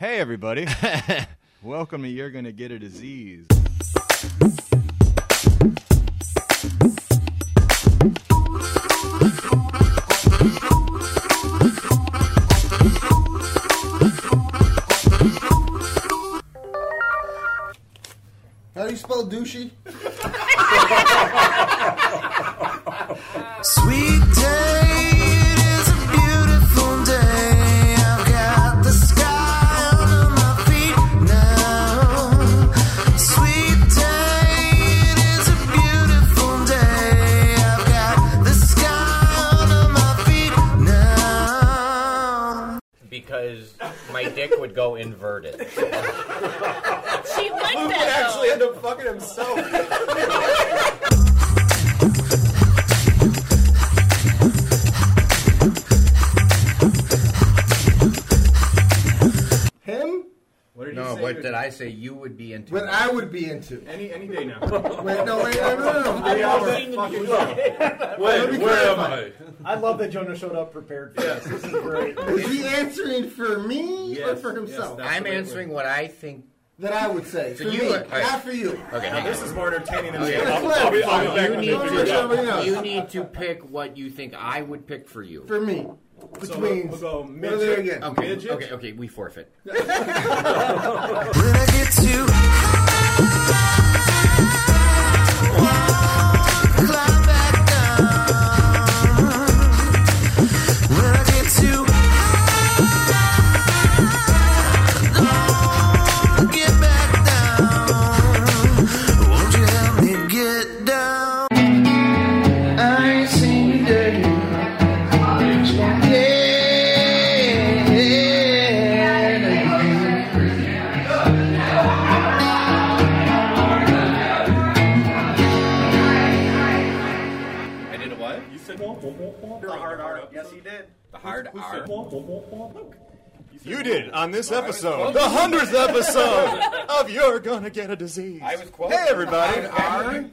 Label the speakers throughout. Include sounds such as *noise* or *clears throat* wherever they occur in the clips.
Speaker 1: Hey, everybody. Welcome to You're Gonna Get a Disease.
Speaker 2: How do you spell douchey?
Speaker 3: Sweet day, it is a beautiful day. I've got the sky under my feet now. Sweet day, it is a beautiful day. I've got the sky under my feet now.
Speaker 4: because my dick would go inverted.
Speaker 5: She liked that. Actually,
Speaker 2: end up fucking himself. Him?
Speaker 1: What did
Speaker 4: No,
Speaker 1: you say?
Speaker 4: what did I say? You would be into.
Speaker 2: What I would be into.
Speaker 1: Any, any day now.
Speaker 2: Wait, no, wait, no, no, no. no.
Speaker 6: Wait, where am I?
Speaker 7: I love that Jonah showed up prepared for this. This is great.
Speaker 2: Is he answering for me or
Speaker 1: Yes,
Speaker 2: for
Speaker 1: yes,
Speaker 2: himself?
Speaker 1: that's-
Speaker 4: I'm answering what I think.
Speaker 2: that I would say. For
Speaker 4: you
Speaker 2: me,
Speaker 4: are- alright.
Speaker 2: not for you.
Speaker 4: Okay, hang
Speaker 1: This
Speaker 4: on.
Speaker 1: is more entertaining than
Speaker 4: Okay.
Speaker 1: the other.
Speaker 2: Flip.
Speaker 6: I'll be, I'll be back.
Speaker 4: you
Speaker 6: in
Speaker 4: need,
Speaker 6: a minute.
Speaker 2: for somebody
Speaker 4: to,
Speaker 2: else.
Speaker 4: you need to pick what you think I would pick for you.
Speaker 2: For me. Which
Speaker 1: So
Speaker 2: means.
Speaker 1: we'll go
Speaker 2: what are they
Speaker 1: midget.
Speaker 2: again?
Speaker 4: Okay,
Speaker 1: Midget?
Speaker 4: okay, okay. We forfeit.
Speaker 3: When I get too high, climb back down. When I get too high, don't get back down. Won't you help me get down? I ain't seen you dirty. Yeah.
Speaker 1: I did a what?
Speaker 6: You said womp, womp, womp, womp.
Speaker 1: Yes, he did.
Speaker 4: The hard
Speaker 6: Who
Speaker 4: R.
Speaker 6: said womp, womp, womp, womp? Look.
Speaker 7: You did on this episode, the hundredth *laughs* episode of You're Gonna Get a Disease.
Speaker 1: I was quoting.
Speaker 7: Hey, everybody.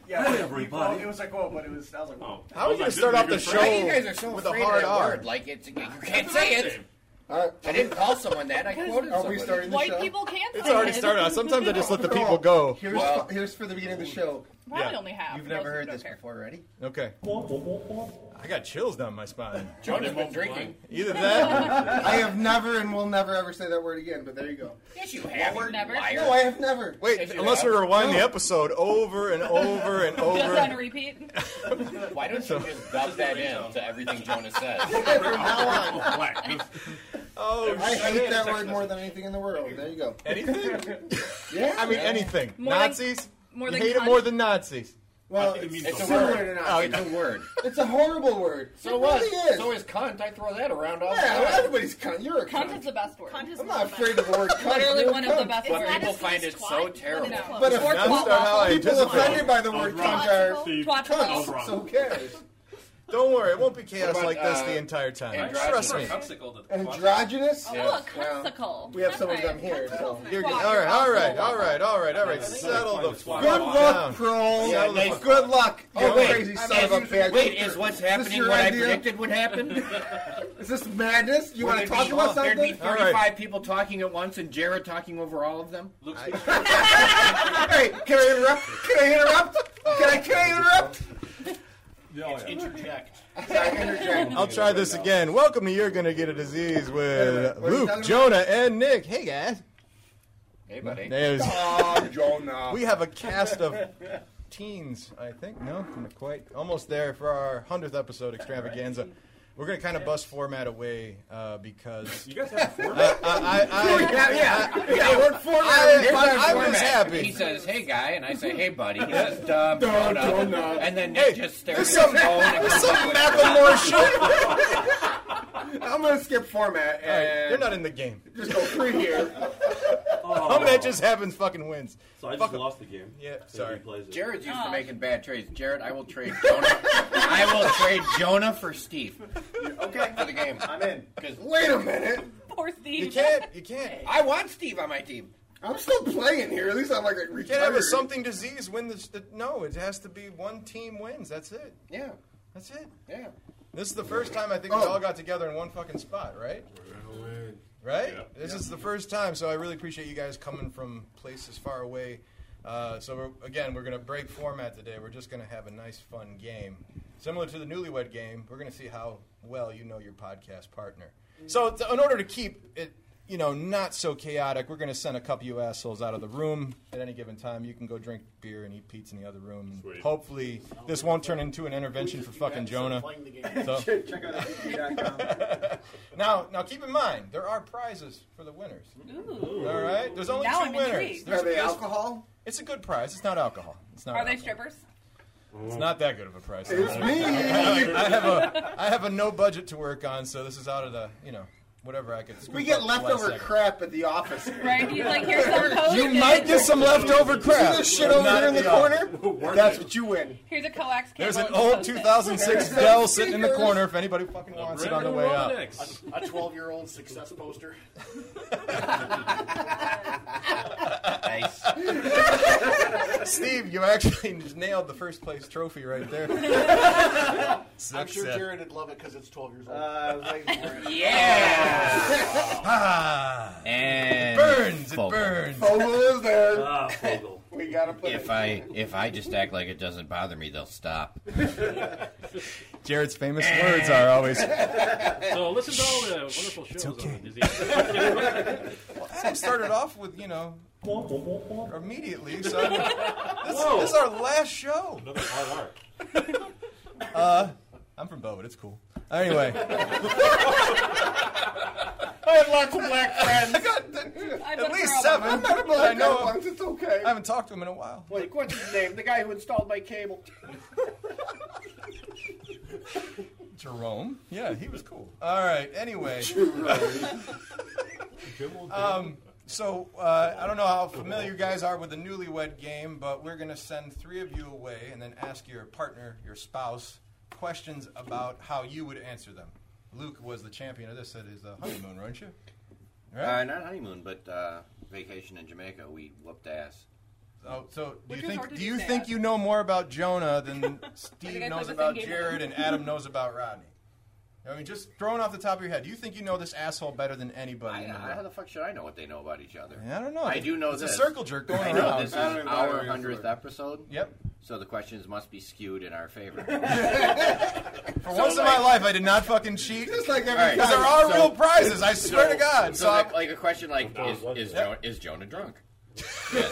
Speaker 1: Yeah,
Speaker 6: everybody.
Speaker 1: It was like, whoa, but it was, I was like, whoa.
Speaker 7: How are you
Speaker 6: I
Speaker 7: going to
Speaker 6: was
Speaker 7: start
Speaker 6: like,
Speaker 7: off the
Speaker 6: this is
Speaker 7: show
Speaker 6: a
Speaker 4: Why you guys are so
Speaker 7: with a
Speaker 4: afraid
Speaker 7: hard
Speaker 4: of that
Speaker 7: R?
Speaker 4: word? Like it's you can't say it. I didn't call someone that. I quoted
Speaker 2: Are
Speaker 4: someone.
Speaker 2: we starting the
Speaker 5: white
Speaker 2: show?
Speaker 5: people can't.
Speaker 7: It's
Speaker 5: say
Speaker 7: already
Speaker 5: it.
Speaker 7: started. Sometimes I just let the
Speaker 2: First of
Speaker 7: people
Speaker 2: all,
Speaker 7: go.
Speaker 2: Here's,
Speaker 4: Well-
Speaker 2: here's for the beginning of the show.
Speaker 5: Probably
Speaker 7: Yeah.
Speaker 5: only half.
Speaker 4: You've
Speaker 5: for
Speaker 4: never
Speaker 5: those who
Speaker 4: heard
Speaker 5: don't
Speaker 4: this
Speaker 5: care.
Speaker 4: before, ready?
Speaker 7: Okay.
Speaker 6: Womp, womp, womp, womp.
Speaker 7: I got chills down my *laughs* spine.
Speaker 4: Jonah's been drinking.
Speaker 7: Either that. *laughs*
Speaker 2: *laughs* I have never and will never ever say that word again, but there you go.
Speaker 4: Yes, you have. you
Speaker 5: Never.
Speaker 4: liar.
Speaker 2: No, I have never.
Speaker 7: Wait, unless we rewind the episode over and over and
Speaker 5: Just on
Speaker 7: over.
Speaker 5: repeat.
Speaker 4: Why don't you just dub that in to everything Jonah says?
Speaker 2: *laughs* From now on,
Speaker 7: Oh,
Speaker 2: I hate
Speaker 7: shit.
Speaker 2: that word more than anything in the world. There you go.
Speaker 7: Anything?
Speaker 2: Yeah.
Speaker 7: I mean, anything.
Speaker 5: More than-
Speaker 7: Nazis?
Speaker 5: more
Speaker 7: You
Speaker 5: than
Speaker 7: hate it
Speaker 5: cunt?
Speaker 7: more than Nazis.
Speaker 2: well,
Speaker 6: it means
Speaker 2: it's
Speaker 4: it's a
Speaker 2: similar to
Speaker 4: word.
Speaker 2: not.
Speaker 4: Oh, it's a word.
Speaker 2: *laughs* It's a horrible word.
Speaker 4: So
Speaker 2: it
Speaker 4: what?
Speaker 2: really is.
Speaker 4: So is cunt. I *laughs* throw that around all
Speaker 2: yeah, well,
Speaker 4: the time.
Speaker 2: everybody's cunt. You're a cunt.
Speaker 5: Cunt is the best word.
Speaker 8: Cunt is
Speaker 2: I'm not afraid of the word cunt.
Speaker 5: Literally
Speaker 2: You're a
Speaker 5: one of the
Speaker 2: cunt.
Speaker 5: best
Speaker 4: But
Speaker 5: words.
Speaker 4: people find it so terrible.
Speaker 5: No.
Speaker 2: But if
Speaker 5: Or
Speaker 7: That's
Speaker 5: twat
Speaker 7: not how I
Speaker 5: waffle.
Speaker 2: people
Speaker 7: anticipate.
Speaker 2: offended by the word
Speaker 6: wrong.
Speaker 2: cunt are
Speaker 8: Logical.
Speaker 6: Steve,
Speaker 5: Twat
Speaker 6: I
Speaker 5: waffle.
Speaker 6: was wrong.
Speaker 2: so who
Speaker 7: *laughs*
Speaker 2: cares?
Speaker 7: Don't worry, it won't be
Speaker 4: What
Speaker 7: chaos
Speaker 4: about,
Speaker 7: like this
Speaker 4: uh,
Speaker 7: the entire time.
Speaker 4: androgynous?
Speaker 7: Trust me.
Speaker 2: Androgynous.
Speaker 5: Oh, a
Speaker 2: Yeah.
Speaker 5: cuntsicle.
Speaker 2: We have
Speaker 5: That's
Speaker 2: some of
Speaker 5: right.
Speaker 2: them here,
Speaker 5: Cunt's
Speaker 2: so.
Speaker 5: also
Speaker 7: You're
Speaker 5: twat.
Speaker 7: good. All right,
Speaker 5: You're
Speaker 7: all
Speaker 5: also
Speaker 7: right,
Speaker 5: a
Speaker 7: all right, all right, all right. Settle the fuck
Speaker 2: Good
Speaker 7: down.
Speaker 2: luck, pro.
Speaker 7: Settle the
Speaker 4: nice
Speaker 7: fuck
Speaker 2: Good luck.
Speaker 4: Yeah,
Speaker 2: Oh,
Speaker 4: wait.
Speaker 2: crazy son of a bitch.
Speaker 4: Wait, is what's
Speaker 2: Is this
Speaker 4: happening
Speaker 2: your
Speaker 4: what
Speaker 2: idea?
Speaker 4: I predicted would happen?
Speaker 2: *laughs* Is this madness? You want to
Speaker 4: There'd
Speaker 2: talk
Speaker 4: be-
Speaker 2: about
Speaker 4: There'd be
Speaker 2: something?
Speaker 4: 35
Speaker 7: Alright.
Speaker 4: people talking at once and Jared talking over all of them?
Speaker 2: *laughs* Hey, can I interrupt? Can I interrupt? Can I, can
Speaker 7: *laughs*
Speaker 2: I interrupt?
Speaker 6: Yeah, yeah.
Speaker 2: Sorry, interject.
Speaker 7: I'll try this again. Welcome to You're Gonna Get a Disease with
Speaker 2: minute, what are you
Speaker 7: Luke,
Speaker 2: talking about?
Speaker 7: Jonah, and Nick. Hey guys.
Speaker 4: Hey, buddy.
Speaker 7: There's-
Speaker 2: Oh, Jonah.
Speaker 7: *laughs* we have a cast of teens, I think. No, not quite. Almost there for our hundredth episode extravaganza. We're gonna kind of bust format away uh, because
Speaker 6: You guys have a format?
Speaker 7: I, Uh,
Speaker 2: *laughs*
Speaker 7: I, I,
Speaker 2: yeah, yeah, yeah. We're four
Speaker 7: I-
Speaker 4: Here's our
Speaker 7: I was
Speaker 4: format.
Speaker 7: happy.
Speaker 4: He says, hey, guy, and I say, hey, buddy. He says, dumb,
Speaker 2: *laughs* Dumb,
Speaker 4: Jonah.
Speaker 2: Jonah.
Speaker 4: And then
Speaker 7: Hey,
Speaker 4: Nick just stares
Speaker 7: there's
Speaker 4: at
Speaker 7: some,
Speaker 4: his phone and goes,
Speaker 7: there's some Macklemore shit.
Speaker 2: *laughs* I'm gonna skip format
Speaker 7: All right,
Speaker 2: and
Speaker 7: you're not in the game.
Speaker 2: just go free here.
Speaker 7: How that just happens fucking wins.
Speaker 6: So I
Speaker 7: Fuck
Speaker 6: just
Speaker 7: 'em.
Speaker 6: lost the game.
Speaker 7: Yeah,
Speaker 6: So
Speaker 7: sorry.
Speaker 6: he plays it.
Speaker 4: Jared's used
Speaker 5: Oh.
Speaker 4: to making bad trades. Jared, I will trade *laughs* Jonah. I will trade Jonah for
Speaker 2: *laughs*
Speaker 4: Steve. Okay. For the game.
Speaker 1: I'm in.
Speaker 2: Wait a minute.
Speaker 5: Poor
Speaker 7: You
Speaker 5: Steve.
Speaker 7: can't. You can't.
Speaker 4: I want Steve on my team.
Speaker 2: I'm still playing here. At least I'm like retired.
Speaker 7: You can't have a something disease win the, the. No, it has to be one team wins. That's it.
Speaker 4: Yeah,
Speaker 7: That's it.
Speaker 4: yeah.
Speaker 7: This is the first time I think we
Speaker 2: Oh.
Speaker 7: all got together in one fucking spot, right? *laughs* right?
Speaker 9: Yeah.
Speaker 7: This is the first time, so I really appreciate you guys coming from places far away. Uh, so we're, again, we're going to break format today. We're just going to have a nice, fun game, similar to the Newlywed Game. We're going to see how well you know your podcast partner. So t- in order to keep it, you know, not so chaotic, we're going to send a couple of you assholes out of the room at any given time. You can go drink beer and eat pizza in the other room.
Speaker 9: Sweet.
Speaker 7: Hopefully, this won't turn into an intervention for fucking Jonah. So.
Speaker 2: *laughs* Check out SCP.com.
Speaker 7: Now, now keep in mind there are prizes for the winners.
Speaker 5: Ooh.
Speaker 7: All right, there's only
Speaker 5: Now
Speaker 7: 2
Speaker 5: I'm
Speaker 7: winners.
Speaker 5: intrigued.
Speaker 7: There's,
Speaker 2: Are they
Speaker 7: there's-
Speaker 2: alcohol?
Speaker 7: it's a good prize. It's not alcohol. It's not.
Speaker 5: Are they
Speaker 7: alcohol.
Speaker 5: strippers?
Speaker 7: It's not that good of a prize.
Speaker 2: It's
Speaker 7: *laughs*
Speaker 2: me.
Speaker 7: I have a I have a no budget to work on, so this is out of the you know whatever I could. scoop
Speaker 2: We
Speaker 7: up
Speaker 2: get
Speaker 7: at the last
Speaker 2: leftover
Speaker 7: second.
Speaker 2: crap at the office.
Speaker 5: *laughs* Right? He's like, here's
Speaker 2: *laughs*
Speaker 5: some post.
Speaker 7: You might get some leftover crap.
Speaker 2: See this shit over
Speaker 7: Not
Speaker 2: there in
Speaker 7: at
Speaker 2: the corner?
Speaker 9: Worth
Speaker 2: That's
Speaker 9: it.
Speaker 2: what you win.
Speaker 5: Here's a coax cable.
Speaker 7: There's an
Speaker 5: and
Speaker 7: old
Speaker 5: post it.
Speaker 7: 2006 Dell sitting in the corner if anybody fucking wants it on the way up.
Speaker 9: Rolex.
Speaker 1: A 12 year old success poster.
Speaker 2: *laughs*
Speaker 4: Nice.
Speaker 7: Steve, you actually nailed the first place trophy right
Speaker 5: *laughs*
Speaker 7: there.
Speaker 1: I'm sure
Speaker 7: Success.
Speaker 1: Jared would love it because it's 12 years old.
Speaker 2: Uh, I was waiting for it.
Speaker 4: Yeah.
Speaker 2: *laughs*
Speaker 7: Ah,
Speaker 4: And
Speaker 7: burns! It
Speaker 4: Fogel.
Speaker 7: burns.
Speaker 2: Fogel is there.
Speaker 9: Ah, Fogel.
Speaker 2: *laughs* We gotta put
Speaker 4: If
Speaker 2: it.
Speaker 4: I if I just act like it doesn't bother me, they'll stop.
Speaker 7: *laughs* Jared's famous words are
Speaker 2: *laughs*
Speaker 7: always.
Speaker 9: So listen to all the wonderful shows
Speaker 7: okay.
Speaker 9: on Disney.
Speaker 7: I started off with you know
Speaker 9: Another
Speaker 7: immediately. So this,
Speaker 9: Whoa.
Speaker 7: this is our last show. Uh,
Speaker 9: hard art.
Speaker 7: I'm from Bowen. It's cool. Anyway,
Speaker 1: I have lots of black *laughs* friends.
Speaker 7: I got the,
Speaker 5: I've
Speaker 7: at
Speaker 5: been
Speaker 7: least
Speaker 5: around.
Speaker 7: seven. but *laughs* I know
Speaker 2: *laughs*
Speaker 7: him.
Speaker 2: It's okay.
Speaker 7: I haven't talked to him in a while.
Speaker 1: Like, what's his *laughs* name? The guy who installed my cable.
Speaker 7: Jerome. Yeah, he was cool. All right. Anyway, um, so uh, I don't know how familiar you guys are with the Newlywed Game, but we're gonna send three of you away and then ask your partner, your spouse, questions about how you would answer them. Luke was the champion of this at his uh, honeymoon, weren't you?
Speaker 4: Uh, not honeymoon, but uh, vacation in Jamaica. We whooped ass.
Speaker 7: Oh, so do
Speaker 5: Which
Speaker 7: you
Speaker 5: is hard
Speaker 7: think
Speaker 5: to
Speaker 7: do you
Speaker 5: say.
Speaker 7: think you know more about Jonah
Speaker 5: *laughs*
Speaker 7: than
Speaker 5: guys
Speaker 7: Steve
Speaker 5: play the
Speaker 7: knows
Speaker 5: same
Speaker 7: about
Speaker 5: game?
Speaker 7: Jared and Adam knows about Rodney? I mean, just throwing off the top of your head, do you think you know this asshole better than anybody?
Speaker 4: I,
Speaker 7: in the
Speaker 4: how
Speaker 7: world?
Speaker 4: the fuck should I know what they know about each other?
Speaker 7: I don't know.
Speaker 4: I do know
Speaker 7: it's
Speaker 4: this.
Speaker 7: a circle jerk going
Speaker 4: I know
Speaker 7: around.
Speaker 4: this is
Speaker 2: I don't even know where
Speaker 4: our
Speaker 2: you're
Speaker 4: hundredth
Speaker 2: from.
Speaker 4: episode.
Speaker 7: Yep.
Speaker 4: So the questions must be skewed in our
Speaker 7: *laughs*
Speaker 4: favor.
Speaker 7: For once in my life, I did not fucking cheat.
Speaker 2: Just like every
Speaker 4: Alright.
Speaker 7: Because
Speaker 2: time.
Speaker 7: there are
Speaker 4: So-
Speaker 7: real prizes. I swear to God. So,
Speaker 4: so
Speaker 7: I'm,
Speaker 4: like, like a question like
Speaker 9: Well,
Speaker 4: is
Speaker 9: Don was
Speaker 4: is,
Speaker 7: there.
Speaker 4: Jonah, is Jonah drunk? Yes.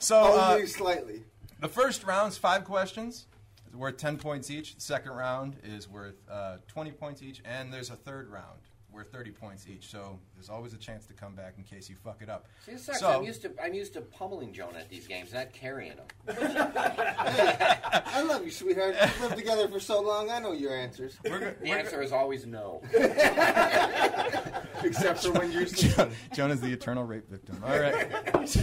Speaker 7: so uh,
Speaker 2: Only slightly.
Speaker 7: the first round's five questions. It's worth ten points each. The second round is worth uh, twenty points each, and there's a third round worth thirty points each. So there's always a chance to come back in case you fuck it up.
Speaker 4: See, it sucks.
Speaker 7: So-
Speaker 4: I'm used to I'm used to pummeling Jonah at these games, not carrying him.
Speaker 2: I love you, sweetheart. We've lived together for so long. I know your answers.
Speaker 7: We're go-
Speaker 4: The answer is
Speaker 5: *laughs*
Speaker 4: always
Speaker 2: *laughs*
Speaker 4: no.
Speaker 2: Except for when you're sleeping.
Speaker 7: Jonah's the eternal rape victim. All right. *laughs*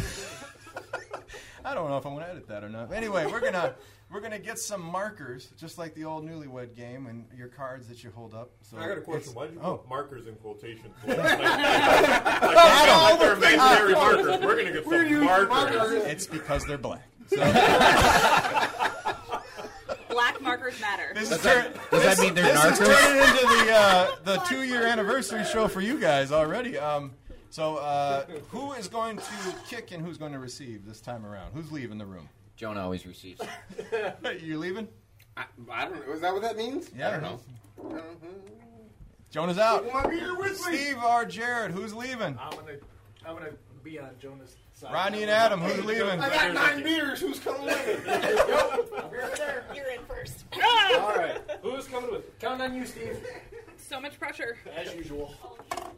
Speaker 7: I don't know if I'm gonna edit that or not. Anyway, we're gonna we're gonna get some markers, just like the old newlywed game, and your cards that you hold up. So
Speaker 9: I got a question.
Speaker 7: it's-
Speaker 9: Why did you
Speaker 7: Oh. *laughs*
Speaker 9: put markers in quotation?
Speaker 7: all the
Speaker 9: they're imaginary markers. We're gonna get some markers.
Speaker 7: It's because they're black. So
Speaker 5: Black markers matter.
Speaker 7: this is turn,
Speaker 4: Does that mean they're
Speaker 7: this is turning into the uh, the two year anniversary show for you guys already. Um, so uh, who is going to kick and who's going to receive this time around? Who's leaving the room?
Speaker 4: Jonah always receives. it.
Speaker 7: You leaving?
Speaker 4: I, I don't know.
Speaker 2: Was that what that means?
Speaker 7: Yeah,
Speaker 4: I don't know.
Speaker 7: Jonah's out.
Speaker 2: Come here with me.
Speaker 7: Steve or Jared, who's leaving?
Speaker 1: I'm gonna, I'm gonna be on Jonas' side.
Speaker 7: Rodney and Adam, who's leaving?
Speaker 2: I got nine beers. Who's
Speaker 1: *laughs*
Speaker 2: coming with me?
Speaker 5: You're in *laughs* first. Ah!
Speaker 1: All right, who's coming with? Count on you, Steve.
Speaker 5: so much pressure.
Speaker 1: As usual.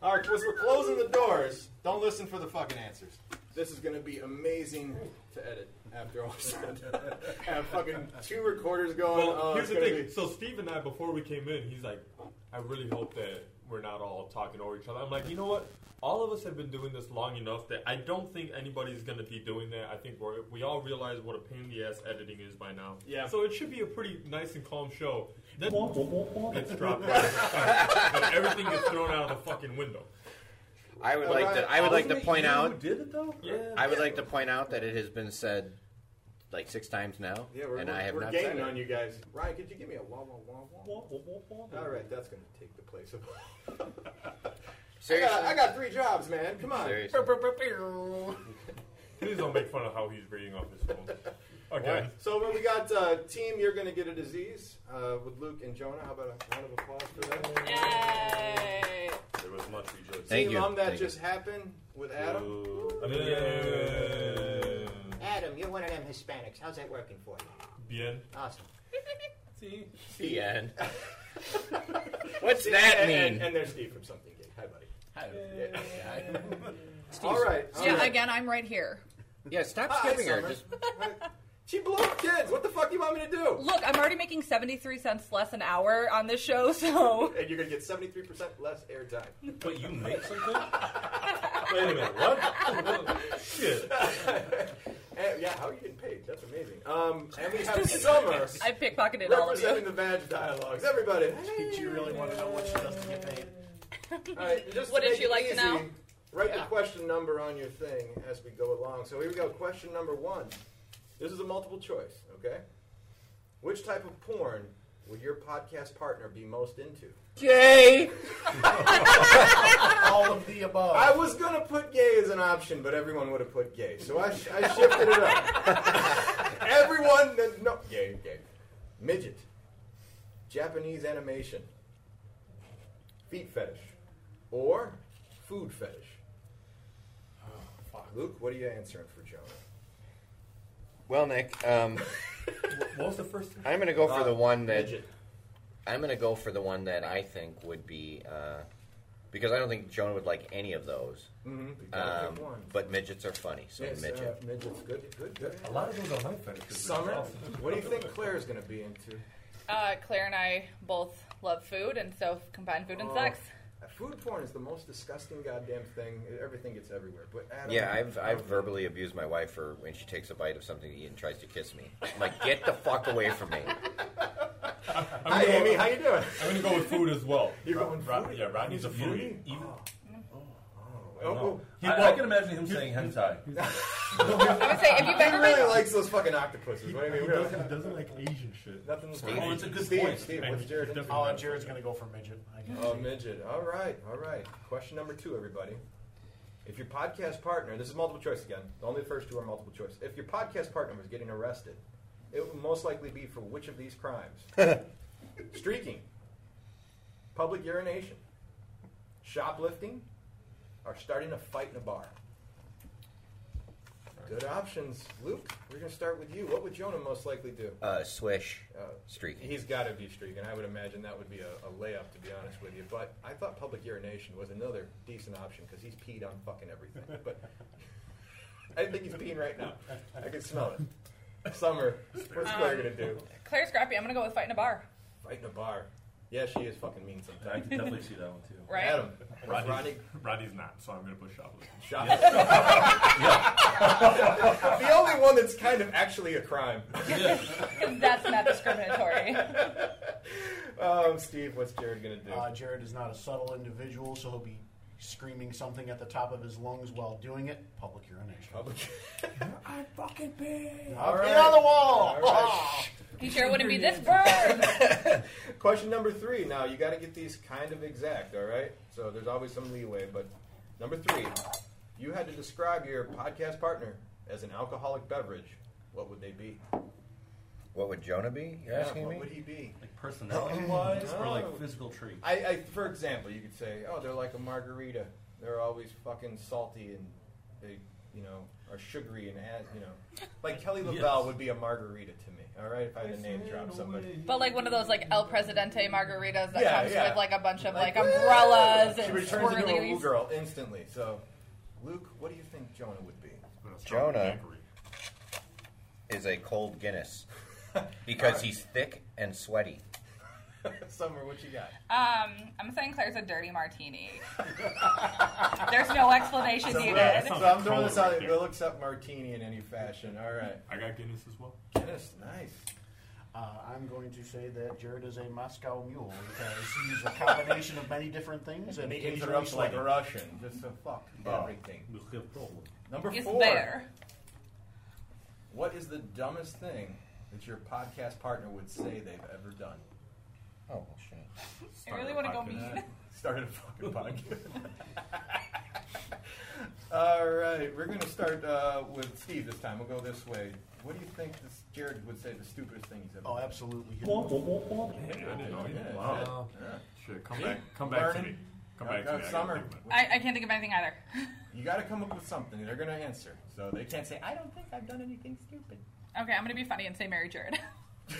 Speaker 7: All right, because we're closing the doors. Don't listen for the fucking answers. This is going to be amazing to edit after all said. *laughs* Have fucking two recorders going.
Speaker 9: Well,
Speaker 7: oh, it's
Speaker 9: here's the
Speaker 7: gonna
Speaker 9: thing.
Speaker 7: be-
Speaker 9: So Steve and I, before we came in, he's like, "I really hope that we're not all talking over each other." I'm like, you know what? All of us have been doing this long enough that I don't think anybody's going to be doing that. I think we're, we all realize what a pain in the ass editing is by now.
Speaker 1: Yeah.
Speaker 9: So it should be a pretty nice and calm show. Then gets dropped, right? But everything gets thrown out of the fucking window.
Speaker 4: I would like to. I would like to point out.
Speaker 9: did it though? Yeah.
Speaker 4: I would like to point out that it has been said like six times now,
Speaker 7: Yeah, we're,
Speaker 4: and
Speaker 7: we're,
Speaker 4: I have
Speaker 7: we're
Speaker 4: not said
Speaker 7: gaining
Speaker 4: it.
Speaker 7: on
Speaker 4: *laughs*
Speaker 7: you guys. Ryan, could you give me a wah wah wah wah? All right, that's gonna take the place of. *laughs* I
Speaker 4: Seriously,
Speaker 7: got, I got three jobs, man. Come on.
Speaker 4: Seriously.
Speaker 9: Please don't make fun of how he's reading off his phone. Okay.
Speaker 7: So well, we got uh, team. You're gonna get a disease uh, with Luke and Jonah. How about a round of applause for that?
Speaker 5: Yay!
Speaker 9: There was much rejoicing.
Speaker 4: Thank
Speaker 7: team
Speaker 4: you.
Speaker 7: Um, that
Speaker 4: Thank you.
Speaker 7: just happened with Adam.
Speaker 9: I mean, yeah.
Speaker 10: Adam, you're one of them Hispanics. How's that working for you?
Speaker 9: Bien. *laughs*
Speaker 10: Awesome.
Speaker 4: The end. What's that
Speaker 7: and, And,
Speaker 4: mean?
Speaker 7: and there's Steve from Something Gay. Hi, buddy.
Speaker 4: Hi.
Speaker 10: *laughs*
Speaker 4: Yeah.
Speaker 7: All right. all
Speaker 5: Yeah,
Speaker 7: right.
Speaker 5: again, I'm right here.
Speaker 4: Yeah, stop
Speaker 7: Hi,
Speaker 4: skipping her.
Speaker 7: Summer.
Speaker 4: Just
Speaker 7: *laughs* She blew up kids. What the fuck do you want me to do?
Speaker 5: Look, I'm already making 73 cents less an hour on this show, so.
Speaker 7: And you're gonna get 73% less airtime. *laughs*
Speaker 9: Wait, you make something? Wait a minute. What?
Speaker 7: *laughs*
Speaker 9: Shit.
Speaker 7: Eh, yeah, how are you getting paid? That's amazing. Um, and we have Summer
Speaker 5: I pickpocketed all of you.
Speaker 7: representing the badge dialogues. Everybody.
Speaker 11: Did you really want to know what she does to get paid?
Speaker 7: All right, just
Speaker 5: What
Speaker 7: to
Speaker 5: did
Speaker 7: make
Speaker 5: you
Speaker 7: it
Speaker 5: like to
Speaker 7: easy,
Speaker 5: know?
Speaker 7: Write the
Speaker 4: Yeah.
Speaker 7: question number on your thing as we go along. So here we go. Question number one. This is a multiple choice. Okay. Which type of porn would your podcast partner be
Speaker 5: *laughs*
Speaker 7: most into? *laughs*
Speaker 4: Jay.
Speaker 11: All of the above.
Speaker 7: I was gonna put gay as an option, but everyone would have put gay, so I, sh- I shifted it up.
Speaker 9: *laughs*
Speaker 7: everyone, that- no, gay, gay, midget, Japanese animation, feet fetish, or food fetish.
Speaker 9: Oh,
Speaker 7: Luke, what are you answering for Jonah?
Speaker 4: Well, Nick,
Speaker 7: *laughs*
Speaker 4: um,
Speaker 9: What was the first thing?
Speaker 4: I'm going to go for
Speaker 7: Uh,
Speaker 4: the one that
Speaker 7: Midget.
Speaker 4: I'm going to go for the one that I think would be uh, because I don't think Jonah would like any of those.
Speaker 7: Mm-hmm.
Speaker 4: Um, but midgets are funny, so midget.
Speaker 7: uh, midget's good, good, good.
Speaker 9: A lot of those are my fetishes.
Speaker 7: Summer, what do you think Claire's gonna be into?
Speaker 5: Uh, Claire and I both love food, and so combined food and
Speaker 7: Oh.
Speaker 5: sex.
Speaker 7: Food porn is the most disgusting goddamn thing. Everything gets everywhere. But Adam,
Speaker 4: yeah, I've I've verbally abused my wife for when she takes a bite of something to eat and tries to kiss me. I'm like, get the fuck away from me.
Speaker 7: Hi, Amy. How you doing?
Speaker 9: I'm going to go with food as well.
Speaker 7: You're
Speaker 9: Rod-
Speaker 7: going
Speaker 9: Rod-
Speaker 7: foodie?
Speaker 9: Yeah, Rodney's a
Speaker 7: He's a
Speaker 9: foodie.
Speaker 7: foodie?
Speaker 9: Even-
Speaker 7: Oh,
Speaker 9: He- well, I can imagine him
Speaker 2: *laughs*
Speaker 9: saying *laughs* hentai.
Speaker 5: I would say if you've
Speaker 7: he
Speaker 5: ever
Speaker 7: really
Speaker 5: been.
Speaker 7: likes those fucking octopuses. What do you mean? Really?
Speaker 9: doesn't like Asian shit.
Speaker 7: Nothing was
Speaker 4: Steve. Oh, it's
Speaker 9: a good
Speaker 7: Steve,
Speaker 9: point.
Speaker 7: Steve,
Speaker 9: I-
Speaker 7: what's Jared?
Speaker 9: it's
Speaker 7: into?
Speaker 9: definitely-
Speaker 11: Oh, and Jared's gonna go for midget. I guess.
Speaker 7: Oh, midget. All right, all right. Question number two, everybody. If your podcast partner, this is multiple choice again. Only the first two are multiple choice. If your podcast partner was getting arrested, it would most likely be for which of these crimes? Streaking, public urination, shoplifting, or starting a fight in a bar. Good options, Luke. We're gonna start with you. What would Jonah most likely do?
Speaker 4: Uh, swish,
Speaker 7: Uh,
Speaker 4: streaking.
Speaker 7: He's got to be streaking. I would imagine that would be a, a layup, to be honest with you. But I thought public urination was another decent option because he's peed on fucking everything. But I think he's peeing right now. I can smell it. Summer, what's Claire gonna do?
Speaker 5: Claire's scrappy, I'm gonna go with fight in a bar,
Speaker 7: Fight in a bar. *laughs* Yeah, she is fucking mean
Speaker 9: I
Speaker 7: sometimes.
Speaker 9: can definitely see that one too.
Speaker 5: right?
Speaker 7: Adam,
Speaker 9: Rodney's,
Speaker 7: Rodney,
Speaker 9: Rodney's not, so I'm going to put shoplifting.
Speaker 7: shot.
Speaker 9: *laughs*
Speaker 7: the only one that's kind of actually a crime. *laughs*
Speaker 5: 'Cause that's not discriminatory.
Speaker 7: Um, Steve, what's Jared gonna do?
Speaker 11: Uh, Jared is not a subtle individual, so he'll be screaming something at the top of his lungs while doing it. Public urination.
Speaker 7: Public.
Speaker 9: I'm fucking
Speaker 7: *laughs*
Speaker 9: big.
Speaker 7: All
Speaker 11: Get
Speaker 7: right.
Speaker 11: on the wall! Ah.
Speaker 7: All
Speaker 11: *laughs*
Speaker 7: right.
Speaker 5: He sure wouldn't be this bird.
Speaker 7: *laughs* Question number three. Now you got to get these kind of exact, all right? So there's always some leeway, but number three, you had to describe your podcast partner as an alcoholic beverage. What would they be?
Speaker 4: What would Jonah be? You're asking
Speaker 7: what
Speaker 4: me.
Speaker 7: would he be?
Speaker 6: Like personality wise or
Speaker 7: *laughs* No.
Speaker 6: like physical traits?
Speaker 7: I, I, for example, you could say, oh, they're like a margarita. They're always fucking salty and they, you know, are sugary and as you know, like Kelly LaBelle
Speaker 6: Yes.
Speaker 7: would be a margarita to me. All right, if I had to name drop somebody.
Speaker 5: But like one of those like El Presidente margaritas that
Speaker 7: Yeah,
Speaker 5: comes
Speaker 7: yeah.
Speaker 5: with like a bunch of like,
Speaker 7: "Woo!"
Speaker 5: umbrellas
Speaker 7: She
Speaker 5: and
Speaker 7: returns into a woo
Speaker 5: swirlies.
Speaker 7: girl instantly. So, Luke, what do you think Jonah would be?
Speaker 4: Jonah is a cold Guinness because he's thick and sweaty.
Speaker 7: *laughs* Summer, what you got?
Speaker 5: Um, I'm saying Claire's a dirty martini.
Speaker 7: *laughs*
Speaker 5: There's no explanation
Speaker 7: Yeah,
Speaker 5: needed.
Speaker 7: so
Speaker 9: sounds
Speaker 7: I'm
Speaker 9: like
Speaker 7: throwing this
Speaker 9: cola
Speaker 7: out.
Speaker 9: right
Speaker 7: there.
Speaker 9: there.
Speaker 7: We'll accept martini in any fashion. All right.
Speaker 9: I got Guinness as well.
Speaker 7: Guinness, nice.
Speaker 11: Uh, I'm going to say that Jared is a Moscow mule because he's a combination of many different things and
Speaker 7: And he
Speaker 11: occasionally
Speaker 7: interrupts like a
Speaker 11: sweating.
Speaker 7: Russian. Oh.
Speaker 11: Oh.
Speaker 7: Just so fuck everything.
Speaker 6: We'll have problem.
Speaker 7: Number
Speaker 5: He's
Speaker 7: four.
Speaker 5: there.
Speaker 7: What is the dumbest thing that your podcast partner would say they've ever done?
Speaker 4: Oh well, shit.
Speaker 5: I really want to go mean.
Speaker 7: Started a fucking podcast. *laughs* All right, we're going to start uh, with Steve this time. We'll go this way. What do you think this Jared would say the stupidest thing he's ever?
Speaker 11: Oh,
Speaker 7: done?
Speaker 11: absolutely.
Speaker 7: Yeah,
Speaker 11: Womp, womp, womp, womp.
Speaker 7: I didn't know. Yeah,
Speaker 9: Wow.
Speaker 7: shit. Yeah.
Speaker 9: Shit, come
Speaker 7: See?
Speaker 9: back- come back to
Speaker 7: Learning.
Speaker 9: me. Come
Speaker 7: Go-
Speaker 9: back to
Speaker 7: go,
Speaker 9: me. I gotta
Speaker 7: Summer.
Speaker 9: think
Speaker 5: I, I can't think of anything either.
Speaker 7: You got to come up with something. They're going to answer, so they can't say I don't think I've done anything stupid.
Speaker 5: Okay, I'm gonna be funny and say Mary Jared.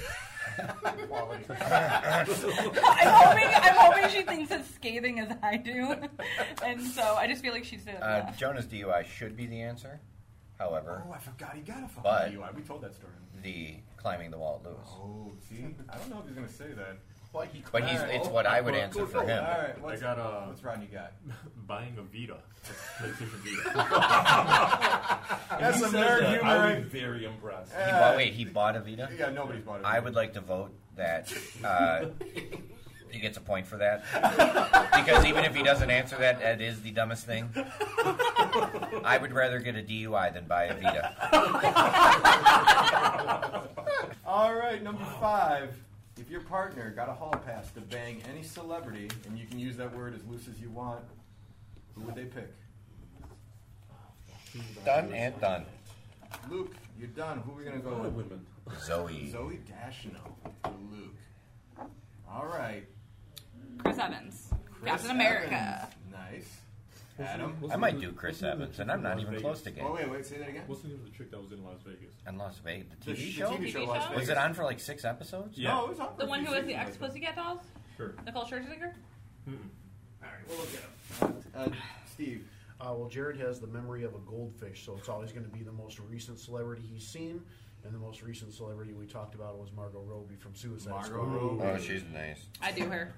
Speaker 5: *laughs* *laughs* I'm hoping I'm hoping she thinks as scathing as I do, and so I just feel like she's doing
Speaker 4: Uh, Jonah's DUI should be the answer. However,
Speaker 7: Oh, I forgot he got a fucking
Speaker 4: but
Speaker 7: DUI. We told that story.
Speaker 4: the climbing the wall at Lewis.
Speaker 7: Oh, see, I don't know if he's going to say that.
Speaker 4: But he's- it's what I would answer for him.
Speaker 7: All right,
Speaker 9: I
Speaker 7: what's,
Speaker 9: got a.
Speaker 7: what's Rodney got? uh,
Speaker 9: *laughs* Buying a Vita, PlayStation Vita.
Speaker 7: That's
Speaker 9: If he
Speaker 4: *laughs*
Speaker 7: some
Speaker 9: says
Speaker 7: nerd
Speaker 9: that,
Speaker 7: humor
Speaker 9: I
Speaker 7: right-
Speaker 9: would be very impressed.
Speaker 4: He bought, wait, he bought a Vita?
Speaker 7: Yeah, nobody's bought a
Speaker 4: I would like to vote that uh, he gets a point for that. because even if he doesn't answer that, that is the dumbest thing. I would rather get a DUI than buy a Vita.
Speaker 7: All right, number five. If your partner got a hall pass to bang any celebrity, and you can use that word as loose as you want, who would they pick?
Speaker 4: Done and done.
Speaker 7: Luke, you're done. Who are we going to go with?
Speaker 4: Zoe.
Speaker 7: Zoe Dashno for Luke. All right.
Speaker 5: Chris Evans,
Speaker 7: Chris
Speaker 5: Captain America.
Speaker 7: Evans. Nice. Adam?
Speaker 4: I might do Chris Evans, and I'm not even close to
Speaker 7: Oh,
Speaker 4: game.
Speaker 7: wait, wait. Say that again.
Speaker 9: What's the name of the trick that was in Las Vegas?
Speaker 4: And Las Vegas, the TV
Speaker 7: The sh- the
Speaker 4: show?
Speaker 7: TV show, Las
Speaker 4: Was
Speaker 7: Vegas.
Speaker 4: it on for like six episodes?
Speaker 9: Yeah.
Speaker 7: No, it was on for
Speaker 5: The
Speaker 7: a
Speaker 5: one
Speaker 7: few
Speaker 5: who was the
Speaker 7: seasons,
Speaker 5: ex Pussycat Dolls,
Speaker 9: Sure.
Speaker 5: Nicole Scherzinger.
Speaker 7: All right, we'll look at him. Uh, Steve.
Speaker 11: Uh, well, Jared has the memory of a goldfish, so it's always going to be the most recent celebrity he's seen. And the most recent celebrity we talked about was Margot Robbie from Suicide
Speaker 7: Margot
Speaker 11: Squad.
Speaker 7: Robbie.
Speaker 4: Oh, she's nice.
Speaker 5: I do her.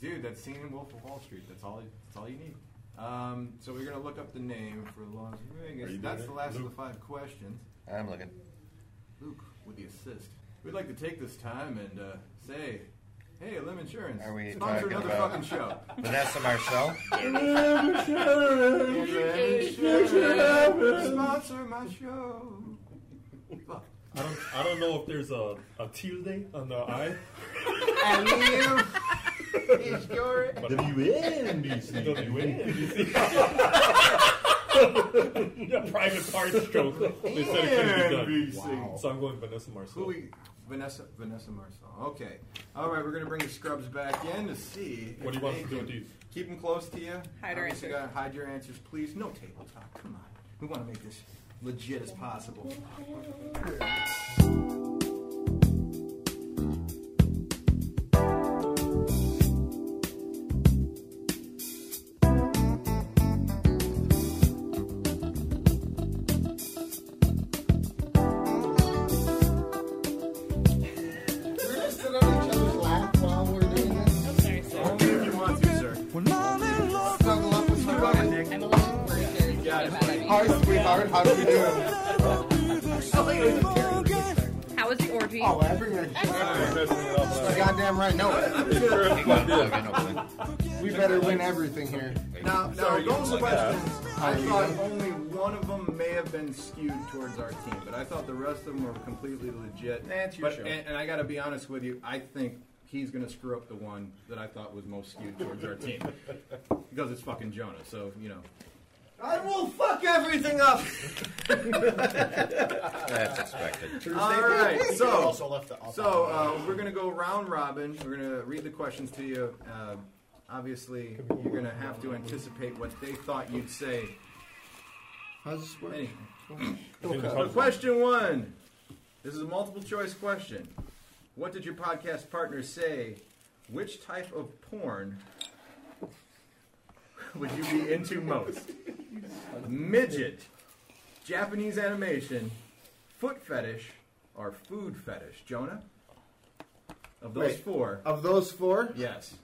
Speaker 7: Dude, that scene in Wolf of Wall Street. That's all. That's all you need. Um, so we're gonna look up the name for Las
Speaker 4: Are
Speaker 7: Vegas.
Speaker 4: you
Speaker 7: That's
Speaker 4: doing
Speaker 7: the
Speaker 4: it?
Speaker 7: last of
Speaker 4: Luke?
Speaker 7: the five questions.
Speaker 4: I'm looking.
Speaker 7: Luke with the assist. We'd like to take this time and uh, say, "Hey, Lim Insurance,
Speaker 4: Are we
Speaker 7: sponsor
Speaker 4: talking
Speaker 7: another
Speaker 4: about
Speaker 7: fucking show." *laughs*
Speaker 4: Vanessa Marcel?
Speaker 7: Lim Insurance, sponsor my show. Fuck.
Speaker 9: I don't. I don't know if there's a a Tuesday on the eye.
Speaker 7: And you is your
Speaker 9: *laughs* WNBC.
Speaker 4: *laughs*
Speaker 9: yeah, private part stroke. They said it couldn't be done.
Speaker 7: NBC.
Speaker 9: So I'm going Vanessa
Speaker 7: Who
Speaker 9: Marcel.
Speaker 7: we? Vanessa Vanessa Marcel. Okay. All right, we're gonna bring the scrubs back in to see.
Speaker 9: What
Speaker 7: if
Speaker 9: do you want
Speaker 7: they
Speaker 9: us to do
Speaker 7: can-
Speaker 9: with these?
Speaker 7: Keep them close to you.
Speaker 5: Hide our
Speaker 7: Obviously,
Speaker 5: answers.
Speaker 7: gotta Hide your answers, please. No table talk. Come on. We want to make this legit as possible.
Speaker 3: We're gonna sit on each other's lap while we're doing this.
Speaker 5: I'm sorry, sir.
Speaker 7: Only if you want to, sir.
Speaker 3: Snuggle up with somebody.
Speaker 5: I'm a little worried. You
Speaker 7: got it.
Speaker 3: Hi, sweetheart. How do you do?
Speaker 5: How was the orgy?
Speaker 3: Oh, I bring it. Goddamn right. No, we better win everything here.
Speaker 7: Now, now
Speaker 9: Sorry,
Speaker 7: those
Speaker 9: you-
Speaker 7: questions, I
Speaker 3: Hi,
Speaker 7: thought
Speaker 3: Ethan.
Speaker 7: only one of them may have been skewed towards our team, but I thought the rest of them were completely legit.
Speaker 3: That's your
Speaker 7: But-
Speaker 3: show.
Speaker 7: And, and I got to be honest with you, I think he's going to screw up the one that I thought was most skewed towards our
Speaker 9: *laughs*
Speaker 7: team. Because it's fucking Jonah, so, you know. I will fuck everything up!
Speaker 4: *laughs* That's expected.
Speaker 7: All right,
Speaker 11: He
Speaker 7: so.
Speaker 11: also left the
Speaker 7: So uh, we're gonna go round robin. We're gonna read the questions to you. Uh, obviously, you're gonna have to anticipate what they thought you'd say.
Speaker 3: How's this work?
Speaker 7: Any- So question one. This is a multiple choice question. What did your podcast partner say? Which type of porn would you be into most? Midget, Japanese animation, foot fetish, or food fetish? Jonah? Of those
Speaker 3: Wait.
Speaker 7: four,
Speaker 3: Of those
Speaker 7: *laughs*
Speaker 3: four,
Speaker 7: yes.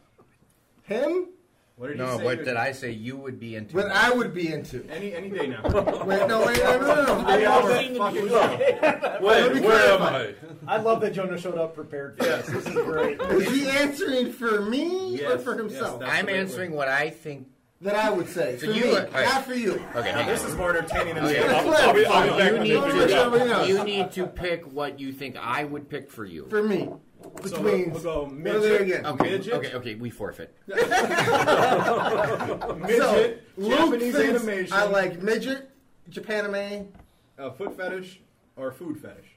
Speaker 3: him?
Speaker 7: What did you
Speaker 4: No,
Speaker 7: say?
Speaker 4: what did I say you would be into?
Speaker 3: What I would be into.
Speaker 7: Any, any day now.
Speaker 3: Wait, no, wait, no, no, no.
Speaker 7: They all
Speaker 3: no.
Speaker 7: seen the fucking show.
Speaker 3: me
Speaker 9: Wait, where am I?
Speaker 11: I love that Jonah showed up prepared for this. This is great.
Speaker 3: Is he answering for me or
Speaker 7: Yes,
Speaker 3: for
Speaker 7: yes,
Speaker 3: himself?
Speaker 7: that's-
Speaker 4: I'm
Speaker 7: the right
Speaker 4: answering what I think
Speaker 2: that I would say.
Speaker 12: So
Speaker 2: for
Speaker 12: you
Speaker 2: me,
Speaker 12: are- all right.
Speaker 2: not for you.
Speaker 12: Okay, hang Now, this on. is more entertaining than
Speaker 2: Okay,
Speaker 12: the other.
Speaker 2: Cliff,
Speaker 12: I'll be- I'll be back
Speaker 2: you
Speaker 12: in a
Speaker 2: need
Speaker 12: minute.
Speaker 2: to let somebody else.
Speaker 4: You need to pick what you think I would pick for you.
Speaker 2: For me,
Speaker 4: So
Speaker 2: between
Speaker 4: we'll
Speaker 2: well, there again.
Speaker 4: Okay, okay, okay, we forfeit.
Speaker 2: so,
Speaker 4: Midget,
Speaker 2: Luke
Speaker 4: Japanese
Speaker 2: thinks
Speaker 4: animation.
Speaker 2: I like midget, Japanime.
Speaker 7: A Uh, foot fetish or food fetish?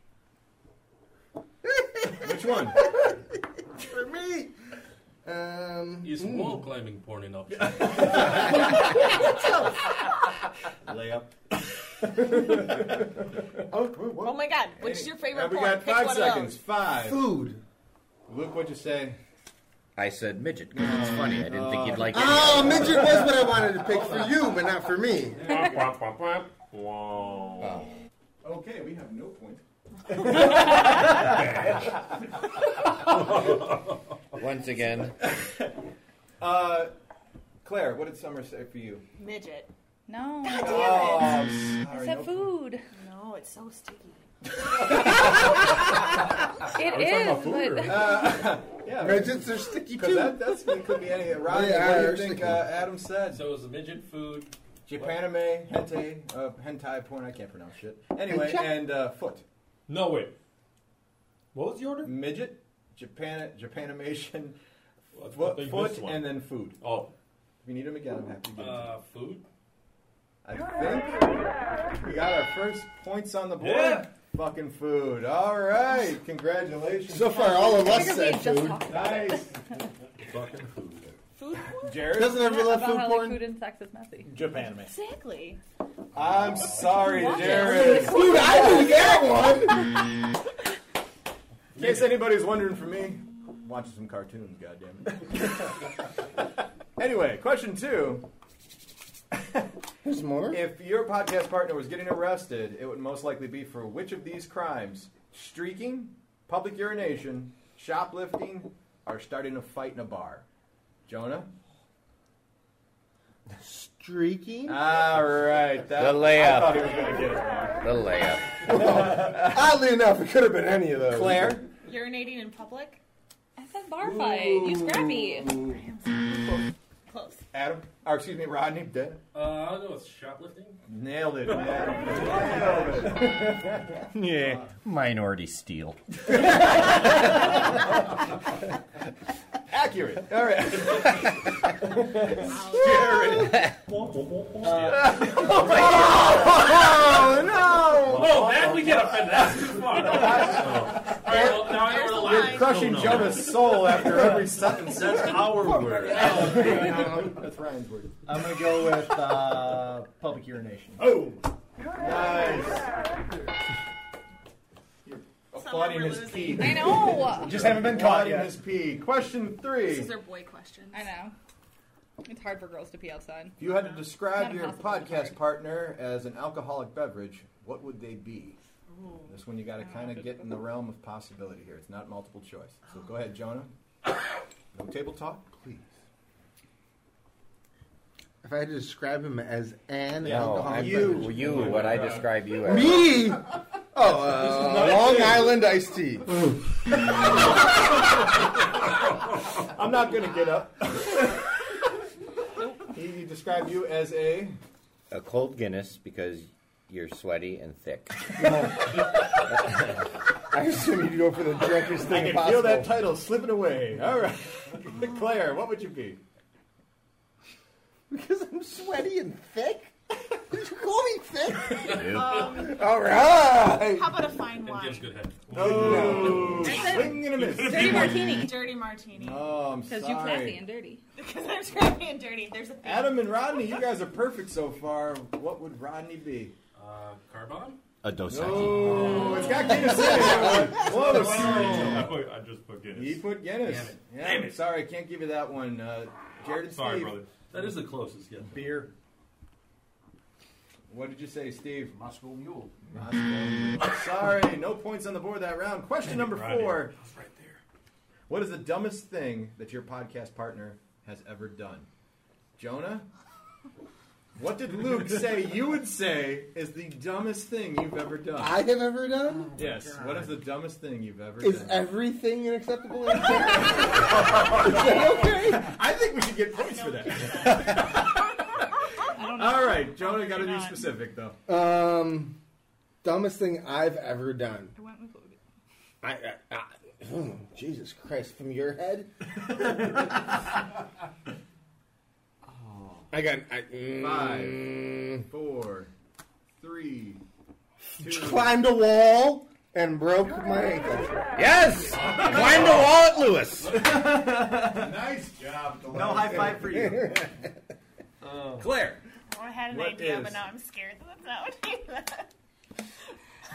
Speaker 7: Which one?
Speaker 2: *laughs* For me, *laughs* um,
Speaker 3: Is
Speaker 1: hmm.
Speaker 2: mm.
Speaker 3: wall climbing porn an option?
Speaker 1: *laughs*
Speaker 7: Layup.
Speaker 5: Oh my god, what's your favorite
Speaker 7: And we
Speaker 5: porn?
Speaker 7: got
Speaker 5: Pick
Speaker 7: five
Speaker 5: one
Speaker 7: seconds.
Speaker 5: of
Speaker 7: Five.
Speaker 2: Food.
Speaker 7: Luke, what'd you say?
Speaker 4: I said midget because it's funny. I didn't think you'd like it.
Speaker 2: Oh, midget was what I wanted to pick for you, but not for me.
Speaker 4: Oh,
Speaker 9: Wow.
Speaker 7: Okay, we have no point. *laughs*
Speaker 4: Once again,
Speaker 7: *laughs* Uh, Claire, what did Summer say for you?
Speaker 13: Midget. No.
Speaker 5: God
Speaker 7: damn it. Oh, I'm
Speaker 13: I
Speaker 7: sorry,
Speaker 13: said
Speaker 7: no
Speaker 13: food. No, it's so sticky.
Speaker 5: *laughs* It Are we talking about is, food *laughs* but- or-
Speaker 7: Uh, yeah,
Speaker 2: midgets are sticky
Speaker 7: too. That, that's, it could be any. Robbie,
Speaker 2: They
Speaker 7: what do
Speaker 2: are
Speaker 7: you think uh,
Speaker 2: sticky.
Speaker 7: Adam said?
Speaker 3: So it was the midget food.
Speaker 7: Japanime, hentai, uh, hentai porn. I can't pronounce shit. Anyway,
Speaker 3: Hentai.
Speaker 7: and uh, foot.
Speaker 9: No wait. What was the order?
Speaker 7: Midget, Japan, Japanimation,
Speaker 9: Well, I
Speaker 7: foot,
Speaker 9: think
Speaker 7: foot
Speaker 9: this one.
Speaker 7: and then food.
Speaker 9: Oh.
Speaker 7: If you need them again, I'm happy to give them. to
Speaker 3: Uh, food.
Speaker 7: I think we got our first points on the board.
Speaker 3: Yeah.
Speaker 7: Fucking food. All right. Congratulations.
Speaker 2: So far, all of us
Speaker 7: Because
Speaker 2: said
Speaker 7: we just
Speaker 2: food.
Speaker 7: talked about it. Nice.
Speaker 3: Fucking food.
Speaker 13: Food porn?
Speaker 7: Jared?
Speaker 2: Doesn't everyone love
Speaker 13: about
Speaker 2: food
Speaker 13: how,
Speaker 2: porn?
Speaker 13: Like, food and sex is messy.
Speaker 7: Japanime.
Speaker 13: Exactly.
Speaker 7: I'm sorry,
Speaker 13: Why?
Speaker 7: Jared.
Speaker 13: Dude, I
Speaker 2: didn't get one.
Speaker 7: In case anybody's wondering for me, watching some cartoons, goddammit. *laughs* anyway, question two.
Speaker 2: There's more.
Speaker 7: If your podcast partner was getting arrested, it would most likely be for which of these crimes? Streaking, public urination, shoplifting, or starting a fight in a bar? Jonah?
Speaker 2: Streaking.
Speaker 7: All right. That,
Speaker 2: The layup.
Speaker 7: I thought he was going to get it.
Speaker 4: The layup.
Speaker 2: Oddly enough, it could have been any of those.
Speaker 7: Claire?
Speaker 13: Urinating in public?
Speaker 5: I said bar fight. You scrap me.
Speaker 13: Close.
Speaker 7: Adam? Or excuse me, Rodney? Dead?
Speaker 3: Uh, I don't know. It's shoplifting.
Speaker 7: Nailed it, man.
Speaker 5: *laughs*
Speaker 4: yeah, minority steal.
Speaker 7: *laughs* Accurate. All right. Jared. Uh,
Speaker 3: Oh, my
Speaker 7: God. no!
Speaker 3: Oh, man, we get offended. That's too far. *laughs* All right, well, now I know where the line
Speaker 7: You're crushing Jonah's soul after *laughs* every sentence.
Speaker 1: *laughs*
Speaker 7: That's our word. *laughs* That's Ryan's word.
Speaker 1: I'm gonna go with uh, public urination.
Speaker 7: Oh! *laughs* Nice. Applauding his pee.
Speaker 5: I know.
Speaker 1: Just haven't been caught
Speaker 7: Applauding
Speaker 1: yet.
Speaker 7: his pee. Question three.
Speaker 5: This is their boy questions. I know. It's hard for girls to pee outside.
Speaker 7: If you had to
Speaker 5: Not
Speaker 7: describe your
Speaker 5: impossible, it's
Speaker 7: podcast partner as an alcoholic beverage, what would they be? This one you got to kind of get in the realm of possibility here. It's not multiple choice. So go ahead, Jonah. No table talk, please.
Speaker 2: If I had to describe him as an
Speaker 4: Yeah. No,
Speaker 2: alcoholic,
Speaker 4: I'm-
Speaker 2: beverage-
Speaker 4: you, what I describe you as.
Speaker 2: Me? Oh,
Speaker 4: This is
Speaker 2: uh,
Speaker 4: not
Speaker 2: Long
Speaker 4: fair.
Speaker 2: Island iced tea.
Speaker 7: I'm not going to get up. *laughs* he described you as a.
Speaker 4: A cold Guinness because you're sweaty and thick.
Speaker 2: *laughs* I assume you'd go for the drunkest
Speaker 7: I
Speaker 2: thing
Speaker 7: can
Speaker 2: possible.
Speaker 7: feel that title slipping away. All right. *laughs* Claire, what would you be?
Speaker 2: Because I'm sweaty and thick. *laughs* Did you call me thick?
Speaker 13: Um,
Speaker 2: All right.
Speaker 13: How about a fine
Speaker 3: It
Speaker 13: wine?
Speaker 3: gives good head. *laughs*
Speaker 7: Oh,
Speaker 13: I said-
Speaker 7: swing and a miss.
Speaker 13: Dirty martini. Dirty martini.
Speaker 7: Oh, I'm sorry.
Speaker 13: and *laughs* dirty. Because I'm scrappy and dirty. There's a thing.
Speaker 7: Adam and Rodney, you guys are perfect so far. What would Rodney be?
Speaker 3: Uh, Carbon?
Speaker 4: A Dosaki.
Speaker 7: No, it's got Guinness
Speaker 3: *laughs*
Speaker 7: in it. Close.
Speaker 9: I, put, I just put Guinness.
Speaker 7: He put Guinness.
Speaker 3: Damn it.
Speaker 7: Yeah,
Speaker 3: Damn it.
Speaker 7: Sorry, can't give you that one. Uh, Jared and
Speaker 3: Sorry,
Speaker 7: Steve.
Speaker 3: brother. That is the closest, yeah.
Speaker 7: Beer. What did you say, Steve?
Speaker 14: *laughs*
Speaker 7: Moscow Mule. *laughs* Sorry, no points on the board that round. Question number
Speaker 3: Rodney.
Speaker 7: four. What is the dumbest thing that your podcast partner has ever done? Jonah? What did Luke say you would say is the dumbest thing you've ever done?
Speaker 2: I have ever done?
Speaker 7: Yes. What is the dumbest thing you've ever
Speaker 2: Is
Speaker 7: done?
Speaker 2: everything an acceptable answer? *laughs* Is that okay?
Speaker 13: *laughs*
Speaker 7: I think we should get points for that.
Speaker 13: don't know.
Speaker 7: All right, Jonah, got to be
Speaker 13: Probably not.
Speaker 7: specific though.
Speaker 2: Um, dumbest thing I've ever done.
Speaker 13: I went with
Speaker 2: I, I, I oh, Jesus Christ, from your head.
Speaker 7: *laughs*
Speaker 2: I got I, mm,
Speaker 7: Five, four,
Speaker 2: *laughs*
Speaker 7: three, two.
Speaker 2: climbed a wall and broke my ankle.
Speaker 4: Yes! Climbed a wall at Lewis.
Speaker 7: nice job.
Speaker 2: No high five for you.
Speaker 1: Uh,
Speaker 14: *laughs*
Speaker 4: Claire.
Speaker 13: Well, Oh, I had an
Speaker 4: What
Speaker 13: idea, but
Speaker 4: is-
Speaker 13: now I'm scared *laughs* that that's not what I left.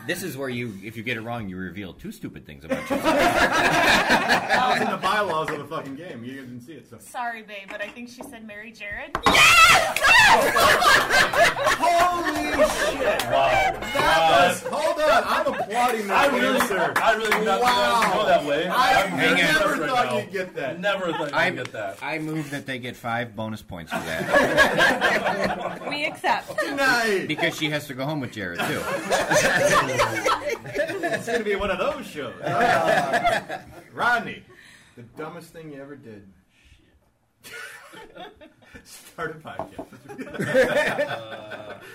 Speaker 4: This is where you, if you get it wrong, you reveal two stupid things about
Speaker 7: *laughs*
Speaker 4: yourself.
Speaker 7: That was in the bylaws of the fucking game. You didn't see it, so.
Speaker 13: Sorry, babe, but I think she said Mary Jared.
Speaker 7: Holy shit!
Speaker 1: Uh,
Speaker 7: That was. Hold on, I'm applauding that.
Speaker 14: I really-
Speaker 7: answer.
Speaker 14: I really did not go that way.
Speaker 7: I
Speaker 14: I'm very
Speaker 7: never
Speaker 14: impressed right
Speaker 7: thought
Speaker 14: now.
Speaker 7: you'd get that.
Speaker 14: Never thought
Speaker 4: I
Speaker 14: you'd get that.
Speaker 4: I move that they get five bonus points for
Speaker 7: *laughs*
Speaker 4: that
Speaker 5: We accept.
Speaker 4: because she has to go home with Jared too.
Speaker 7: *laughs* it's gonna be one of those shows. Uh, Rodney, the dumbest thing you ever did. *laughs* Start a
Speaker 9: *laughs*
Speaker 7: podcast. *laughs*
Speaker 14: Uh,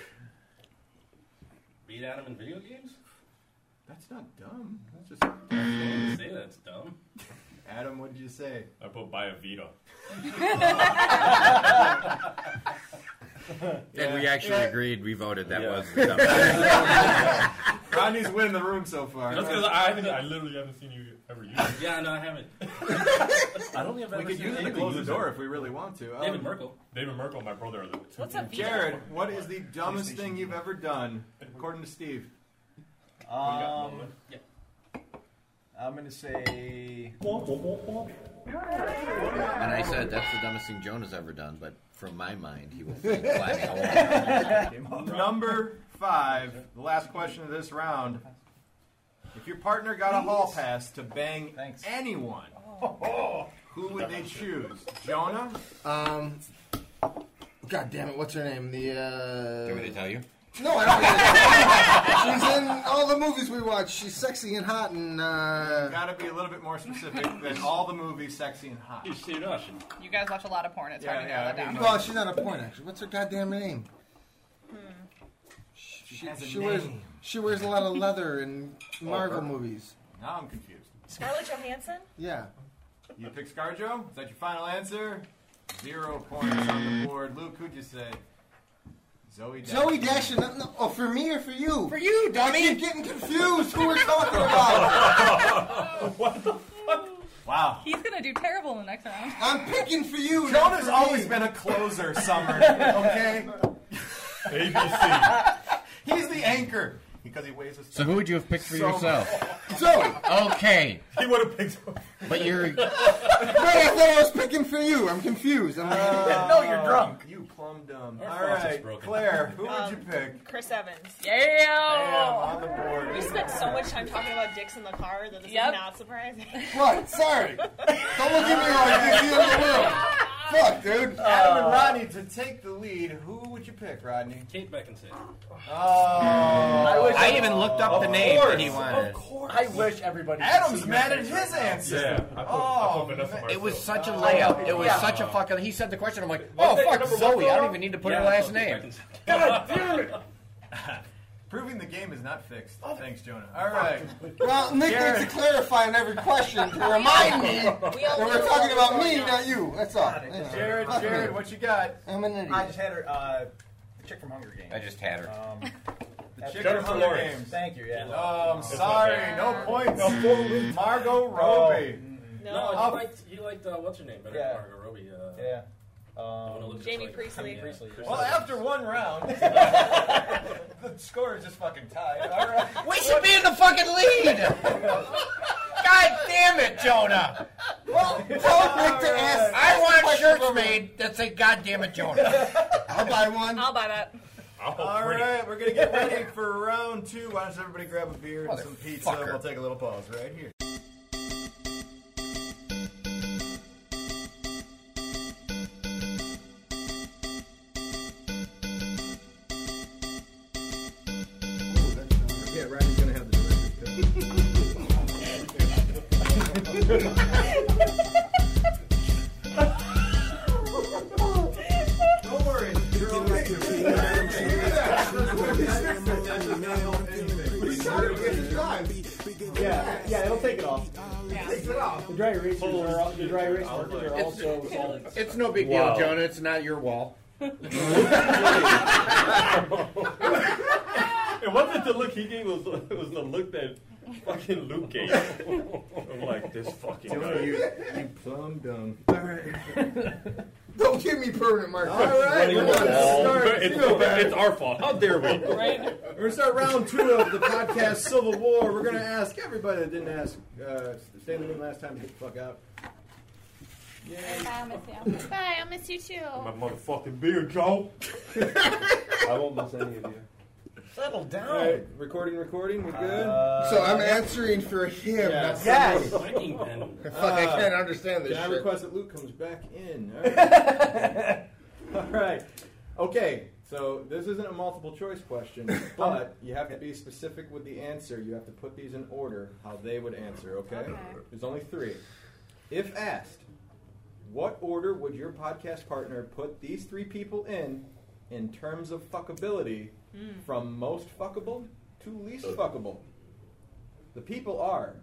Speaker 14: beat Adam in video games?
Speaker 7: That's not dumb. That's just. That's
Speaker 14: Say that's dumb.
Speaker 7: Adam, what did you say?
Speaker 9: I put buy a
Speaker 14: *laughs*
Speaker 9: Vita.
Speaker 4: And we actually agreed. We voted that was the
Speaker 7: dumbest. Rodney's winning the room so far.
Speaker 9: That's because I haven't. I literally haven't seen you ever use it.
Speaker 14: Yeah, no,
Speaker 9: *laughs*
Speaker 14: I haven't. I don't think I've
Speaker 7: We
Speaker 14: ever
Speaker 7: could
Speaker 14: seen
Speaker 7: use it to
Speaker 14: anybody
Speaker 7: close the
Speaker 14: use
Speaker 7: door
Speaker 14: it.
Speaker 7: if we really want to.
Speaker 14: David
Speaker 7: Um,
Speaker 14: Merkel.
Speaker 9: David Merkel, my brother. Are the two
Speaker 14: What's up,
Speaker 7: Jared, *laughs* what is the dumbest thing you've ever done, according to Steve?
Speaker 1: Um, I'm gonna say.
Speaker 4: *laughs* And I said that's the dumbest thing Jonah's ever done. But from my mind, he would think climbing *laughs* a
Speaker 14: *laughs*
Speaker 4: wall.
Speaker 7: Number five, the last question of this round. If your partner got a hall pass to bang anyone, who would they choose? Jonah?
Speaker 2: *laughs* Um, God damn it, what's her name? The. Uh,
Speaker 4: Do you want me to tell you?
Speaker 2: No, I don't.
Speaker 7: *laughs*
Speaker 2: She's in all the movies we watch. She's sexy and hot and. Uh,
Speaker 7: Gotta be a little bit more specific than all the movies sexy and hot.
Speaker 5: You guys watch a lot of porn. It's hard to
Speaker 7: Yeah,
Speaker 5: nail
Speaker 7: yeah,
Speaker 5: that down.
Speaker 2: Well, she's not a point actually. What's her goddamn name?
Speaker 13: Hmm.
Speaker 7: She, has a
Speaker 2: She
Speaker 7: name.
Speaker 2: wears she wears a lot of leather in Marvel
Speaker 7: her.
Speaker 2: movies.
Speaker 7: Now I'm confused.
Speaker 13: Scarlett Johansson?
Speaker 2: Yeah.
Speaker 7: You pick ScarJo? Is that your final answer? Zero points on the board. Luke, who'd you say? Zoe Desch.
Speaker 2: Zoe Dash and no, oh, for me or for you? For
Speaker 4: you, dummy.
Speaker 2: I keep getting confused who we're talking about.
Speaker 1: *laughs*
Speaker 7: Wow.
Speaker 5: He's gonna do terrible in the next round.
Speaker 2: I'm
Speaker 5: *laughs*
Speaker 2: picking for you.
Speaker 5: not
Speaker 7: Jonah's
Speaker 5: for
Speaker 7: always
Speaker 5: me.
Speaker 7: been a closer, Summer. Okay. ABC. *laughs* He's the anchor because he weighs us.
Speaker 4: So who would you have picked for
Speaker 7: So-
Speaker 4: yourself?
Speaker 2: Zoe.
Speaker 4: Okay,
Speaker 7: He would have picked. *laughs*
Speaker 4: but you're
Speaker 2: Wait, I thought I was picking for you. I'm confused. I'm uh,
Speaker 7: No, you're drunk. Uh, You plum dumb. All right,
Speaker 2: broken.
Speaker 7: Claire, who would
Speaker 13: Um,
Speaker 7: you pick?
Speaker 13: Chris Evans.
Speaker 7: Bam, on the board.
Speaker 13: We spent so much time talking about dicks in the car that this is not surprising.
Speaker 2: What? Sorry. Don't look at me like this. Fuck, dude.
Speaker 7: Adam and Rodney to take the lead. Who would you pick, Rodney?
Speaker 14: Kate Beckinsale.
Speaker 7: Oh, I,
Speaker 1: wish- I
Speaker 4: even looked up
Speaker 7: of
Speaker 4: the name that
Speaker 7: course,
Speaker 4: he wanted.
Speaker 7: Of course.
Speaker 1: I wish everybody.
Speaker 7: Adam's mad at his answer.
Speaker 9: I put,
Speaker 7: oh,
Speaker 9: I put Vanessa
Speaker 4: It was
Speaker 9: Marceau.
Speaker 4: such a
Speaker 1: Oh,
Speaker 4: layout. It was
Speaker 9: Yeah.
Speaker 4: such a fucking. He said the question. I'm like,
Speaker 9: What's
Speaker 4: oh
Speaker 9: that
Speaker 4: fuck,
Speaker 9: number one
Speaker 4: Zoe. I
Speaker 9: photo?
Speaker 4: don't even need to put
Speaker 9: Yeah,
Speaker 4: her last
Speaker 9: Zoe
Speaker 4: name.
Speaker 7: *laughs*
Speaker 9: Beckinsale.
Speaker 7: God damn it! *laughs* Proving the game is not fixed. Thanks, Jonah. All right.
Speaker 2: Well, Nick
Speaker 7: Jared.
Speaker 2: needs to clarify in every question to remind me
Speaker 7: We
Speaker 2: that
Speaker 7: all
Speaker 2: we're
Speaker 7: know
Speaker 2: talking
Speaker 7: what's
Speaker 2: about me,
Speaker 7: going on.
Speaker 2: not you. That's all.
Speaker 7: Jared, Jared, what you got?
Speaker 2: I'm an
Speaker 1: I
Speaker 2: idiot.
Speaker 1: just had her. Uh, the chick from Hunger Games.
Speaker 4: I just had her.
Speaker 1: Um,
Speaker 7: The
Speaker 1: that's-
Speaker 7: chick from Hunger
Speaker 1: Lawrence.
Speaker 7: Games.
Speaker 1: Thank you. Yeah.
Speaker 7: Oh, I'm
Speaker 1: It's
Speaker 7: sorry.
Speaker 1: okay.
Speaker 7: No points. Margot Robbie.
Speaker 14: Oh. No,
Speaker 7: Oh.
Speaker 14: you *laughs* liked, you liked uh, what's her name better
Speaker 1: Yeah.
Speaker 14: than Margot Robbie. Uh,
Speaker 1: Yeah.
Speaker 14: the one who
Speaker 1: Um,
Speaker 14: looks
Speaker 5: Jamie
Speaker 14: like-
Speaker 5: Priestley.
Speaker 14: Yeah.
Speaker 1: Priestley, yeah.
Speaker 7: Well, after one *laughs* round, the score is just fucking tied. All right.
Speaker 4: We should be in the fucking lead. God damn it, Jonah.
Speaker 2: Well, tell Nick to ask.
Speaker 4: I want shirts made that say God damn it, Jonah.
Speaker 7: *laughs*
Speaker 2: I'll buy one.
Speaker 5: I'll buy that.
Speaker 7: All right, we're gonna get ready for round two. Why don't everybody grab a beer and some pizza?
Speaker 4: Motherfucker.
Speaker 7: We'll take a little pause right here. Yeah, Ryan's gonna have the
Speaker 3: *laughs*
Speaker 7: Don't worry, you're all right.
Speaker 1: Yeah, yeah, it'll take it off.
Speaker 2: Takes it off.
Speaker 1: The dry erasers are all, the dry erase markers are also solid.
Speaker 4: It's no big
Speaker 1: Wow.
Speaker 4: deal, Jonah. It's not your wall.
Speaker 9: It wasn't the look he gave. It was, it was the look that fucking Luke gave. *laughs* I'm *laughs* like, this fucking guy.
Speaker 7: you, you plum dumb. All right.
Speaker 2: *laughs* Don't give me permanent markers.
Speaker 7: All right, we're going to start.
Speaker 9: It's, it's our fault. How dare we?
Speaker 7: We're going to start round two of the podcast Civil War. We're going to ask everybody that didn't ask, uh, stay in the room last time, get the fuck out.
Speaker 13: Bye, I'll miss you. Bye, I'll miss you too.
Speaker 9: My motherfucking beer, Joe. *laughs* I won't miss any of you.
Speaker 1: Settle down.
Speaker 7: All right, recording, recording, we good?
Speaker 1: Uh,
Speaker 2: so I'm answering for him.
Speaker 7: Yeah.
Speaker 2: not for
Speaker 7: Yes.
Speaker 2: you. Fuck, I can't understand this
Speaker 7: Can I
Speaker 2: shit.
Speaker 7: request that Luke comes back in? All
Speaker 2: *laughs*
Speaker 7: right. All right. Okay. So this isn't a multiple choice question, but you have to be specific with the answer. You have to put these in order how they would answer. Okay.
Speaker 6: Okay.
Speaker 7: There's only three. If asked, what order would your podcast partner put these three people in in terms of fuckability
Speaker 6: Mm.
Speaker 7: from most fuckable to least
Speaker 9: Oh.
Speaker 7: fuckable? The people are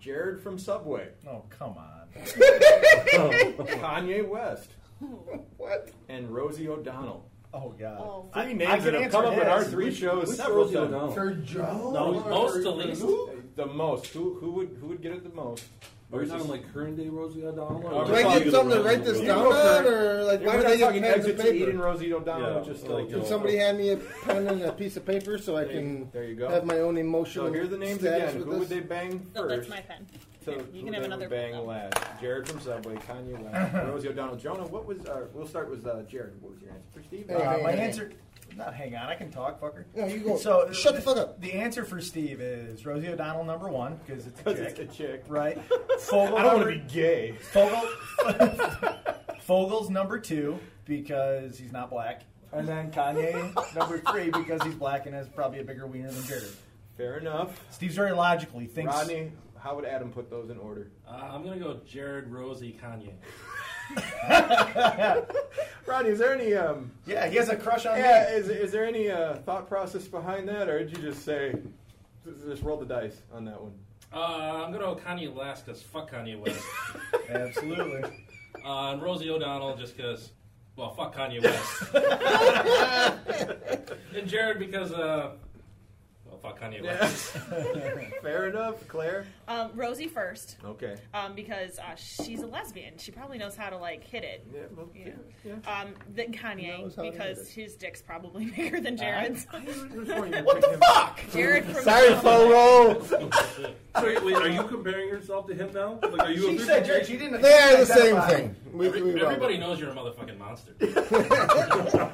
Speaker 7: Jared from Subway.
Speaker 1: Oh, come
Speaker 14: *laughs*
Speaker 1: on.
Speaker 7: Kanye West.
Speaker 2: What?
Speaker 7: And Rosie O'Donnell.
Speaker 1: Oh, God.
Speaker 7: Three
Speaker 1: I- I
Speaker 7: names
Speaker 1: can
Speaker 7: that have
Speaker 1: answer
Speaker 7: come up in our
Speaker 1: his.
Speaker 7: three
Speaker 1: Which-
Speaker 7: shows
Speaker 1: which
Speaker 7: several
Speaker 1: Rosie
Speaker 7: times.
Speaker 1: O'Donnell? For Joe? No, most
Speaker 7: for-
Speaker 1: to
Speaker 7: for-
Speaker 1: least.
Speaker 7: The most. Who, who would who would get it the most? Oh,
Speaker 14: Are we talking like current day Rosie O'Donnell? or-
Speaker 7: Do I get something to write
Speaker 2: this
Speaker 7: You
Speaker 2: down
Speaker 7: go
Speaker 2: on,
Speaker 7: first.
Speaker 2: or like
Speaker 7: We're
Speaker 2: why
Speaker 7: not
Speaker 2: would they get
Speaker 7: talking
Speaker 2: pens
Speaker 7: Exit
Speaker 2: and
Speaker 7: to
Speaker 2: paper?
Speaker 7: Eden, Rosie O'Donnell, Yeah. just like- uh,
Speaker 2: Can somebody hand me a pen and a piece of paper so I
Speaker 7: There you-
Speaker 2: can
Speaker 7: there you go.
Speaker 2: have my own emotional
Speaker 7: So here are the names
Speaker 2: status
Speaker 7: again.
Speaker 2: with
Speaker 7: Who would
Speaker 2: this?
Speaker 7: they bang first?
Speaker 13: No, that's my pen.
Speaker 7: So
Speaker 13: Here,
Speaker 7: who
Speaker 13: you can have
Speaker 7: they
Speaker 13: another
Speaker 7: would bang last? Jared from Subway, Kanye
Speaker 2: *laughs*
Speaker 7: West, Rosie O'Donnell, Jonah. What was? Uh, we'll start with uh, Jared. What was your answer for Steve?
Speaker 1: Uh, my answer. Not hang on, I can talk, fucker.
Speaker 2: No, you go.
Speaker 1: So
Speaker 2: Shut the fuck up.
Speaker 1: The answer for Steve is Rosie O'Donnell number one because it's a
Speaker 7: 'Cause
Speaker 1: chick,
Speaker 7: it's a chick, *laughs*
Speaker 1: right?
Speaker 7: I don't want to be gay.
Speaker 1: Fogel, *laughs* Fogel's number two because he's not black, and then Kanye number three because he's black and has probably a bigger wiener than Jared.
Speaker 7: Fair enough.
Speaker 1: Steve's very logically thinks.
Speaker 7: Rodney, how would Adam put those in order?
Speaker 14: Uh, I'm gonna go Jared, Rosie, Kanye.
Speaker 7: *laughs* Rodney, is there any? Um,
Speaker 1: yeah, he has a crush on
Speaker 7: yeah,
Speaker 1: me.
Speaker 7: Is, is there any uh, thought process behind that, or did you just say just roll the dice on that one?
Speaker 14: Uh, I'm gonna go Kanye last because fuck Kanye West.
Speaker 1: *laughs* Absolutely.
Speaker 14: Uh, and Rosie O'Donnell just because, well, fuck Kanye
Speaker 1: *laughs*
Speaker 14: West. and Jared because, uh, well, fuck
Speaker 1: *laughs*
Speaker 14: Kanye West.
Speaker 7: *laughs* Fair enough, Claire.
Speaker 13: Um, Rosie first,
Speaker 7: Okay.
Speaker 13: um, because uh, she's a lesbian. She probably knows how to like hit it.
Speaker 7: Yeah, well,
Speaker 13: yeah. Um, then Kanye
Speaker 2: Knows how to hit
Speaker 13: because his dick's probably *laughs* bigger than
Speaker 2: Uh,
Speaker 13: Jared's.
Speaker 7: what the
Speaker 13: fuck? Jared
Speaker 1: *laughs*
Speaker 13: from
Speaker 2: Sorry,
Speaker 14: *laughs*
Speaker 2: Folo.
Speaker 14: So Oh, wait, wait, are you comparing yourself to him now? Like, are you?
Speaker 1: She
Speaker 14: a-
Speaker 1: said Jared. She didn't.
Speaker 2: They are the
Speaker 1: identify.
Speaker 2: same thing. We,
Speaker 14: Every-
Speaker 2: we roll.
Speaker 14: everybody knows you're a motherfucking monster.
Speaker 7: *laughs*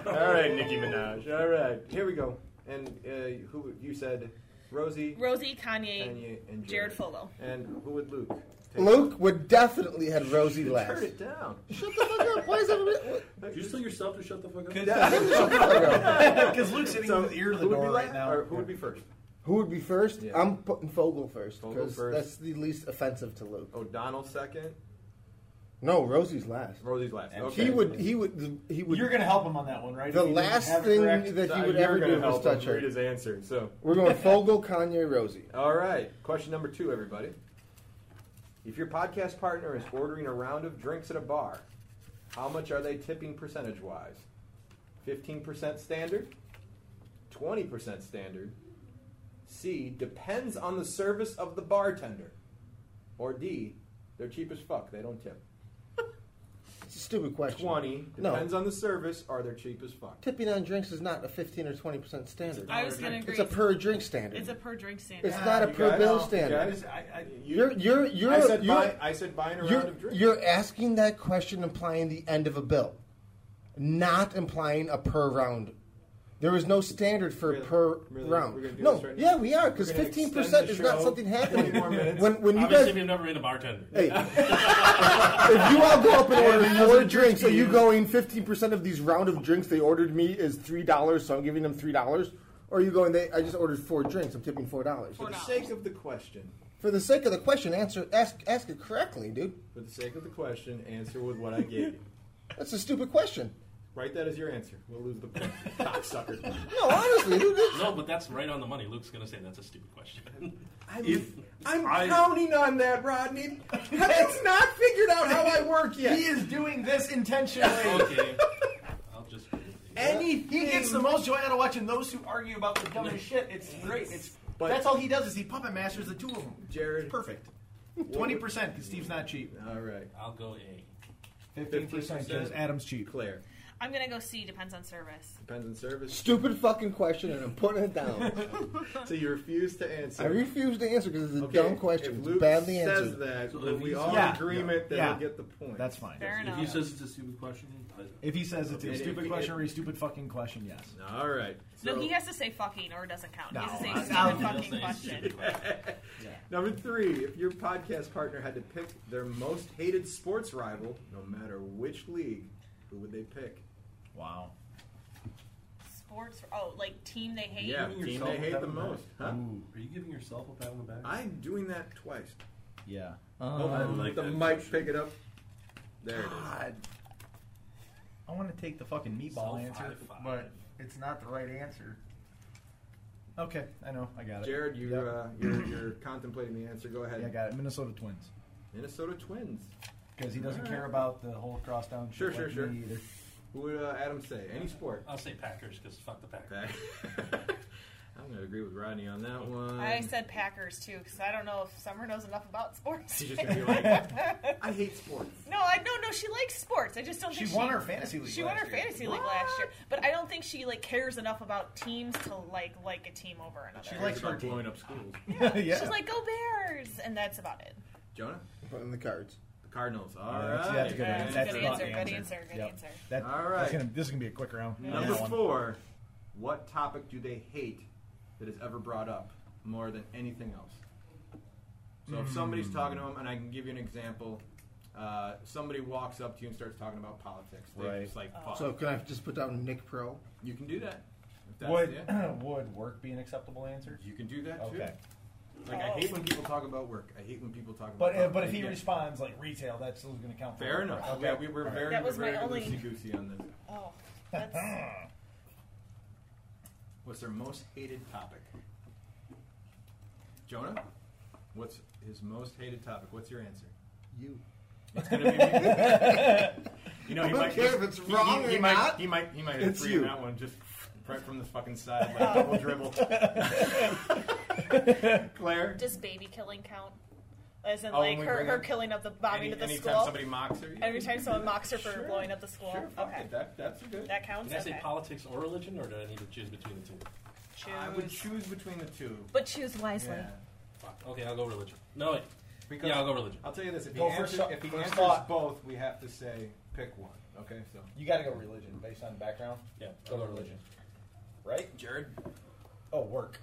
Speaker 7: All right, Nicki Minaj. All right, here we go. And uh, who you said? Rosie,
Speaker 13: Rosie, Kanye,
Speaker 7: Kanye, and
Speaker 13: Jared
Speaker 7: Jared.
Speaker 13: Fogle.
Speaker 7: And who would Luke?
Speaker 2: Luke would definitely have Rosie
Speaker 7: Turn
Speaker 2: last.
Speaker 7: it down.
Speaker 2: Shut the fuck up. Why is everybody?
Speaker 14: Did you just tell yourself to shut the fuck up?
Speaker 6: *laughs*
Speaker 2: *laughs*
Speaker 1: Because Luke's sitting with his ear to the
Speaker 7: who would
Speaker 1: door
Speaker 7: be
Speaker 1: right
Speaker 7: last?
Speaker 1: now.
Speaker 7: Or who would be first?
Speaker 2: Who would be first?
Speaker 7: Yeah.
Speaker 2: I'm putting Fogel first
Speaker 7: Fogel
Speaker 2: because
Speaker 7: first. Oh,
Speaker 2: that's the least offensive to Luke.
Speaker 7: O'Donnell second.
Speaker 2: No, Rosie's last.
Speaker 7: Rosie's last.
Speaker 1: And
Speaker 7: Okay.
Speaker 2: He would. He would. He would.
Speaker 1: You're going to help him on that one, right?
Speaker 2: The
Speaker 1: If he didn't
Speaker 2: last
Speaker 1: have it
Speaker 2: thing
Speaker 1: correct.
Speaker 2: that he
Speaker 7: Uh,
Speaker 2: would
Speaker 7: you're
Speaker 2: ever
Speaker 7: gonna
Speaker 2: do was
Speaker 7: help
Speaker 2: touch
Speaker 7: him
Speaker 2: her.
Speaker 7: read his answer. So, *laughs*
Speaker 2: We're going Fogel, Kanye, Rosie.
Speaker 7: all right. Question number two, everybody. If your podcast partner is ordering a round of drinks at a bar, how much are they tipping percentage wise? Fifteen percent standard, twenty percent standard. C depends on the service of the bartender, or D they're cheap as fuck. They don't tip.
Speaker 2: It's a stupid question.
Speaker 7: Twenty
Speaker 2: No.
Speaker 7: depends on the service. Are they cheap as fuck?
Speaker 2: Tipping on drinks is not a 15 or 20 percent standard.
Speaker 13: I was gonna agree.
Speaker 2: It's a per drink standard.
Speaker 13: It's a per drink standard.
Speaker 2: It's not a
Speaker 7: You
Speaker 2: per
Speaker 7: guys-
Speaker 2: bill
Speaker 7: you
Speaker 2: standard.
Speaker 7: guys- I- I-
Speaker 2: You're you're you're
Speaker 7: I said,
Speaker 2: you're,
Speaker 7: buy, I said buying a
Speaker 2: you're-
Speaker 7: round of drinks.
Speaker 2: you're asking that question implying the end of a bill, not implying a per round. There is no standard for
Speaker 7: Really?
Speaker 2: per
Speaker 7: Really?
Speaker 2: round.
Speaker 7: We're gonna do
Speaker 2: no,
Speaker 7: this right
Speaker 2: yeah,
Speaker 7: now?
Speaker 2: we are
Speaker 7: We're
Speaker 2: because
Speaker 7: gonna
Speaker 2: fifteen
Speaker 7: extend
Speaker 2: percent
Speaker 7: the
Speaker 2: is not
Speaker 7: show
Speaker 2: something
Speaker 7: 20 more
Speaker 2: happening.
Speaker 7: minutes.
Speaker 2: *laughs* when when you
Speaker 14: Obviously,
Speaker 2: guys,
Speaker 14: we've never been a bartender.
Speaker 2: hey, if you all go
Speaker 7: *laughs*
Speaker 2: up and order four drinks, are you going fifteen percent of these round of drinks they ordered me is three dollars, so I'm giving them three dollars? Or are you going? They I just ordered four drinks. I'm tipping four dollars.
Speaker 7: For the sake of the question,
Speaker 2: For the sake of the question, answer ask ask it correctly, dude. *laughs*
Speaker 7: for the sake of the question, answer with what I gave you.
Speaker 2: That's a stupid question.
Speaker 7: Write that as your answer. We'll lose the point.
Speaker 14: Cocksucker.
Speaker 2: No, honestly,
Speaker 14: No, but that's right on the money. Luke's gonna say that's a stupid question.
Speaker 7: if *laughs* I'm
Speaker 14: I-
Speaker 7: counting on that, *laughs* Rodney. It's not figured out how I work yet.
Speaker 1: He is doing this
Speaker 7: *laughs*
Speaker 1: intentionally.
Speaker 14: okay, I'll just.
Speaker 1: Anything. He gets the most joy out of watching those who argue about the
Speaker 7: *laughs*
Speaker 1: dumbest shit. It's great. It's
Speaker 7: But-
Speaker 1: that's all he does is he puppet masters the two of them.
Speaker 7: Jared,
Speaker 1: perfect. *laughs* Twenty percent because Steve's not cheap.
Speaker 7: All right.
Speaker 14: I'll go A.
Speaker 1: 15% because Adam's cheap.
Speaker 7: Claire.
Speaker 13: I'm gonna go C. Depends on service.
Speaker 7: Depends on service. *laughs*
Speaker 2: Stupid fucking question, and I'm putting it down.
Speaker 7: So you refuse to answer. *laughs*
Speaker 2: I refuse to answer because it's a
Speaker 7: Okay,
Speaker 2: dumb question.
Speaker 7: If
Speaker 2: It's
Speaker 7: Luke
Speaker 2: badly
Speaker 7: says
Speaker 2: answered.
Speaker 7: that,
Speaker 14: So
Speaker 7: will
Speaker 14: if
Speaker 7: we
Speaker 14: he's-
Speaker 7: all
Speaker 14: Yeah.
Speaker 7: agreement that
Speaker 1: Yeah.
Speaker 7: will get the point.
Speaker 1: That's fine. Fair
Speaker 14: If he says it's a stupid question, I-
Speaker 1: If he says it's
Speaker 7: Okay,
Speaker 1: a
Speaker 7: if
Speaker 1: stupid
Speaker 7: he-
Speaker 1: question or a stupid fucking question, yes.
Speaker 7: All right.
Speaker 13: no,
Speaker 7: So-
Speaker 13: he has to say fucking or it doesn't count.
Speaker 1: No,
Speaker 13: he has to say
Speaker 1: I-
Speaker 13: stupid
Speaker 1: I'll-
Speaker 13: fucking
Speaker 3: *laughs*
Speaker 1: I'll say
Speaker 13: question.
Speaker 7: Number three, if your podcast partner had to pick their most hated sports rival, no matter which league, who would they pick?
Speaker 1: Wow.
Speaker 13: Sports. Oh, like team they hate.
Speaker 7: Yeah, team they hate the most. Huh?
Speaker 14: Are you giving yourself a pat on the back?
Speaker 7: I'm doing that twice.
Speaker 1: Yeah.
Speaker 7: oh,
Speaker 1: I
Speaker 7: let
Speaker 1: like
Speaker 7: the
Speaker 14: Um,
Speaker 1: that
Speaker 7: mic pick it up. There it
Speaker 1: God. I want to take the fucking meatball answer, but it's not the right answer. Okay, I know. I got
Speaker 7: is.
Speaker 1: it.
Speaker 7: Jared, you,
Speaker 1: Yep.
Speaker 7: uh, you're, you're *clears throat* contemplating the answer. Go ahead.
Speaker 1: Yeah, I got it. Minnesota Twins.
Speaker 7: Minnesota Twins.
Speaker 1: Because he doesn't
Speaker 7: All
Speaker 1: care
Speaker 7: right.
Speaker 1: about the whole cross down
Speaker 7: Sure,
Speaker 1: shit
Speaker 7: sure,
Speaker 1: like
Speaker 7: sure.
Speaker 1: me either.
Speaker 7: Who would uh, Adam say? Any sport.
Speaker 14: I'll say Packers because fuck the Packers.
Speaker 7: Pack- *laughs* I'm going to agree with Rodney on that one.
Speaker 13: I said Packers too because I don't know if Summer knows enough about sports.
Speaker 7: *laughs* She's just gonna be like, I hate sports.
Speaker 13: No, I no no. She likes sports. I just don't.
Speaker 1: She
Speaker 13: think
Speaker 1: won
Speaker 13: she,
Speaker 1: our fantasy league
Speaker 13: She won
Speaker 1: last
Speaker 13: her
Speaker 1: year.
Speaker 13: fantasy league last year, but I don't think she like cares enough about teams to like like a team over another.
Speaker 1: She likes her team.
Speaker 7: blowing up schools.
Speaker 1: *laughs*
Speaker 7: *laughs*
Speaker 1: Yeah.
Speaker 13: She's like, go Bears, and that's about it.
Speaker 7: Jonah?
Speaker 2: Putting the cards.
Speaker 7: The Cardinals. All
Speaker 1: Yeah,
Speaker 7: right.
Speaker 1: that's- that's a good
Speaker 13: Yeah,
Speaker 1: answer.
Speaker 13: that's a good
Speaker 1: the
Speaker 13: answer,
Speaker 1: fucking
Speaker 13: good answer, good
Speaker 1: Yep.
Speaker 13: answer.
Speaker 1: That,
Speaker 7: All
Speaker 1: that's
Speaker 7: right.
Speaker 1: gonna- this is going to be a quick round. on
Speaker 7: Number
Speaker 1: that one.
Speaker 7: four, what topic do they hate that is ever brought up more than anything else? So if
Speaker 1: Hmm.
Speaker 7: somebody's talking to them, and I can give you an example, uh, somebody walks up to you and starts talking about politics. They're
Speaker 2: Right.
Speaker 7: just like,
Speaker 4: Oh.
Speaker 13: Oh.
Speaker 7: fuck.
Speaker 2: So can I just put down Nick Pro?
Speaker 7: you can do that. If that's
Speaker 1: Would,
Speaker 7: the-
Speaker 1: *clears throat* would work be an acceptable answer?
Speaker 7: you can do that too.
Speaker 1: Okay.
Speaker 7: Like I hate when people talk about work. I hate when people talk about.
Speaker 1: But, uh, but if
Speaker 7: politics.
Speaker 1: he
Speaker 7: Yeah.
Speaker 1: responds like retail, that's still going to count for
Speaker 7: fair
Speaker 1: work,
Speaker 7: enough.
Speaker 1: right?
Speaker 7: Yeah, we, we're
Speaker 1: All right.
Speaker 7: very
Speaker 13: That was
Speaker 7: we're
Speaker 1: *laughs*
Speaker 13: my
Speaker 7: very
Speaker 13: only-
Speaker 7: loosey goosey on this.
Speaker 13: Oh, that's
Speaker 7: What's their most hated topic? Jonah, what's his most hated topic? What's your answer?
Speaker 2: You.
Speaker 7: It's gonna be me. you know,
Speaker 2: I
Speaker 7: he
Speaker 2: don't
Speaker 7: might
Speaker 2: care
Speaker 7: just-
Speaker 2: if it's
Speaker 7: he- he-
Speaker 2: wrong
Speaker 7: he
Speaker 2: or
Speaker 7: might,
Speaker 2: not.
Speaker 7: He might, he might have
Speaker 2: It's
Speaker 7: three
Speaker 2: you.
Speaker 7: in that one, just right from the fucking side, like double dribble. Claire,
Speaker 13: does baby killing count? As in,
Speaker 7: Oh, when
Speaker 13: like
Speaker 7: we
Speaker 13: her,
Speaker 7: bring
Speaker 13: her
Speaker 7: up
Speaker 13: killing up the bombing
Speaker 7: any,
Speaker 13: of the
Speaker 7: anytime
Speaker 13: school.
Speaker 7: somebody mocks her, you-
Speaker 13: Every time someone mocks her for
Speaker 7: Sure.
Speaker 13: blowing up the school.
Speaker 7: Sure, fuck
Speaker 13: okay,
Speaker 7: it, that, that's a good.
Speaker 13: that counts.
Speaker 14: Did I say
Speaker 13: okay.
Speaker 14: politics or religion, or do I need to choose between the two?
Speaker 13: choose,
Speaker 7: I would choose between the two.
Speaker 13: but choose wisely.
Speaker 7: Yeah.
Speaker 14: Fuck. Okay, I'll go religion. No, wait.
Speaker 7: Because-
Speaker 14: yeah, I'll go religion.
Speaker 7: I'll tell you this: if he,
Speaker 1: Well,
Speaker 7: answers,
Speaker 1: first thought-
Speaker 7: if he
Speaker 1: first
Speaker 7: answers
Speaker 1: thought-
Speaker 7: both, we have to say pick one. Okay, so
Speaker 1: You got to go religion based on background,
Speaker 14: Yeah, I'll go religion.
Speaker 1: right?
Speaker 7: Jared,
Speaker 1: Oh, work.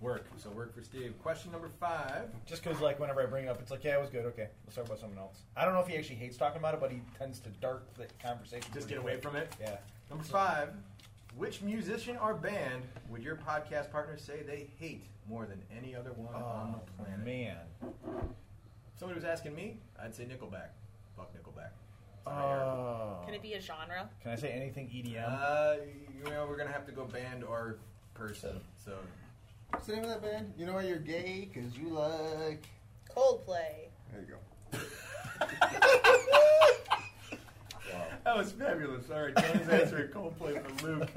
Speaker 7: work. So work for Steve. Question number five.
Speaker 1: Just because, like, whenever I bring it up, it's like, yeah, it was good. Okay, let's talk about something else. I don't know if he actually hates talking about it, but he tends to dart the conversation.
Speaker 7: Just
Speaker 1: pretty
Speaker 7: get away
Speaker 1: quick.
Speaker 7: from it.
Speaker 1: Yeah.
Speaker 7: Number five. Which musician or band would your podcast partners say they hate more than any other one on
Speaker 1: Oh,
Speaker 7: the planet?
Speaker 1: man.
Speaker 7: If Somebody was asking me. I'd say Nickelback. Fuck Nickelback.
Speaker 1: Oh.
Speaker 13: Can it be a genre?
Speaker 1: Can I say anything E EDM?
Speaker 7: Uh, you know we're gonna have to go band or person. So
Speaker 2: What's the name of that band? You know why you're gay? Because you like.
Speaker 13: Coldplay.
Speaker 2: There you go.
Speaker 7: that was fabulous. All
Speaker 1: *laughs*
Speaker 7: right, Jonas answering Coldplay for Luke. *laughs*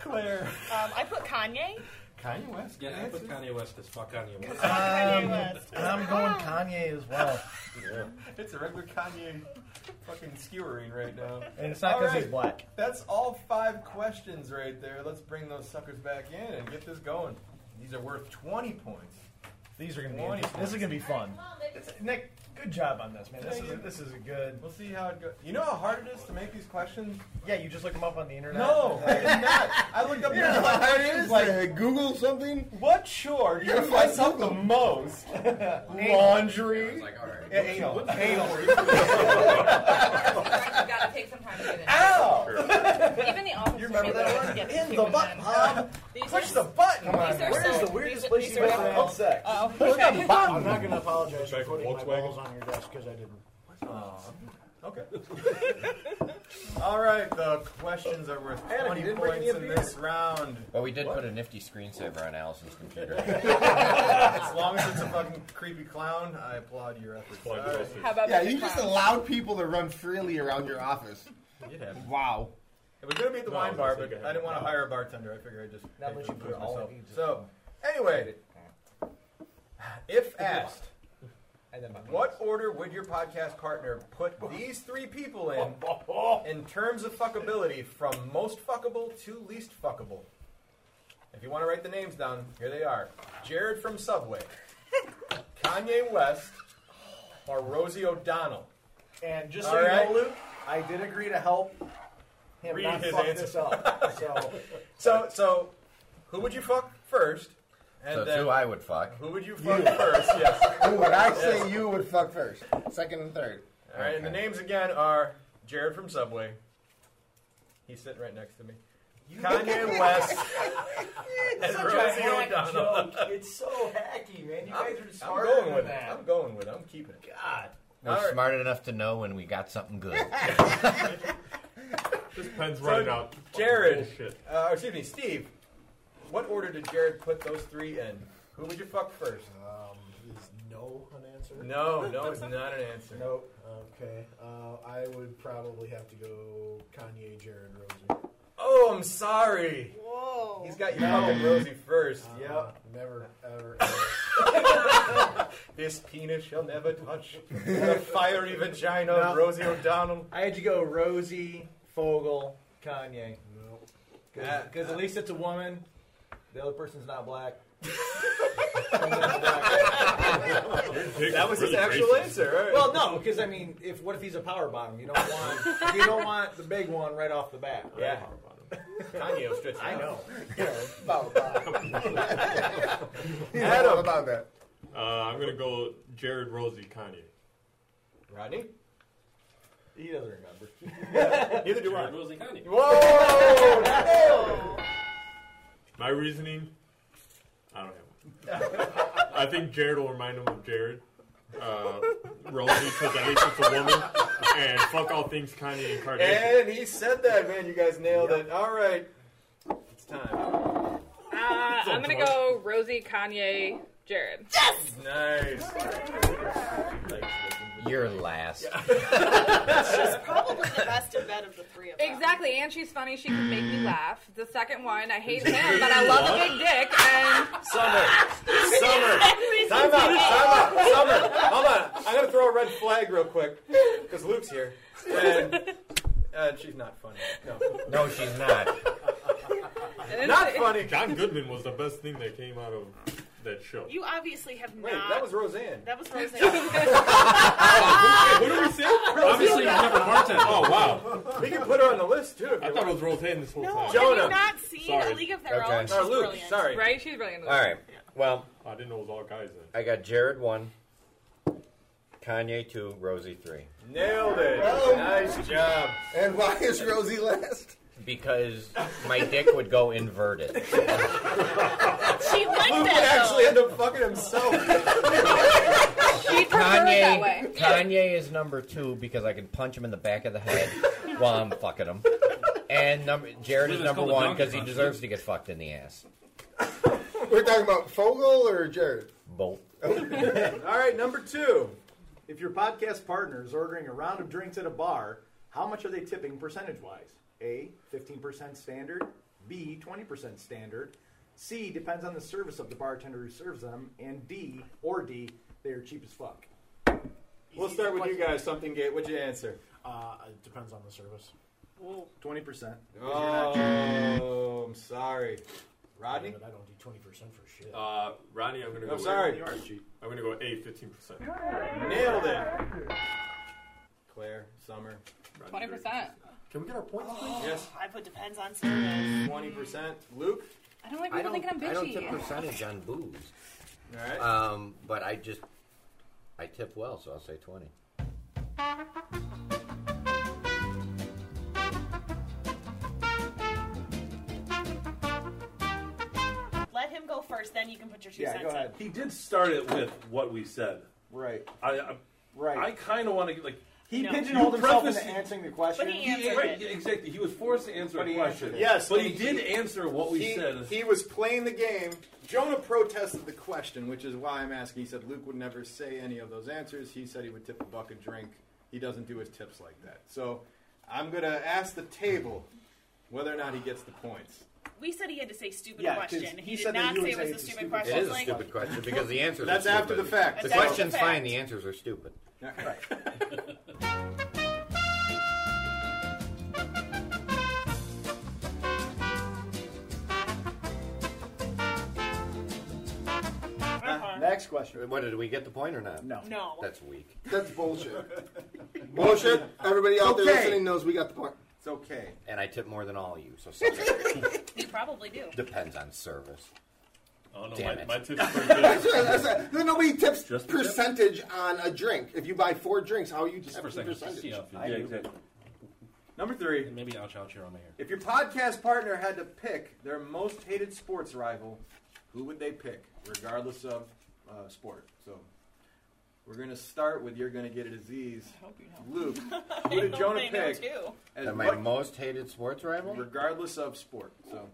Speaker 7: Claire,
Speaker 13: Um, I put Kanye.
Speaker 7: Kanye West.
Speaker 14: Yeah, I put
Speaker 7: answers.
Speaker 14: Kanye West because fuck Kanye
Speaker 7: *laughs*
Speaker 14: West.
Speaker 2: Um,
Speaker 13: Kanye West.
Speaker 1: And I'm going Kanye as well.
Speaker 7: It's a regular Kanye fucking skewering right now.
Speaker 1: And it's not
Speaker 7: All
Speaker 1: because he's
Speaker 7: right.
Speaker 1: black.
Speaker 7: That's all five questions right there. Let's bring those suckers back in and get this going. These are worth 20 points.
Speaker 1: These are going to be.
Speaker 7: One
Speaker 1: interesting.
Speaker 7: is-
Speaker 1: This is going to be fun. Nick, good job on this, man. This
Speaker 7: Thank
Speaker 1: is,
Speaker 7: you.
Speaker 1: this is a good.
Speaker 7: We'll see how it goes. You know how hard it is to make these questions?
Speaker 1: Yeah, you just look him up on the internet.
Speaker 7: No, I did not. I
Speaker 1: *laughs*
Speaker 7: looked up your questions *laughs* like,
Speaker 2: Uh, Google something?
Speaker 7: what chore do you mess up the *laughs* most?
Speaker 3: I was
Speaker 7: Laundry.
Speaker 3: like, all right.
Speaker 1: Yeah, anal. Anal.
Speaker 15: You gotta take some time to get it.
Speaker 7: Ow!
Speaker 13: Even the office.
Speaker 1: You remember
Speaker 13: people
Speaker 1: that
Speaker 13: can
Speaker 1: one?
Speaker 13: get
Speaker 1: In
Speaker 13: people
Speaker 1: the butt
Speaker 13: done.
Speaker 5: *laughs*
Speaker 1: hub.
Speaker 13: These are
Speaker 1: Push the button.
Speaker 13: on, These are man.
Speaker 1: Where's
Speaker 13: so-
Speaker 1: the weirdest
Speaker 13: these-
Speaker 1: place
Speaker 13: these
Speaker 1: you've
Speaker 13: are
Speaker 1: ever
Speaker 13: so-
Speaker 1: had sex?
Speaker 13: Oh.
Speaker 1: Push the
Speaker 13: *laughs*
Speaker 11: I'm
Speaker 1: button.
Speaker 11: not going to apologize for
Speaker 16: Back
Speaker 11: putting my
Speaker 16: Volkswagen.
Speaker 1: Oh.
Speaker 11: balls on your desk because I didn't.
Speaker 7: Okay. All right, the questions are worth
Speaker 1: Adam, you didn't
Speaker 7: 20
Speaker 1: bring
Speaker 7: points
Speaker 1: me a
Speaker 7: in
Speaker 1: beer.
Speaker 7: this round.
Speaker 4: But we did
Speaker 7: What?
Speaker 4: put a nifty screensaver on Allison's computer.
Speaker 7: *laughs* as long as it's a fucking creepy clown, I applaud your efforts. All right.
Speaker 2: yeah, you just allowed people to run freely around your office.
Speaker 7: It happened.
Speaker 2: Wow.
Speaker 7: It was gonna be at the
Speaker 2: No, I
Speaker 7: wine
Speaker 2: was
Speaker 7: bar,
Speaker 2: gonna
Speaker 7: but
Speaker 2: say,
Speaker 7: I
Speaker 2: go
Speaker 7: didn't want to
Speaker 2: ahead.
Speaker 7: hire a bartender. I figured I'd just pay
Speaker 2: Not unless
Speaker 7: for
Speaker 2: you
Speaker 7: the
Speaker 2: put
Speaker 7: booze
Speaker 2: all
Speaker 7: myself.
Speaker 2: of these in.
Speaker 7: So, anyway, if asked, what order would your podcast partner put these three people
Speaker 17: *laughs*
Speaker 7: in in terms of fuckability from most fuckable to least fuckable? If you want to write the names down, here they are: Jared
Speaker 17: *laughs*
Speaker 7: from Subway, Kanye West, or Rosie O'Donnell.
Speaker 17: And just
Speaker 7: All
Speaker 17: so
Speaker 7: right.
Speaker 17: you know, Luke, I did agree to help him
Speaker 7: Read
Speaker 17: not
Speaker 7: his
Speaker 17: fuck
Speaker 7: answer.
Speaker 17: this
Speaker 7: *laughs*
Speaker 17: up. So
Speaker 7: So, so who would you fuck first?
Speaker 4: So it's who I would fuck.
Speaker 7: Who would you fuck first? Yes.
Speaker 2: *laughs* Who would I say
Speaker 7: Yes.
Speaker 2: you would fuck first? Second and third.
Speaker 7: All right, and the names again are Jared from Subway. He's sitting right next to me.
Speaker 11: *laughs*
Speaker 1: *laughs*
Speaker 7: Kanye West and
Speaker 6: such a
Speaker 7: Rosie
Speaker 6: hack
Speaker 7: O'Donnell.
Speaker 6: joke.
Speaker 9: *laughs*
Speaker 6: It's so hacky, man. You guys are
Speaker 7: I'm
Speaker 6: smarter
Speaker 7: going
Speaker 6: than
Speaker 7: with it.
Speaker 6: that.
Speaker 7: I'm going with it. I'm keeping it.
Speaker 6: God.
Speaker 4: We're
Speaker 7: All right.
Speaker 4: smart enough to know when we got something
Speaker 7: *laughs*
Speaker 4: good.
Speaker 7: This pen's
Speaker 9: running out.
Speaker 7: Jared,
Speaker 9: Bullshit.
Speaker 7: uh, or excuse me, Steve. What order did Jared put those three in? Who would you fuck first?
Speaker 11: Um, is no an answer?
Speaker 7: No,
Speaker 11: *laughs*
Speaker 7: no is not an answer.
Speaker 11: Nope. Okay. Uh, I would probably have to go Kanye, Jared, Rosie.
Speaker 7: Oh, I'm sorry. Whoa. He's got you fucking Rosie first.
Speaker 11: Yep. Never, ever,
Speaker 7: *laughs* This penis shall never touch the fiery vagina of Rosie O'Donnell.
Speaker 18: I had to go Rosie, Fogel, Kanye.
Speaker 7: Uh,
Speaker 18: Because at least it's a woman. The other person's not
Speaker 7: *laughs*
Speaker 18: black.
Speaker 7: That was his actual answer. Right?
Speaker 18: Well, no, because I mean, if what if he's a power bottom? You don't want you don't want the big one right off the bat.
Speaker 7: Yeah.
Speaker 18: Power
Speaker 7: bottom. Kanye will stretch it
Speaker 18: I
Speaker 7: *laughs* out.
Speaker 18: know.
Speaker 6: *laughs*
Speaker 7: Adam.
Speaker 2: about that?
Speaker 9: Uh, I'm gonna go Jared, Rosie, Kanye.
Speaker 7: Rodney.
Speaker 18: He doesn't remember.
Speaker 9: *laughs*
Speaker 6: *laughs*
Speaker 7: Neither do I.
Speaker 9: Jared, Rosie, Kanye.
Speaker 7: Whoa!
Speaker 9: My reasoning, I don't have one. I think Jared will remind him of Jared. Uh, Rosie, because I think it's a woman. And fuck all things Kanye and Kardashian.
Speaker 7: And he said that, man. You guys nailed it. All right. It's time.
Speaker 5: Uh, I'm gonna
Speaker 7: drunk.
Speaker 5: go Rosie, Kanye, Jared. Yes.
Speaker 7: Nice.
Speaker 4: You're last.
Speaker 13: She's probably the best in bed of the three of them.
Speaker 5: Exactly, and she's funny. She can make
Speaker 2: Mm.
Speaker 5: me laugh. The second one, I hate him, but I love a big dick. And *laughs*
Speaker 7: Summer. Summer. Time out. Time out. Summer. Hold on. I'm gonna throw a red flag real quick because Luke's here, and uh, she's not funny. No.
Speaker 4: No, she's not.
Speaker 7: Not funny.
Speaker 9: John Goodman was the best thing that came out of that show.
Speaker 13: You obviously have
Speaker 7: Wait,
Speaker 13: not.
Speaker 7: that was Roseanne.
Speaker 13: That was *laughs*
Speaker 9: Who
Speaker 13: Roseanne.
Speaker 9: did we say? Obviously,
Speaker 13: *laughs*
Speaker 9: you never bartended. Oh, wow.
Speaker 7: We can put her on the list, too.
Speaker 9: I thought it was Roseanne this whole
Speaker 13: No,
Speaker 9: time.
Speaker 13: have you Jonah. not seen A League of Their Own?
Speaker 4: Okay.
Speaker 13: She's
Speaker 7: Oh,
Speaker 4: Or Luke,
Speaker 13: brilliant.
Speaker 4: sorry.
Speaker 5: Right? She's brilliant.
Speaker 4: All right. Well,
Speaker 9: I didn't know it was all guys then.
Speaker 4: I got Jared one, Kanye two, Rosie three.
Speaker 7: Nailed it. nice job.
Speaker 2: Oh. And why is Rosie last?
Speaker 4: Because my dick would go inverted.
Speaker 13: She liked
Speaker 7: Luke would
Speaker 13: that,
Speaker 7: actually end up fucking himself.
Speaker 5: she
Speaker 4: Kanye, Kanye is number two because I can punch him in the back of the head while I'm fucking him. And number, Jared
Speaker 19: Dude,
Speaker 4: is
Speaker 19: it's
Speaker 4: number
Speaker 19: called a
Speaker 4: one
Speaker 19: donkey
Speaker 4: because he
Speaker 19: punch,
Speaker 4: deserves to get fucked in the ass.
Speaker 2: We're talking about Fogel or Jared?
Speaker 4: Both.
Speaker 7: *laughs* All right, number two.
Speaker 17: If your podcast partner is ordering a round of drinks at a bar, how much are they tipping percentage wise? A, 15% standard. B, 20% standard. C, depends on the service of the bartender who serves them. And D, or D, they are cheap as fuck.
Speaker 7: We'll start with you guys. Something gate. What'd you answer?
Speaker 11: Uh, it depends on the service.
Speaker 17: Twenty percent.
Speaker 7: Oh, I'm sorry, Rodney.
Speaker 11: I don't do twenty percent for shit.
Speaker 9: Uh, Ronnie, I'm gonna go.
Speaker 7: I'm sorry.
Speaker 9: With, I'm gonna go A, 15 percent.
Speaker 7: Nailed it. Claire, Summer.
Speaker 5: Twenty percent.
Speaker 7: Can we get our points, please? Yes.
Speaker 13: Oh, I put depends on service.
Speaker 7: Twenty percent. Luke.
Speaker 5: I don't like people thinking I'm
Speaker 4: I don't
Speaker 5: bitchy.
Speaker 4: tip percentage on booze.
Speaker 7: All right.
Speaker 4: Um, but I just, I tip well, so I'll say 20.
Speaker 13: Let him go first, then you can put your two cents in.
Speaker 20: He did start it with what we said.
Speaker 17: Right.
Speaker 20: I, I
Speaker 17: right.
Speaker 20: I kind of want to like
Speaker 1: He
Speaker 6: No.
Speaker 1: pigeonholed
Speaker 6: You
Speaker 1: himself into
Speaker 6: prefaced-
Speaker 1: answering the question.
Speaker 6: right, exactly. He was forced to answer
Speaker 1: But
Speaker 6: a
Speaker 1: he
Speaker 6: question.
Speaker 1: answered it. Yes,
Speaker 6: but
Speaker 1: and
Speaker 6: he did answer what we
Speaker 7: he,
Speaker 6: said.
Speaker 7: He was playing the game. Jonah protested the question, which is why I'm asking. He said Luke would never say any of those answers. He said he would tip a buck a drink. He doesn't do his tips like that. So I'm going to ask the table whether or not he gets the points.
Speaker 13: We said he had to say stupid
Speaker 7: Yeah, 'cause
Speaker 13: question.
Speaker 7: he
Speaker 13: He, did
Speaker 7: said
Speaker 13: not
Speaker 7: that you
Speaker 13: say
Speaker 7: would
Speaker 13: it
Speaker 7: say
Speaker 13: was a
Speaker 7: it's a
Speaker 13: stupid
Speaker 7: stupid
Speaker 13: question.
Speaker 7: question.
Speaker 4: It is a
Speaker 13: Like-
Speaker 4: stupid question because the answers.
Speaker 7: That's
Speaker 4: are
Speaker 7: after the
Speaker 4: stupid.
Speaker 7: fact.
Speaker 4: The
Speaker 7: That's after
Speaker 4: question's
Speaker 7: the fact.
Speaker 4: fine. The answers are stupid. *laughs*
Speaker 1: Next question.
Speaker 4: What did we get the point or not?
Speaker 1: No.
Speaker 13: Uh-huh. No.
Speaker 4: That's weak.
Speaker 2: That's
Speaker 4: *laughs*
Speaker 2: bullshit. bullshit. Everybody out there
Speaker 4: Okay.
Speaker 2: listening knows we got the point.
Speaker 7: It's okay.
Speaker 4: And I tip more than all of you, so suck it.
Speaker 13: *laughs* You probably do.
Speaker 4: depends on service.
Speaker 9: Oh no,
Speaker 4: Damn
Speaker 9: my,
Speaker 4: it.
Speaker 2: *laughs*
Speaker 9: my tips are pretty
Speaker 2: That's
Speaker 9: good.
Speaker 2: what- that's what- no, nobody tips
Speaker 9: Just the tip?
Speaker 2: percentage on a drink. If you buy four drinks, how you tip
Speaker 7: for a second, just to
Speaker 2: percentage?
Speaker 7: see how it feels.
Speaker 2: I
Speaker 7: Yeah,
Speaker 2: do.
Speaker 7: exactly. Number three.
Speaker 6: maybe I'll chow here on my hair.
Speaker 7: If your podcast partner had to pick their most hated sports rival, who would they pick, regardless of uh, sport? So we're going to start with you're going to get a disease. Luke,
Speaker 13: *laughs* I
Speaker 7: who did
Speaker 13: hope
Speaker 7: Jonah
Speaker 13: they know
Speaker 7: pick?
Speaker 13: too.
Speaker 7: as
Speaker 4: Am I
Speaker 7: what-
Speaker 4: most hated sports rival?
Speaker 7: Regardless of sport. So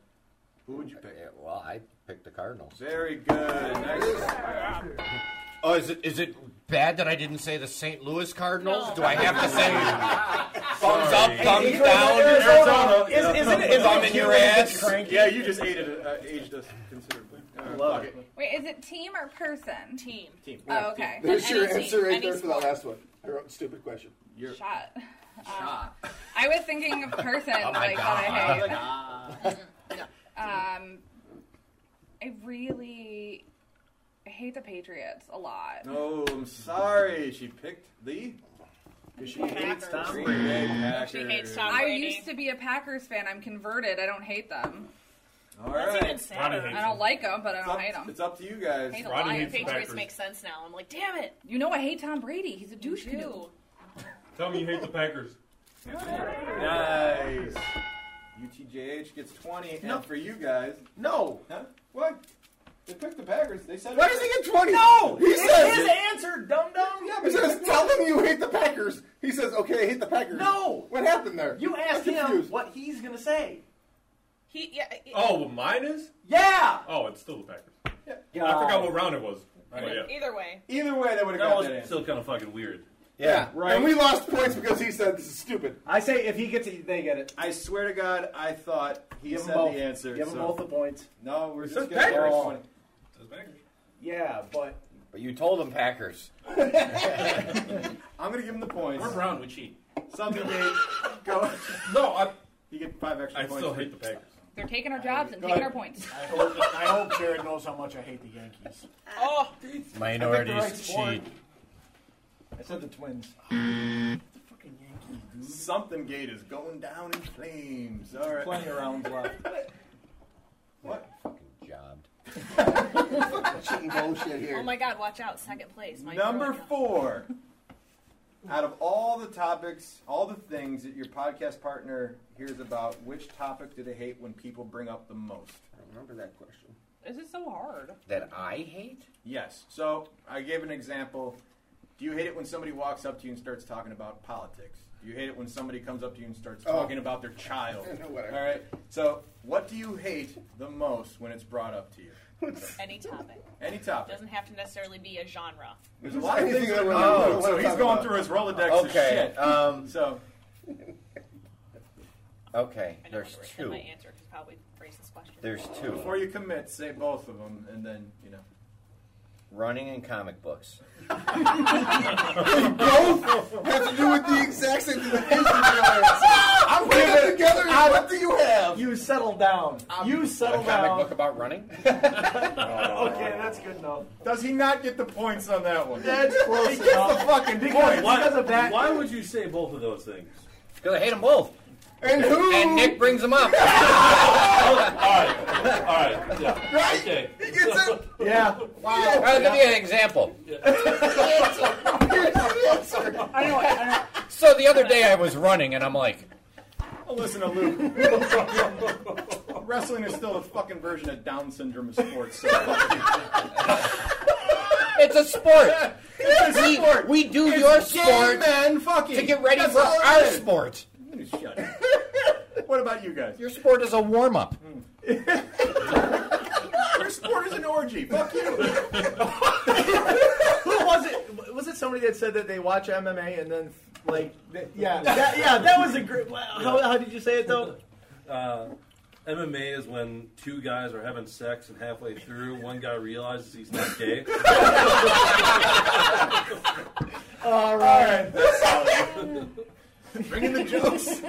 Speaker 7: who would you pick?
Speaker 4: well, I picked the Cardinals.
Speaker 7: Very good. Next.
Speaker 4: Oh, is it is it bad that I didn't say the St. Louis Cardinals? Do I have to
Speaker 7: *laughs*
Speaker 4: say thumbs up, thumbs
Speaker 7: Hey,
Speaker 4: down,
Speaker 7: Arizona.
Speaker 4: Arizona? thumb in your ass?
Speaker 7: Yeah, you just ate it, uh, aged us considerably. Uh, fuck
Speaker 2: Love
Speaker 7: it.
Speaker 5: Wait, is it team or person? Team.
Speaker 7: Team.
Speaker 5: Oh, okay.
Speaker 2: There's
Speaker 5: Then
Speaker 2: your
Speaker 5: any
Speaker 2: answer
Speaker 5: team,
Speaker 2: right
Speaker 5: any
Speaker 2: there for that last one. Your own stupid question. *laughs*
Speaker 5: Shot. Shot. I was thinking of person
Speaker 2: Oh my
Speaker 5: like that I
Speaker 7: Oh
Speaker 2: God.
Speaker 5: hate. *laughs* um, I really hate the Patriots a lot.
Speaker 7: No, I'm sorry. She picked the.
Speaker 5: she hates Tom
Speaker 7: Green
Speaker 5: Brady.
Speaker 7: Bay Packers.
Speaker 5: I used to be a Packers fan. I'm converted. I don't hate them.
Speaker 7: All right.
Speaker 5: I don't like them, but I
Speaker 7: It's
Speaker 5: don't
Speaker 7: up-
Speaker 5: hate them.
Speaker 7: It's up to you guys.
Speaker 5: Hate the Rodney Lions. hates the
Speaker 13: Patriots
Speaker 5: Packers.
Speaker 13: make sense now. I'm like, damn it.
Speaker 5: You know I hate Tom Brady. He's a douche canoe.
Speaker 9: Tell me you hate the Packers.
Speaker 7: Nice. UTJH gets 20, and for you guys.
Speaker 1: No.
Speaker 7: Huh? What? They picked the Packers. They said.
Speaker 2: Why does he get 20?
Speaker 1: No!
Speaker 2: He
Speaker 1: It's
Speaker 2: says
Speaker 1: his
Speaker 2: it.
Speaker 1: answer, dum dum!
Speaker 2: He says, "Tell them you hate the Packers." He says, "Okay, I hate the Packers."
Speaker 1: No.
Speaker 2: What happened there?
Speaker 1: You asked
Speaker 2: I'm
Speaker 1: him
Speaker 2: confused.
Speaker 1: what he's gonna say.
Speaker 13: He, yeah, it-
Speaker 9: Oh, mine is.
Speaker 1: Yeah.
Speaker 9: Oh, it's still the Packers.
Speaker 1: Yeah.
Speaker 9: I forgot what round it was. Oh,
Speaker 13: either,
Speaker 9: yeah.
Speaker 13: either way.
Speaker 7: Either way, that would
Speaker 6: That was still kind of fucking weird.
Speaker 2: Yeah,
Speaker 7: right.
Speaker 2: And we lost points because he said this is stupid.
Speaker 1: I say if he gets it, they get it.
Speaker 7: I swear to God, I thought he
Speaker 1: Give 'em
Speaker 7: said
Speaker 1: both.
Speaker 7: the answer.
Speaker 1: Give 'em
Speaker 7: so-
Speaker 1: both the points.
Speaker 7: No, we're
Speaker 1: says
Speaker 7: just gonna
Speaker 1: Packers.
Speaker 7: go on.
Speaker 1: Yeah, but
Speaker 4: But you told them Packers.
Speaker 7: I'm gonna give him the points.
Speaker 6: We're brown, we cheat.
Speaker 1: *laughs*
Speaker 7: Something Dave. Go. *laughs*
Speaker 9: No, I.
Speaker 7: You get five extra
Speaker 9: I
Speaker 7: points.
Speaker 9: still hate the Packers.
Speaker 5: They're taking our jobs and
Speaker 11: Go
Speaker 5: taking our
Speaker 11: ahead.
Speaker 5: points. *laughs*
Speaker 11: I hope, I hope Jared knows how much I hate the Yankees.
Speaker 13: Oh,
Speaker 3: Minorities
Speaker 11: I picked the right
Speaker 3: cheat.
Speaker 1: I said the twins.
Speaker 7: Something Gate is going down in flames. All right.
Speaker 1: Plenty of rounds
Speaker 7: *laughs*
Speaker 1: left.
Speaker 7: What?
Speaker 4: Jobbed.
Speaker 2: Cheating bullshit
Speaker 13: oh
Speaker 2: here.
Speaker 13: my God! Watch out, second place. Mike
Speaker 7: Number
Speaker 13: Troy.
Speaker 7: four. Out of all the topics, all the things that your podcast partner hears about, which topic do they hate when people bring up the most? I remember that question.
Speaker 5: This is so hard.
Speaker 4: That I hate?
Speaker 7: Yes. So I gave an example. Do you hate it when somebody walks up to you and starts talking about politics? Do you hate it when somebody comes up to you and starts
Speaker 2: Oh.
Speaker 7: talking about their child?
Speaker 2: *laughs* Whatever.
Speaker 7: All right. So what do you hate the most when it's brought up to you?
Speaker 13: *laughs* Any topic.
Speaker 7: Any topic.
Speaker 13: Doesn't have to necessarily be a genre.
Speaker 7: There's a lot of
Speaker 2: Anything
Speaker 7: things.
Speaker 2: that
Speaker 7: That
Speaker 2: we're- we
Speaker 7: oh,
Speaker 2: don't
Speaker 7: so
Speaker 2: wanna
Speaker 7: he's
Speaker 2: talk
Speaker 7: going
Speaker 2: about.
Speaker 7: through his Rolodex of
Speaker 4: Okay,
Speaker 7: shit.
Speaker 4: um,
Speaker 7: *laughs* so
Speaker 4: Okay,
Speaker 13: I know
Speaker 4: there's
Speaker 13: what-
Speaker 4: two.
Speaker 13: My answer could probably phrase this question.
Speaker 4: There's two.
Speaker 7: Before you commit, say both of them, and then you know.
Speaker 4: Running and comic
Speaker 2: *laughs*
Speaker 4: books.
Speaker 2: They both have to do with the exact same thing. that Asian girl has. I'm putting it together. and What do you have?
Speaker 1: You settle down. you
Speaker 4: A
Speaker 1: settle
Speaker 4: comic
Speaker 1: down.
Speaker 4: book about running?
Speaker 1: Okay, that's good enough.
Speaker 7: Does he not get the points on that one?
Speaker 1: That's close
Speaker 7: he gets
Speaker 1: enough.
Speaker 7: the fucking
Speaker 1: Because-
Speaker 7: points.
Speaker 6: why,
Speaker 1: of that-
Speaker 6: why would you say both of those things?
Speaker 4: Because I hate them both.
Speaker 2: And who?
Speaker 4: And Nick brings them *laughs* up.
Speaker 6: All right. Yeah.
Speaker 2: Right?
Speaker 6: Okay.
Speaker 2: He
Speaker 6: *laughs*
Speaker 2: gets it.
Speaker 1: Yeah.
Speaker 4: All right, give me an example.
Speaker 2: Here's the answer.
Speaker 1: I know. I know.
Speaker 4: So the other day I was running and I'm like,
Speaker 7: Well, Listen to *laughs* Luke. Wrestling is still a fucking version of Down syndrome of sports. So fuck you.
Speaker 4: It's a sport.
Speaker 7: *laughs*
Speaker 2: It's a
Speaker 4: we,
Speaker 2: sport.
Speaker 4: we do
Speaker 2: It's
Speaker 4: your
Speaker 2: gay
Speaker 4: sport
Speaker 7: men fucking.
Speaker 4: to get ready
Speaker 7: That's
Speaker 4: for
Speaker 7: all it
Speaker 4: our
Speaker 7: is.
Speaker 4: sport.
Speaker 7: Shut up. *laughs* What about you guys?
Speaker 4: Your sport is a warm up.
Speaker 7: Your sport is an orgy. Fuck you.
Speaker 1: Who was it? Was it somebody that said that they watch MMA and then like, th-
Speaker 7: *laughs*
Speaker 1: yeah, that, yeah, that was a great. How, how did you say it though?
Speaker 6: *laughs* Uh, MMA is when two guys are having sex and halfway through, one guy realizes he's not
Speaker 1: *laughs*
Speaker 6: gay.
Speaker 7: All right. That's solid. Bring in the jokes.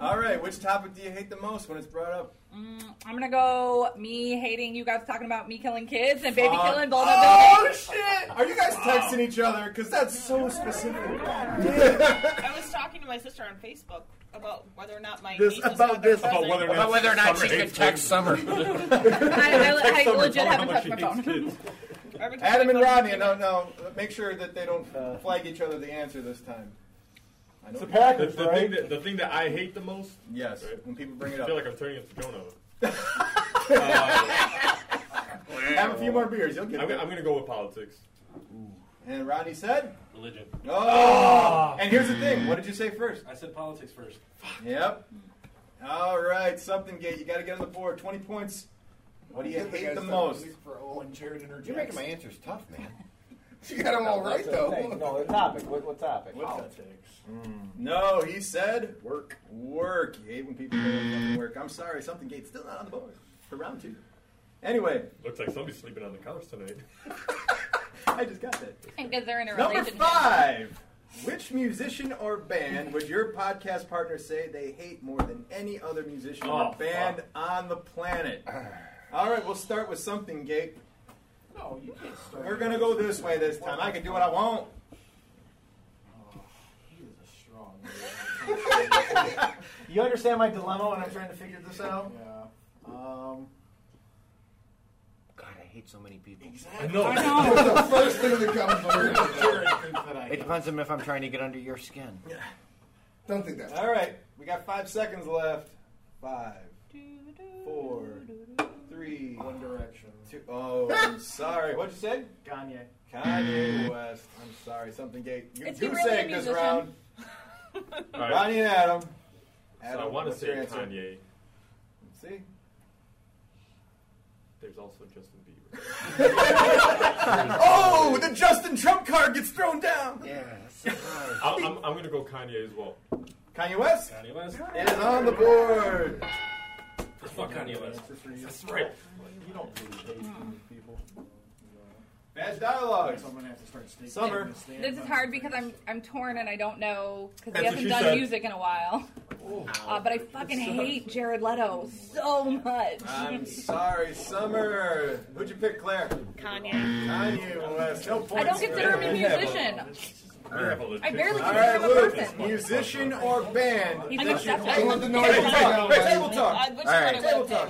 Speaker 7: All right. Which topic do you hate the most when it's brought up?
Speaker 5: Mm, I'm gonna go me hating you guys talking about me killing kids and baby
Speaker 7: Fuck.
Speaker 5: killing, blah blah blah.
Speaker 7: Oh shit! Are you guys texting each other? Because that's so specific.
Speaker 13: I
Speaker 7: *laughs*
Speaker 13: was talking to my sister on Facebook about whether or not my
Speaker 7: This-
Speaker 13: niece was
Speaker 7: about
Speaker 13: having her
Speaker 7: this- about
Speaker 13: present.
Speaker 7: whether or not About whether or not Summer she could hates text
Speaker 4: Summer.
Speaker 5: I, I, I
Speaker 7: Text someone,
Speaker 5: legit
Speaker 7: tell her
Speaker 5: haven't
Speaker 7: how much
Speaker 5: touched my phone. *laughs*
Speaker 7: Adam and Rodney, no, no. Make sure that they don't
Speaker 3: Uh,
Speaker 7: flag each other the answer this time. I know-
Speaker 9: the, the Thing that, the thing that I hate the most.
Speaker 7: Yes, when people bring it
Speaker 9: I
Speaker 7: up.
Speaker 9: feel like I'm turning it to Jonah.
Speaker 7: *laughs* Have a few more beers, you'll get
Speaker 9: I'm,
Speaker 7: there.
Speaker 9: I'm going to go with politics.
Speaker 7: And Rodney said?
Speaker 6: Religion.
Speaker 3: Ah!
Speaker 7: Oh! And here's the thing. What did you say first?
Speaker 6: I said politics first.
Speaker 7: Yep. All right, something gate. You got to get on the board. 20 points. What do you
Speaker 3: Give the
Speaker 7: hate
Speaker 3: guys Oh,
Speaker 7: the
Speaker 3: some
Speaker 7: most?
Speaker 3: music
Speaker 7: For Owen, Jared, and
Speaker 3: You're making my
Speaker 7: answers tough, man.
Speaker 3: *laughs* You got 'em all right, though.
Speaker 1: No, the topic. What, what topic?
Speaker 7: What Mm. No, he said work. Work. You hate when people say fucking work. I'm sorry, something gate still not on the board for round two. Anyway,
Speaker 9: looks like somebody's sleeping on the couch tonight.
Speaker 7: *laughs* I just got that.
Speaker 5: Because they're in a
Speaker 7: Number
Speaker 5: relationship.
Speaker 7: five. Which musician or band would your podcast partner say they hate more than any other musician
Speaker 3: Oh,
Speaker 7: or band on the planet? All right, we'll start with something, Gate.
Speaker 3: No, you can't start.
Speaker 7: We're gonna go this way this time. I can do what I want.
Speaker 1: *laughs* You understand my dilemma when I'm trying to figure this out? Yeah. Um,
Speaker 4: God, I hate so many people.
Speaker 1: Exactly. I know. I know. The first thing that comes
Speaker 7: *laughs*
Speaker 1: to mind.
Speaker 4: It depends on if I'm trying to get under your skin.
Speaker 7: Don't think that. All right, we got five seconds left. Five, four, three. One Direction. Two. Oh,
Speaker 5: *laughs*
Speaker 7: I'm sorry. What'd you say?
Speaker 1: Kanye.
Speaker 7: Kanye West. I'm sorry. Something gate. You,
Speaker 1: Is he
Speaker 7: you
Speaker 1: really
Speaker 7: say
Speaker 1: a
Speaker 7: it this
Speaker 1: musician?
Speaker 7: round.
Speaker 9: All right.
Speaker 7: Ronnie and Adam.
Speaker 9: so I
Speaker 7: Adam,
Speaker 9: want to
Speaker 7: what's your
Speaker 9: say
Speaker 7: answer?
Speaker 9: Kanye.
Speaker 7: Let's see.
Speaker 9: There's also Justin Bieber.
Speaker 7: *laughs* *laughs* oh, the Justin Trump card gets thrown down.
Speaker 4: Yes.
Speaker 9: *laughs* I'm, I'm, I'm going to go Kanye as well.
Speaker 7: Kanye West.
Speaker 6: Kanye West.
Speaker 7: It is on the board.
Speaker 1: Oh,
Speaker 6: Fuck Kanye West. That's right. You don't really hate these people.
Speaker 7: Bad dialogue.
Speaker 6: So I'm gonna have to start sneaking.
Speaker 7: Summer.
Speaker 5: This is hard because I'm I'm torn and I don't know because
Speaker 7: That's
Speaker 5: he
Speaker 7: what
Speaker 5: hasn't
Speaker 7: she
Speaker 5: done
Speaker 7: said.
Speaker 5: music in a while. Uh, but I fucking
Speaker 7: It sucks.
Speaker 5: hate Jared Leto so much.
Speaker 7: I'm sorry, Summer. Who'd you pick, Claire?
Speaker 5: Kanye.
Speaker 7: Kanye West. No
Speaker 5: I
Speaker 7: points.
Speaker 5: don't consider him a
Speaker 7: We have
Speaker 5: musician. I barely
Speaker 7: All
Speaker 5: consider
Speaker 7: right,
Speaker 5: him a
Speaker 7: Luke.
Speaker 5: person.
Speaker 7: Musician or band?
Speaker 5: He's
Speaker 7: that you-
Speaker 5: accepted.
Speaker 7: Hey,
Speaker 5: I want the
Speaker 7: table
Speaker 5: noise.
Speaker 7: talk.
Speaker 5: Hey,
Speaker 7: Table talk.
Speaker 5: All
Speaker 4: right.
Speaker 7: Table talk.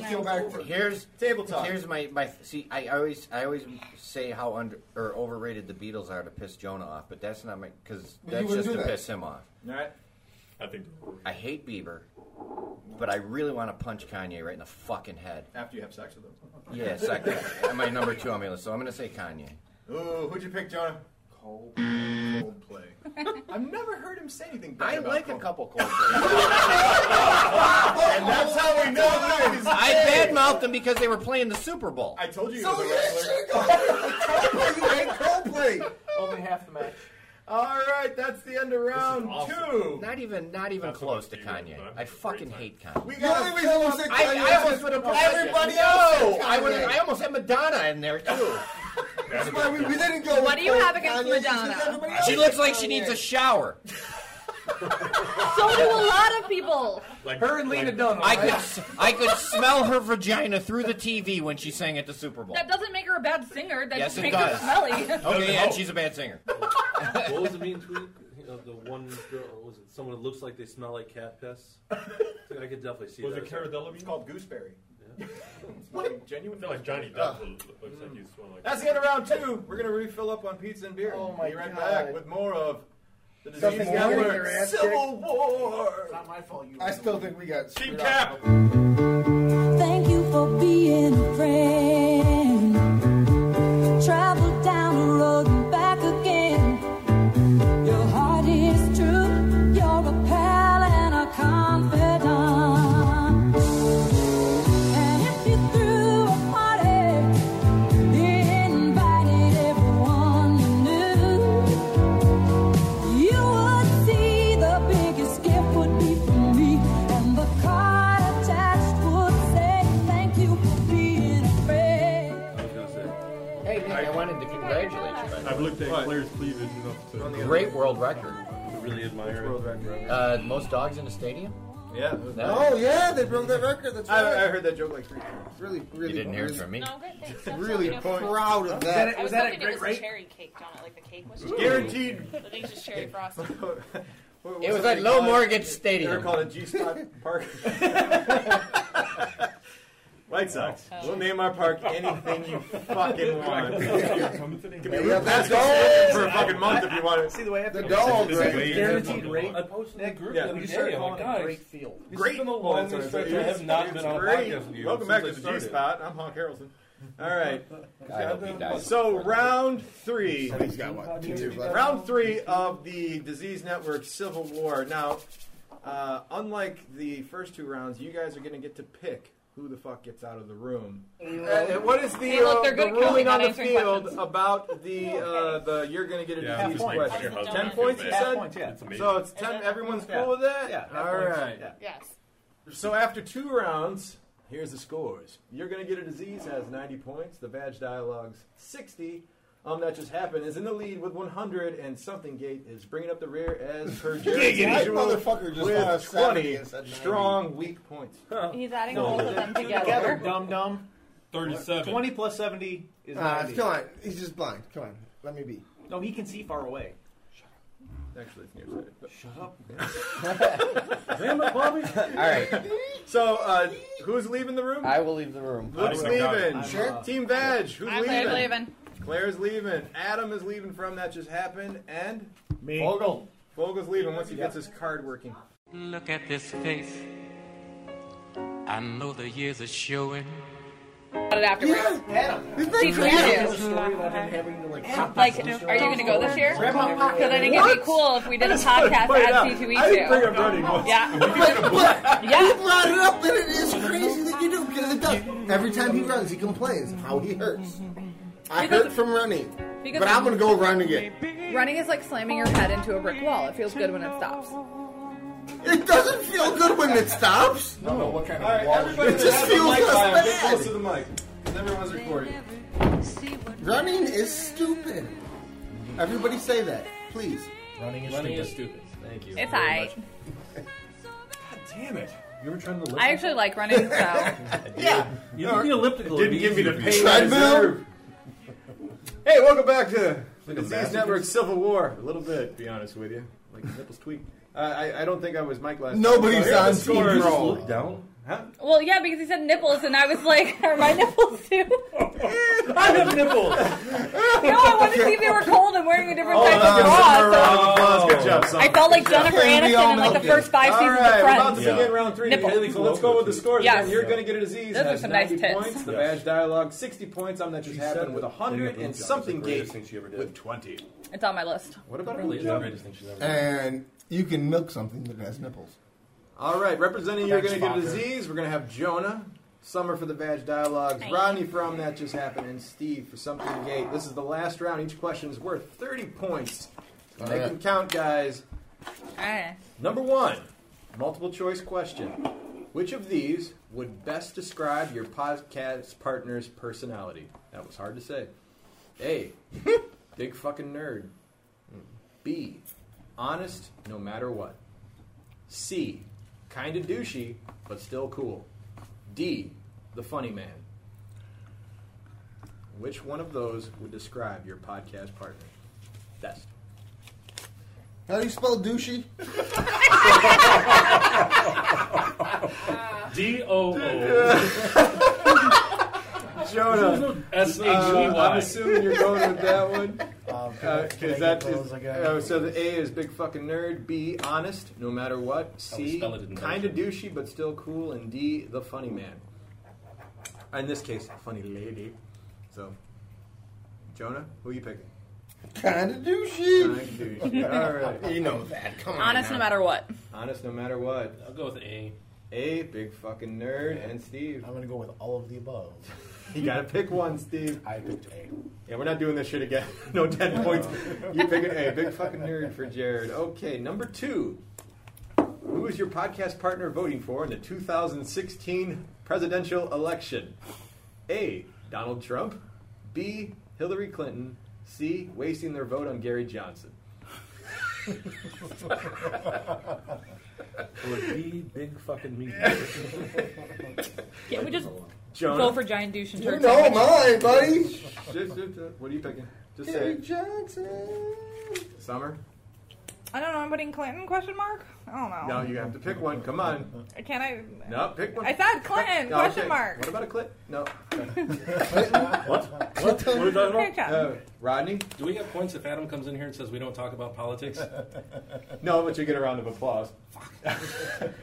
Speaker 4: Here's
Speaker 7: table talk.
Speaker 4: Here's my my see. I always I always say how under or overrated the Beatles are to piss Jonah off, but that's not my because
Speaker 7: Well,
Speaker 4: that's
Speaker 7: you wouldn't
Speaker 4: just to
Speaker 7: do that.
Speaker 4: piss him off.
Speaker 7: All right.
Speaker 9: I think.
Speaker 4: I hate Bieber, but I really want to punch Kanye right in the fucking head.
Speaker 7: After you have sex with him.
Speaker 4: Yeah,
Speaker 7: *laughs*
Speaker 4: second. my number two on my list, so I'm gonna say Kanye.
Speaker 7: Ooh, who'd you pick, Jonah? Coldplay. Coldplay. I've never heard him say anything. Bad
Speaker 4: I
Speaker 7: about
Speaker 4: like
Speaker 7: Coldplay.
Speaker 4: a couple
Speaker 7: *laughs* and that's how we know that he's
Speaker 4: I
Speaker 7: gay.
Speaker 4: badmouthed them because they were playing the Super Bowl.
Speaker 7: I told you.
Speaker 4: So
Speaker 7: he
Speaker 4: you
Speaker 7: was *laughs* a wrestler. you hate Coldplay. Only half the match. All right, that's the end of round two.
Speaker 4: Not even, not even close to Kanye. I fucking hate Kanye.
Speaker 7: We got
Speaker 4: I, I almost would have put
Speaker 2: Everybody
Speaker 4: No,
Speaker 2: else.
Speaker 4: I would. I almost had Madonna in there too.
Speaker 2: That's why we- we didn't go What do you with have against Kanye, it's just Madonna? everybody else
Speaker 4: She
Speaker 2: is
Speaker 4: looks like she
Speaker 2: Kanye.
Speaker 4: needs a shower.
Speaker 5: So do
Speaker 7: *laughs*
Speaker 5: a lot of people.
Speaker 9: Like
Speaker 4: her and Lena Dunham. I could, s- I could smell her vagina through the TV when she sang at the Super Bowl.
Speaker 5: That doesn't make her a bad singer. That
Speaker 4: Yes,
Speaker 5: just
Speaker 4: it
Speaker 5: makes her
Speaker 4: does.
Speaker 7: *laughs*
Speaker 5: smelly.
Speaker 4: Okay, and she's a bad singer.
Speaker 6: what was the mean tweet? Uh, the one girl was it someone that looks like they smell like cat piss? I could definitely see
Speaker 9: Was
Speaker 6: that.
Speaker 9: it Cara Delevingne?
Speaker 7: It's called Gooseberry.
Speaker 6: Yeah.
Speaker 7: Like genuine.
Speaker 9: *laughs* feel *laughs* like Johnny Depp looks like he's smelling
Speaker 7: Uh. Mm.
Speaker 9: like.
Speaker 7: That's the end of round two. We're gonna refill up on pizza and beer. Oh my Be right back with more of the
Speaker 21: Something
Speaker 7: disease
Speaker 21: got in
Speaker 7: network.
Speaker 21: their ass
Speaker 7: Civil War. It's
Speaker 22: not my fault. You.
Speaker 21: I still think we got
Speaker 7: Team
Speaker 21: screwed
Speaker 7: Cap.
Speaker 21: up.
Speaker 20: Thank you for being a friend. Travel down the
Speaker 4: wanted to congratulate you. by the
Speaker 9: I've
Speaker 4: way.
Speaker 9: looked at Claire's cleavage enough to.
Speaker 4: Great world record.
Speaker 9: Really admire it. World record.
Speaker 4: Uh, most dogs in a stadium.
Speaker 7: Yeah.
Speaker 2: Oh yeah, they broke that record. That's
Speaker 7: I-
Speaker 2: right.
Speaker 7: I heard that joke like three times.
Speaker 2: Really, really.
Speaker 4: didn't hear it
Speaker 2: really-
Speaker 4: from me. No,
Speaker 5: good, thanks.
Speaker 2: really
Speaker 5: That's all we know.
Speaker 2: proud of that.
Speaker 5: I was
Speaker 7: that
Speaker 5: hoping
Speaker 7: at
Speaker 5: it was
Speaker 7: great rate?
Speaker 5: a cherry cake, Donna. Like the cake was
Speaker 7: Ooh. Guaranteed.
Speaker 5: But it's just cherry frosting.
Speaker 4: It was at Low Mortgage Stadium.
Speaker 7: They were called a G Spot
Speaker 4: *laughs*
Speaker 7: Park. White Sox.
Speaker 6: Oh.
Speaker 7: We'll name our park anything you
Speaker 6: *laughs*
Speaker 7: fucking want.
Speaker 6: Yeah,
Speaker 7: that's
Speaker 6: that's
Speaker 7: all
Speaker 6: all.
Speaker 7: for a fucking month if you want it.
Speaker 6: See, the way I have to- This is a
Speaker 1: Guaranteed
Speaker 6: guaranteed
Speaker 1: rate.
Speaker 6: rate.
Speaker 1: I posted in the group
Speaker 6: Yeah,
Speaker 1: the other
Speaker 6: we
Speaker 1: day.
Speaker 6: started
Speaker 1: I'm
Speaker 6: calling
Speaker 1: like,
Speaker 6: it
Speaker 1: guys,
Speaker 6: great field.
Speaker 1: this
Speaker 7: Great.
Speaker 1: has been a
Speaker 7: Oh,
Speaker 1: long
Speaker 7: that's right.
Speaker 1: stretch. I
Speaker 7: It's
Speaker 1: have not
Speaker 7: great.
Speaker 1: been on a
Speaker 7: Great.
Speaker 1: podcast with you
Speaker 7: Welcome
Speaker 1: since
Speaker 7: back
Speaker 1: I
Speaker 7: to the G
Speaker 1: started.
Speaker 7: Spot. I'm Honk Harrelson.
Speaker 6: *laughs*
Speaker 7: All right.
Speaker 4: I hope he dies
Speaker 7: So round three.
Speaker 4: Somebody's got one. Two, two left.
Speaker 7: Round three of the Disease Network Civil War. Now, uh, unlike the first two rounds, you guys are going to get to pick who the fuck gets out of the room. Uh, and what is the,
Speaker 5: Hey, look,
Speaker 7: uh,
Speaker 5: they're
Speaker 7: the
Speaker 5: good at counting,
Speaker 7: ruling
Speaker 5: not
Speaker 7: on the
Speaker 5: answering *laughs*
Speaker 7: field
Speaker 5: questions.
Speaker 7: about the uh, the you're going to get a
Speaker 1: Yeah, half
Speaker 7: disease
Speaker 1: points.
Speaker 7: question?
Speaker 1: Half
Speaker 7: Ten
Speaker 1: points.
Speaker 7: points, you
Speaker 1: Half
Speaker 7: said.
Speaker 1: points, yeah. It's amazing.
Speaker 7: So it's ten. Everyone's cool with that.
Speaker 1: Yeah, half
Speaker 7: All
Speaker 1: points.
Speaker 7: right.
Speaker 1: Yeah.
Speaker 5: Yes.
Speaker 7: So after two rounds, here's the scores. You're going to get a disease has 90 points. The Vag Dialogues 60. Um, that just happened is in the lead with 100, and something gate is bringing up the rear as per Jared's
Speaker 2: Giggity. That
Speaker 7: usual
Speaker 2: motherfucker just had a
Speaker 7: with
Speaker 2: 70
Speaker 7: 20
Speaker 2: and said 90.
Speaker 7: strong weak points.
Speaker 5: He's adding
Speaker 7: No.
Speaker 5: both of them
Speaker 7: Two
Speaker 5: together.
Speaker 7: together.
Speaker 6: Dumb dumb.
Speaker 9: 37.
Speaker 6: 20 plus 70
Speaker 4: Uh,
Speaker 6: is
Speaker 2: Ah,
Speaker 6: 90.
Speaker 2: come on, he's just blind. Come on, let me be.
Speaker 6: No, he can see far away.
Speaker 7: Actually, it's nearsighted. but-
Speaker 6: Shut up. *laughs*
Speaker 4: All right.
Speaker 7: So uh, who's leaving the room?
Speaker 4: I will leave the room.
Speaker 7: Who's leaving?
Speaker 4: Sure.
Speaker 7: Team Vag. Who's
Speaker 5: I'm
Speaker 7: leaving?
Speaker 5: leaving.
Speaker 7: Claire's leaving. Adam is leaving from that just happened, and
Speaker 6: me.
Speaker 7: Vogel. Vogel's leaving once he gets his card working.
Speaker 14: Look at this face. I know the years are showing.
Speaker 5: About it afterwards.
Speaker 14: Adam.
Speaker 5: Be creative. Like, are you going to go this year? Because I think it'd be cool if we did a podcast at E C2E2.
Speaker 7: *laughs*
Speaker 5: Yeah.
Speaker 2: You brought it up, and it is crazy that you do because it does. Every time he runs, he complains how he hurts. I
Speaker 5: Because-
Speaker 2: hurt from running,
Speaker 5: because-
Speaker 2: but I'm gonna go run again.
Speaker 5: Running is like slamming your head into a brick wall. It feels good when it stops.
Speaker 2: It doesn't feel good when it stops.
Speaker 7: No, no, what kind of
Speaker 2: Alright,
Speaker 7: wall-
Speaker 2: everybody
Speaker 7: It
Speaker 2: that
Speaker 7: just
Speaker 2: has a
Speaker 7: feels
Speaker 2: mic
Speaker 7: us
Speaker 2: by 'em, get
Speaker 7: bad.
Speaker 2: close to the
Speaker 7: mic. Everyone's recording.
Speaker 2: Running is stupid. Everybody say that, please. Running
Speaker 1: Running is stupid. Thank you.
Speaker 5: It's I.
Speaker 7: Damn it.
Speaker 1: You were trying to
Speaker 5: I actually like running, so.
Speaker 1: Yeah. You did the elliptical.
Speaker 7: Didn't give me the pain I deserve.
Speaker 1: Treadmill.
Speaker 7: Hey, welcome back to the
Speaker 1: Like a
Speaker 7: Disease
Speaker 1: masochist.
Speaker 7: Network Civil War. A little bit, to be honest with you. Like nipples tweak. Uh, I, I don't think I was Mike last
Speaker 2: Nobody's
Speaker 7: time.
Speaker 2: on
Speaker 7: Here's the scores.
Speaker 2: Team Pro.
Speaker 7: Look down. Huh?
Speaker 5: Well, yeah, because he said nipples, and I was like, *laughs* are my nipples too?
Speaker 1: I have nipples. Oh,
Speaker 5: No, I wanted to see if they were cold and wearing a different type
Speaker 7: Hold on,
Speaker 5: of
Speaker 7: somewhere around
Speaker 5: bra.
Speaker 7: the applause. Good job,
Speaker 5: So
Speaker 7: son.
Speaker 5: I felt like
Speaker 7: Good job.
Speaker 5: Jennifer Aniston in like the first five
Speaker 7: All
Speaker 5: seasons
Speaker 7: right,
Speaker 5: of
Speaker 7: we're about
Speaker 5: Friends.
Speaker 7: to begin round three.
Speaker 5: Nipple.
Speaker 7: So let's go with the scores.
Speaker 5: Yes.
Speaker 7: Again, you're going to get a disease.
Speaker 5: Those are
Speaker 7: has
Speaker 5: some nice
Speaker 7: 90
Speaker 5: tits.
Speaker 7: points. The
Speaker 5: Yes.
Speaker 7: badge dialogue, 60 points on that just
Speaker 1: said
Speaker 7: happened with
Speaker 1: that thing at
Speaker 7: 100
Speaker 1: Blue
Speaker 7: and
Speaker 1: Job is
Speaker 7: something
Speaker 1: the greatest
Speaker 7: gate
Speaker 1: thing she ever did.
Speaker 7: with 20.
Speaker 5: It's on my list.
Speaker 7: What about
Speaker 1: Really is
Speaker 7: Blue
Speaker 1: the
Speaker 7: Job?
Speaker 1: greatest thing she's ever done.
Speaker 2: And you can milk something that has nipples.
Speaker 7: All right, representing you're going
Speaker 2: Thanks,
Speaker 7: to get a
Speaker 2: Fokker.
Speaker 7: disease. We're going to have Jonah, Summer for the badge dialogues, Rodney from that just happened, and Steve for something gate. This is the last round. Each question is worth 30 points.
Speaker 2: All
Speaker 7: Make
Speaker 2: right.
Speaker 7: them count, guys.
Speaker 5: Alright.
Speaker 7: Number one, multiple choice question. Which of these would best describe your podcast partner's personality? That was hard to say. A. *laughs* Big fucking nerd. B. Honest no matter what. C. Kinda douchey, but still cool. D. The funny man. Which one of those would describe your podcast partner best?
Speaker 2: How do you spell douchey?
Speaker 1: *laughs* D O
Speaker 2: *laughs*
Speaker 1: O.
Speaker 7: Jonah.
Speaker 1: *laughs* S H E
Speaker 7: Uh, I'm
Speaker 1: Y.
Speaker 7: assuming you're going with that *laughs* one.
Speaker 1: can I-
Speaker 7: Uh,
Speaker 1: can I
Speaker 7: 'cause
Speaker 1: get
Speaker 7: that
Speaker 1: those
Speaker 7: is-
Speaker 1: again?
Speaker 7: oh, so the A is big fucking nerd. B honest, no matter what. C
Speaker 1: spell it in
Speaker 7: kind of douchey but still cool. And D the funny man. In this case, funny lady. So, Jonah, who are you picking?
Speaker 2: Kind of douchey.
Speaker 7: Kinda
Speaker 2: *laughs*
Speaker 7: douchey. All right,
Speaker 2: You know that. Come on.
Speaker 5: Honest no matter what.
Speaker 7: Honest, no matter what.
Speaker 1: I'll go with A.
Speaker 7: A big fucking nerd and Steve.
Speaker 23: I'm gonna go with all of the above.
Speaker 7: *laughs* You gotta pick one, Steve.
Speaker 23: I picked A.
Speaker 7: Yeah, we're not doing this shit again. *laughs* no 10 points. You pick an A. Big fucking nerd for Jared. Okay, number two. Who is your podcast partner voting for in the 2016 presidential election? A. Donald Trump. B. Hillary Clinton. C. Wasting their vote on Gary Johnson.
Speaker 6: Or D, Uh, big
Speaker 5: *laughs*
Speaker 6: fucking me.
Speaker 5: Can we just
Speaker 7: Jonah?
Speaker 5: go for giant douche and
Speaker 7: You
Speaker 5: turkey?
Speaker 7: know mine, buddy. Just- just- uh, what are you picking? Just say
Speaker 5: Gary
Speaker 7: it. Summer.
Speaker 5: I don't know. I'm putting Clinton question mark. I don't know.
Speaker 7: No, you have to pick one. Come *laughs* on.
Speaker 5: Can I?
Speaker 7: No, pick one.
Speaker 5: I said Clinton
Speaker 7: No,
Speaker 5: question
Speaker 7: okay.
Speaker 5: mark.
Speaker 7: What about a clip? No.
Speaker 6: what? What? are we talking about?
Speaker 5: Great job. Uh,
Speaker 7: Rodney?
Speaker 6: Do we have points if Adam comes in here and says we don't talk about
Speaker 7: *laughs*
Speaker 6: politics?
Speaker 7: No, but you get a round of applause.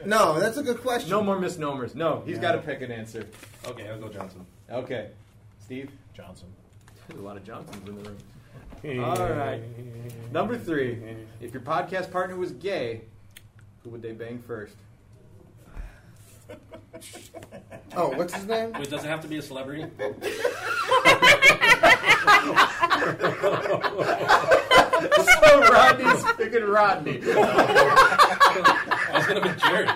Speaker 24: no, that's a good question.
Speaker 7: No more misnomers. No, he's
Speaker 6: Yeah.
Speaker 7: got to pick an answer.
Speaker 6: Okay, I'll go Johnson.
Speaker 7: Okay. Steve? Johnson. There's a lot of Johnsons in
Speaker 6: *laughs*
Speaker 7: the room. All right. Number three. If your podcast partner was gay, who would they bang first?
Speaker 24: Oh, what's
Speaker 7: *laughs*
Speaker 24: his name?
Speaker 6: It doesn't have to be a celebrity.
Speaker 7: so Rodney's picking Rodney.
Speaker 6: I was gonna be Jared.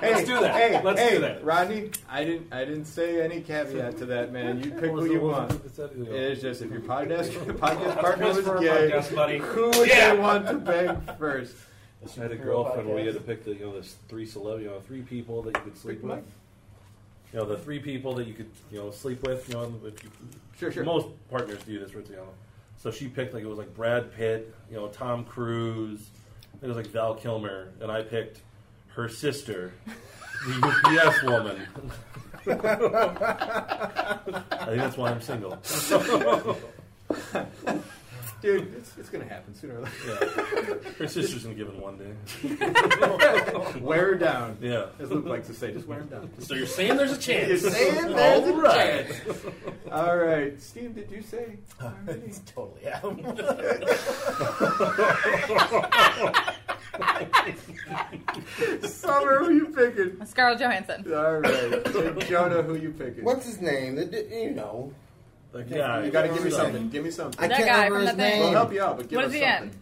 Speaker 7: Hey,
Speaker 6: Let's do that.
Speaker 7: Hey,
Speaker 6: Let's
Speaker 7: hey,
Speaker 6: do that.
Speaker 7: Rodney. I didn't. I didn't say any caveat to that, man. You pick
Speaker 6: was
Speaker 7: who
Speaker 6: the-
Speaker 7: you
Speaker 6: what
Speaker 7: want.
Speaker 6: was
Speaker 7: It is just if your *laughs* podcast podcast partner
Speaker 6: Just
Speaker 7: was
Speaker 6: for a
Speaker 7: gay,
Speaker 6: podcast, buddy.
Speaker 7: who would
Speaker 6: Yeah.
Speaker 7: they want
Speaker 6: *laughs*
Speaker 7: to bang first?
Speaker 6: I had a girlfriend where you had to pick the you know the three celeb you know three people that you could sleep with. You know the three people that you could you know sleep with. You know, and if you,
Speaker 7: Sure, sure.
Speaker 6: Most partners do this, with, you know. So she picked like it was like Brad Pitt, you know, Tom Cruise. It was like Val Kilmer, and I picked her sister, the *laughs* UPS woman. I think *laughs* that's why
Speaker 24: *laughs*
Speaker 6: I'm single.
Speaker 7: Dude, it's, it's gonna happen sooner or later.
Speaker 6: Her sister's gonna give it one day.
Speaker 7: *laughs* wear her down.
Speaker 6: Yeah.
Speaker 7: As Luke likes to say, just wear her down.
Speaker 6: So you're saying there's a chance.
Speaker 7: You're saying there's
Speaker 6: All
Speaker 7: a
Speaker 6: right.
Speaker 7: chance. *laughs* All right. *laughs* Steve, did you say? It's
Speaker 25: totally out.
Speaker 7: *laughs* Summer, who you picking?
Speaker 5: Scarlett Johansson.
Speaker 7: All right. Hey, Jonah, who you picking?
Speaker 24: What's his name? The, d- you know.
Speaker 7: guy. You gotta give me something. Give me something.
Speaker 24: I
Speaker 5: That
Speaker 24: can't
Speaker 5: guy
Speaker 24: remember
Speaker 5: from
Speaker 24: his
Speaker 5: the thing.
Speaker 24: name.
Speaker 5: We'll
Speaker 7: help you out, but give
Speaker 5: What
Speaker 7: us
Speaker 5: is the end?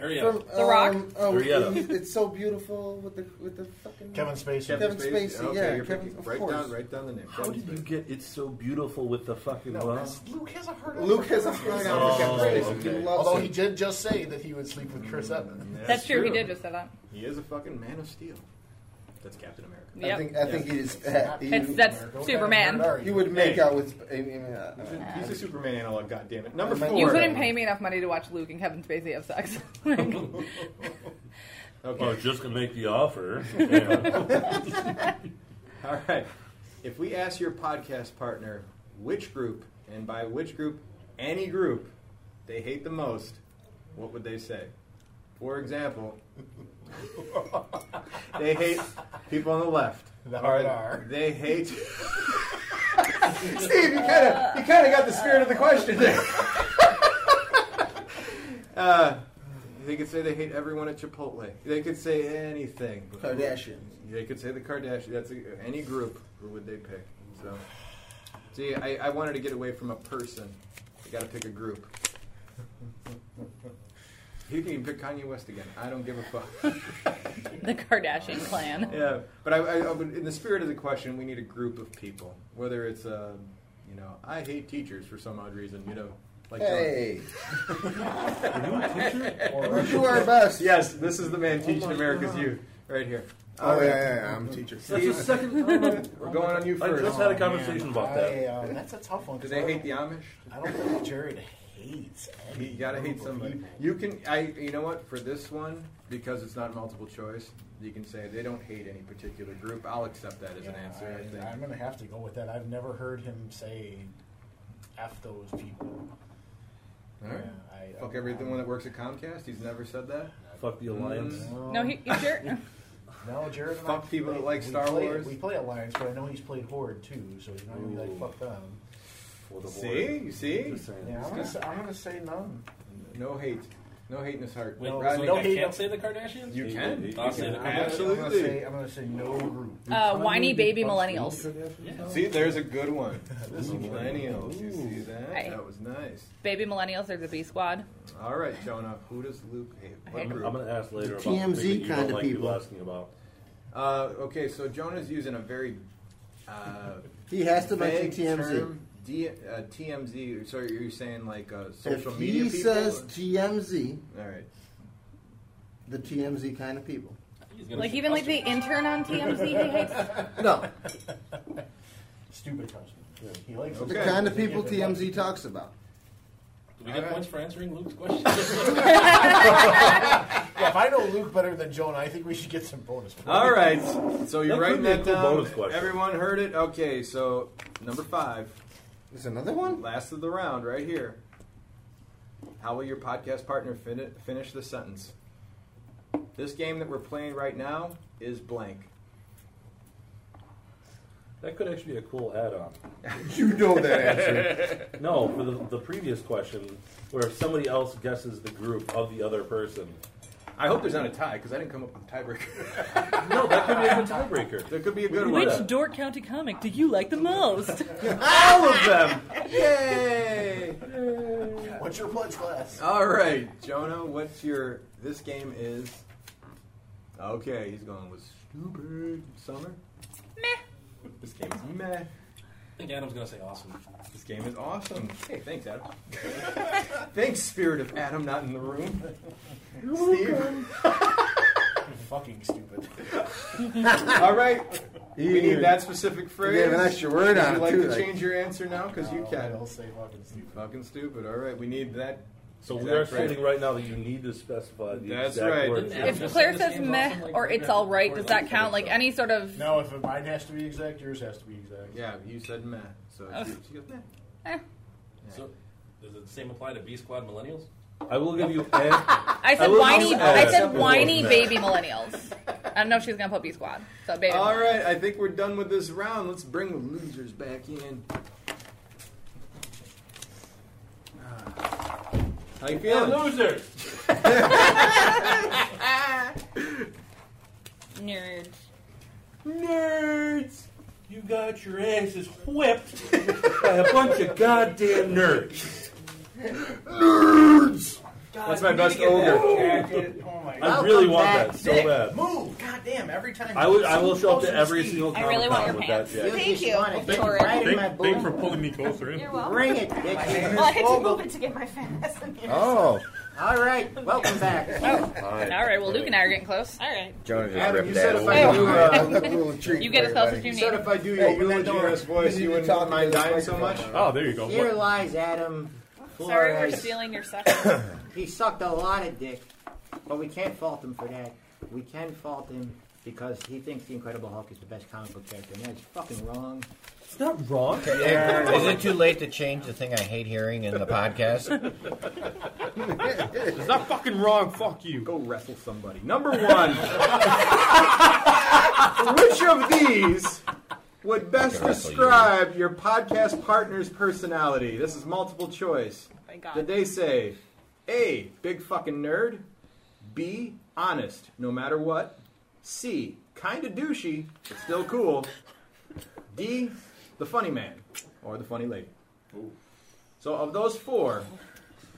Speaker 6: Ariel.
Speaker 24: From,
Speaker 5: The Rock?
Speaker 24: um, oh,
Speaker 6: Arietta.
Speaker 24: he's- it's so beautiful with the with the fucking
Speaker 11: Kevin Spacey.
Speaker 24: Kevin Spacey.
Speaker 7: Okay,
Speaker 24: yeah,
Speaker 7: you're
Speaker 24: Kevin,
Speaker 7: picking.
Speaker 24: of
Speaker 7: Right
Speaker 24: course.
Speaker 7: down, right down the name.
Speaker 6: How did you get it's so beautiful with the fucking
Speaker 11: No,
Speaker 6: love?
Speaker 25: Luke has a hard
Speaker 24: Luke has a hard out for
Speaker 6: Oh,
Speaker 24: Kevin Spacey.
Speaker 6: okay.
Speaker 24: He loves
Speaker 11: Although
Speaker 24: him.
Speaker 11: he did just say that he would sleep with Chris Evans.
Speaker 5: That's true. He did just say that.
Speaker 7: He is a fucking man of steel. That's Captain America.
Speaker 5: Yep.
Speaker 24: I think I think
Speaker 7: Yeah.
Speaker 24: it is. Uh, he
Speaker 5: It's,
Speaker 24: would-
Speaker 5: that's Superman.
Speaker 24: You would make out with. I mean,
Speaker 7: He's
Speaker 24: uh,
Speaker 7: a, he's a Superman analog. God damn it. Number four.
Speaker 5: You couldn't pay me enough money to watch Luke and Kevin Spacey have sex. *laughs*
Speaker 7: *laughs*
Speaker 5: Like,
Speaker 6: I was just gonna make the offer.
Speaker 7: *laughs* All right. If we ask your podcast partner which group, and by which group, any group, they hate the most, what would they say? For
Speaker 24: *laughs*
Speaker 7: example, they hate people on the left.
Speaker 11: The hard R.
Speaker 7: They hate. Steve, you kind of you kind of got the spirit of the question there. *laughs* uh, they could say they hate everyone at Chipotle. They could say anything.
Speaker 24: Kardashians.
Speaker 7: They could say the Kardashians. That's a, any group. Who would they pick? So, see, I, I wanted to get away from a person. I got to pick a group. You can even pick Kanye West again. I don't give a fuck. *laughs*
Speaker 5: the Kardashian clan.
Speaker 7: yeah, but I, I, I would, in the spirit of the question, we need a group of people. Whether it's, uh, you know, I hate teachers for some odd reason. You know, like *laughs*
Speaker 24: Hey.
Speaker 7: John.
Speaker 24: We do our best.
Speaker 7: Yes, this is the
Speaker 6: Oh
Speaker 7: man teaching America's youth right here.
Speaker 24: Oh,
Speaker 7: All right.
Speaker 24: yeah, yeah, yeah, I'm a teacher.
Speaker 7: Steve,
Speaker 24: That's the second-
Speaker 7: We're going on you
Speaker 6: I
Speaker 7: first.
Speaker 6: just
Speaker 24: Oh,
Speaker 6: had a conversation about that.
Speaker 25: I, um, that's a tough one.
Speaker 7: Do
Speaker 25: 'cause
Speaker 7: they
Speaker 25: I
Speaker 7: hate the
Speaker 25: don't-
Speaker 7: Amish?
Speaker 25: I don't think Jared hates. any
Speaker 7: You gotta hate
Speaker 25: group of
Speaker 7: somebody.
Speaker 25: people.
Speaker 7: You can, I, you know what? For this one, because it's not multiple choice, you can say they don't hate any particular group. I'll accept that as an
Speaker 25: Yeah,
Speaker 7: answer. I
Speaker 25: I, am
Speaker 7: think.
Speaker 25: gonna have to go with that. I've never heard him say "f those people."
Speaker 7: All right.
Speaker 25: Yeah, I-
Speaker 7: Fuck
Speaker 25: I-
Speaker 7: everyone that works at Comcast. He's never said that. Mm.
Speaker 6: Fuck the alliance.
Speaker 5: *laughs* No, he, he sure.
Speaker 6: *laughs*
Speaker 25: No,
Speaker 11: *laughs*
Speaker 25: Jared. and
Speaker 7: Fuck
Speaker 25: I
Speaker 7: people
Speaker 25: play-
Speaker 7: that like
Speaker 25: we
Speaker 7: Star
Speaker 25: play-
Speaker 7: Wars.
Speaker 25: We play Alliance, but I know he's played Horde too, so he's not gonna be
Speaker 7: Ooh.
Speaker 25: like fuck them.
Speaker 6: For the
Speaker 7: See, you see.
Speaker 6: Just saying.
Speaker 25: Yeah, I'm gonna, say, I'm gonna say none.
Speaker 7: No hate, no hate in his heart.
Speaker 6: Wait,
Speaker 7: No,
Speaker 6: so
Speaker 7: no
Speaker 6: I
Speaker 7: hate.
Speaker 6: can't say the Kardashians?
Speaker 7: You can. You
Speaker 6: I'll
Speaker 7: can.
Speaker 6: say the
Speaker 25: I'm gonna- I'm
Speaker 6: Kardashians.
Speaker 25: gonna
Speaker 7: Absolutely.
Speaker 25: say, I'm gonna say no group.
Speaker 5: Uh, whiny baby millennials.
Speaker 7: See, there's a good one. Millennials. You see that?
Speaker 5: Hey.
Speaker 7: That was nice.
Speaker 5: Baby millennials are the B squad.
Speaker 7: All right, Jonah. Who does Luke hate? What
Speaker 5: hate
Speaker 6: I'm
Speaker 7: group?
Speaker 6: gonna ask later about
Speaker 24: The
Speaker 6: the thing
Speaker 24: TMZ
Speaker 6: that you
Speaker 24: kind
Speaker 6: don't
Speaker 24: of
Speaker 6: like people
Speaker 24: people.
Speaker 6: asking about.
Speaker 7: Uh, okay, so Jonah's using a very. Uh,
Speaker 24: He has to mention
Speaker 7: vague
Speaker 24: TMZ.
Speaker 7: term. D, uh, TMZ. So you're saying like uh,
Speaker 24: If
Speaker 7: social media
Speaker 24: he
Speaker 7: people?
Speaker 24: says TMZ,
Speaker 7: All right.
Speaker 24: the TMZ kind of people.
Speaker 5: Like even like the intern on TMZ, he *laughs*
Speaker 7: *laughs*
Speaker 5: hates.
Speaker 24: No.
Speaker 25: Stupid customer. He likes
Speaker 24: The kind of people TMZ talks about.
Speaker 25: Do we get points for
Speaker 6: answering Luke's
Speaker 25: question?
Speaker 7: *laughs*
Speaker 25: yeah, if I know Luke better than Jonah, I think we should get some bonus points.
Speaker 7: All right. So you're
Speaker 25: That
Speaker 7: writing
Speaker 25: could be a
Speaker 7: that
Speaker 25: cool
Speaker 7: down.
Speaker 25: bonus question.
Speaker 7: Everyone heard it. Okay. So number five.
Speaker 24: There's another one.
Speaker 7: Last of the round, right here. How will your podcast partner fin- finish the sentence? This game that we're playing right now is blank.
Speaker 6: That could actually be a cool add-on.
Speaker 24: You know that answer.
Speaker 6: *laughs* no, for the, the previous question, where if somebody else guesses the group of the other person.
Speaker 7: I hope there's not a tie because I didn't come up with a *laughs* tiebreaker.
Speaker 6: no, that could be a good tiebreaker.
Speaker 7: There could be a
Speaker 6: good
Speaker 7: one.
Speaker 26: Which Dork County comic do you like the most?
Speaker 7: All of them. *laughs* Yay!
Speaker 25: What's your pledge class?
Speaker 7: All right, Jonah. What's your? This game is. Okay, he's going with stupid summer. Meh. This game is meh. I
Speaker 25: think Adam's gonna say awesome.
Speaker 7: This game is awesome. Hey, thanks, Adam. *laughs* thanks, spirit of Adam, not in the room. Steve.
Speaker 25: Fucking stupid.
Speaker 7: *laughs* All right.
Speaker 24: You
Speaker 7: we need
Speaker 24: even-
Speaker 7: that specific phrase.
Speaker 24: You gave an extra word
Speaker 7: Would
Speaker 24: on
Speaker 7: you
Speaker 24: it
Speaker 7: like
Speaker 24: too.
Speaker 7: to
Speaker 24: like-
Speaker 7: change your answer now? Because you can.
Speaker 25: I'll Oh, say fucking stupid.
Speaker 7: Fucking stupid. All right, we need that.
Speaker 6: So we are
Speaker 7: exact phrase.
Speaker 6: stating right now that you need to specify the
Speaker 7: That's
Speaker 6: exact
Speaker 7: right.
Speaker 6: words.
Speaker 5: If Claire says meh or it's all right, does that count? Like any sort of
Speaker 25: No, if mine has to be exact, yours has to be exact.
Speaker 7: Yeah, you said meh. So
Speaker 5: Oh.
Speaker 7: she- she goes meh.
Speaker 14: So, does the same apply to B Squad Millennials?
Speaker 6: I will give you. I
Speaker 5: *laughs* I said
Speaker 14: will
Speaker 5: whiny.
Speaker 14: give you
Speaker 5: I
Speaker 14: an
Speaker 5: said
Speaker 14: acceptable
Speaker 5: whiny
Speaker 14: meh.
Speaker 5: baby millennials. I don't know if she's gonna put B squad. So baby.
Speaker 7: All
Speaker 5: millennials.
Speaker 7: right, I think we're done with this round. Let's bring the losers back in.
Speaker 6: Ah.
Speaker 7: How you feeling?
Speaker 6: losers.
Speaker 7: *laughs*
Speaker 26: Nerds.
Speaker 6: Nerds! You got your asses whipped by a bunch of goddamn nerds. Nerds!
Speaker 7: That's my best ogre.
Speaker 6: I really want that so bad.
Speaker 18: Move! God damn, every time.
Speaker 6: I would. I will show up to every single.
Speaker 18: I really
Speaker 6: Comic-Con
Speaker 18: want your
Speaker 6: with
Speaker 18: pants.
Speaker 6: That, jacket.
Speaker 18: Thank you.
Speaker 6: Well,
Speaker 18: Thank- thank-
Speaker 6: thank for pulling me closer in.
Speaker 10: Bring it, bitch.
Speaker 13: Well, I had to move it to get my fast.
Speaker 4: Oh.
Speaker 10: All right, welcome back.
Speaker 5: All right. Well, Luke and I are getting close. All right.
Speaker 4: Jonah just
Speaker 7: Adam,
Speaker 4: ripped
Speaker 7: you
Speaker 4: that
Speaker 7: said if I
Speaker 4: away.
Speaker 7: do,
Speaker 4: *laughs*
Speaker 5: little treat You get for yourself everybody. what you
Speaker 7: You said
Speaker 5: need.
Speaker 7: if I do, you
Speaker 5: Hey,
Speaker 7: open that generous voice, you wouldn't mind dying so much.
Speaker 6: Oh, there you go.
Speaker 10: Here lies Adam.
Speaker 13: Sorry, we're
Speaker 10: Flores.
Speaker 13: stealing your second.
Speaker 10: He sucked a lot of dick, but we can't fault him for that. We can fault him because he thinks the Incredible Hulk is the best comic book character, and that's fucking wrong.
Speaker 6: It's not wrong.
Speaker 4: Is it
Speaker 10: *laughs*
Speaker 4: too late to change the thing I hate hearing in the podcast?
Speaker 6: It's not fucking wrong. Fuck you.
Speaker 7: Go wrestle somebody.
Speaker 6: *laughs*
Speaker 7: Number one. Which of these would best describe your podcast partner's personality? This is multiple choice.
Speaker 13: Thank God.
Speaker 7: Did they say A, big fucking nerd? B, honest, no matter what? C, kinda douchey, but still cool? D, the funny man or the funny lady? So, of those four,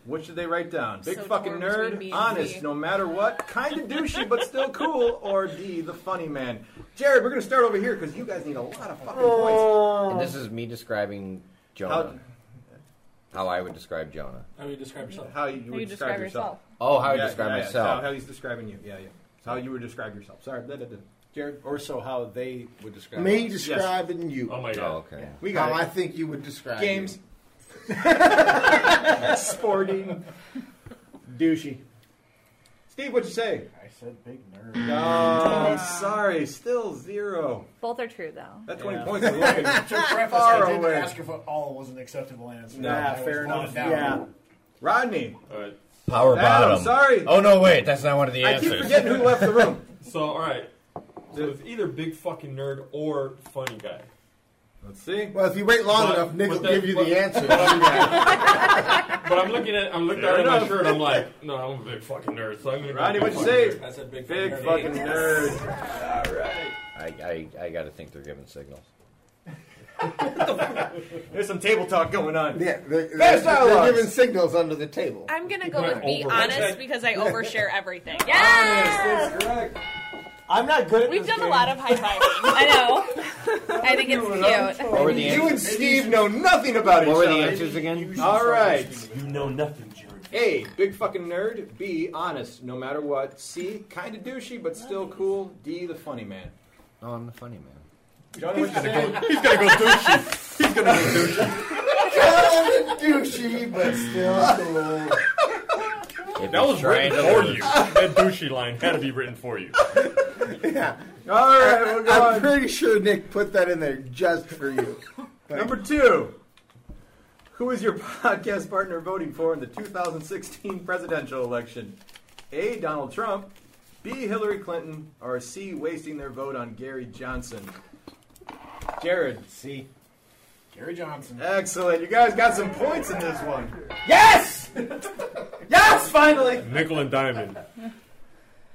Speaker 7: which did they write down? Big
Speaker 13: So
Speaker 7: fucking
Speaker 13: torn between B
Speaker 7: nerd,
Speaker 13: and
Speaker 7: honest,
Speaker 13: Z.
Speaker 7: no matter what, kind of douchey but still cool, or D, the funny man. Jared, we're gonna start over here because you guys need a lot of fucking points.
Speaker 4: and this is me describing Jonah. How I would describe Jonah.
Speaker 7: How you describe yourself? How you,
Speaker 25: How
Speaker 7: would
Speaker 25: you
Speaker 7: describe,
Speaker 25: describe
Speaker 7: yourself?
Speaker 25: yourself.
Speaker 4: Oh, how I describe
Speaker 7: yeah,
Speaker 4: myself.
Speaker 7: How, how he's describing you? Yeah, yeah. So how you would describe yourself? Sorry, blah, blah, blah. Jared, or so how they would describe
Speaker 24: Me
Speaker 7: Yes.
Speaker 24: describing you.
Speaker 7: Oh my God. Oh, okay. We got
Speaker 24: How
Speaker 7: it.
Speaker 24: I think you would describe
Speaker 7: Games. *laughs* Sporting. Douchey. Steve, what'd you say?
Speaker 25: I said big nerd.
Speaker 7: No, sorry, still zero.
Speaker 5: Both are true though.
Speaker 7: That 20 points is *laughs*
Speaker 25: to
Speaker 7: looking
Speaker 25: preface, I
Speaker 7: far
Speaker 25: didn't
Speaker 7: away.
Speaker 25: ask if all was an acceptable answer.
Speaker 7: Nah,
Speaker 25: I was
Speaker 7: fair
Speaker 25: loaded
Speaker 7: enough.
Speaker 25: down.
Speaker 7: Yeah. Rodney.
Speaker 4: Power
Speaker 7: Adam,
Speaker 4: bottom.
Speaker 7: sorry.
Speaker 4: Oh no, wait, that's not one of the
Speaker 9: I
Speaker 4: answers.
Speaker 9: keep
Speaker 7: forgetting who left the room.
Speaker 9: So, all right. So it's either big fucking nerd or funny guy.
Speaker 7: Let's see.
Speaker 24: Well, if you wait long
Speaker 9: But-
Speaker 24: enough, Nick
Speaker 9: but
Speaker 24: will
Speaker 9: that-
Speaker 24: give you
Speaker 9: but-
Speaker 24: the
Speaker 9: *laughs*
Speaker 24: answer.
Speaker 9: But I'm looking at I'm looking
Speaker 7: Fair
Speaker 9: at my
Speaker 7: enough.
Speaker 9: shirt. I'm like, no, I'm a big fucking nerd. So I'm gonna. go
Speaker 7: Rodney,
Speaker 9: big
Speaker 7: what'd you
Speaker 9: fucking
Speaker 7: say?
Speaker 9: nerd.
Speaker 7: Big fucking nerd. All right.
Speaker 4: I, I, I gotta think they're giving signals.
Speaker 2: *laughs*
Speaker 7: There's some table talk going on.
Speaker 24: Yeah, they're,
Speaker 7: Fast
Speaker 24: they're- they're
Speaker 7: dialogues.
Speaker 24: giving signals under the table.
Speaker 5: I'm gonna
Speaker 24: go with be
Speaker 5: Be honest because I overshare everything.
Speaker 7: Honest, that's correct.
Speaker 14: I'm not good at
Speaker 13: We've
Speaker 14: this
Speaker 13: done a
Speaker 14: game.
Speaker 13: lot of high fiving. I know. *laughs* I think it's cute.
Speaker 4: What were the
Speaker 7: You and
Speaker 4: answers?
Speaker 7: Steve know nothing
Speaker 4: What
Speaker 7: about each
Speaker 4: were
Speaker 7: other.
Speaker 4: the answers again?
Speaker 7: All right.
Speaker 27: You know nothing, Jared.
Speaker 7: A. Big fucking nerd. B. Honest, no matter what. C. Kind of douchey, but still cool. D. The funny man.
Speaker 4: Oh, I'm the funny man.
Speaker 7: Jonah, what'd you say?
Speaker 3: he's gonna go
Speaker 7: douchey. He's gonna go
Speaker 25: *laughs*
Speaker 7: *laughs*
Speaker 2: Kind of douchey, but *laughs* still cool.
Speaker 9: that was
Speaker 3: trying
Speaker 9: written
Speaker 3: to
Speaker 9: for
Speaker 3: learn.
Speaker 9: you. *laughs* That douchey line had to be written for you.
Speaker 2: All right,
Speaker 28: I'm pretty sure Nick put that in there just for you.
Speaker 7: Number two. Who is your *laughs* podcast partner voting for in the 2016 presidential election? A. Donald Trump. B. Hillary Clinton. Or C. Wasting their vote on Gary Johnson. Jared. C.
Speaker 11: Gary Johnson.
Speaker 7: Excellent. You guys got some points in this one.
Speaker 14: Yes! yes, finally!
Speaker 9: Nickel and diamond. Uh,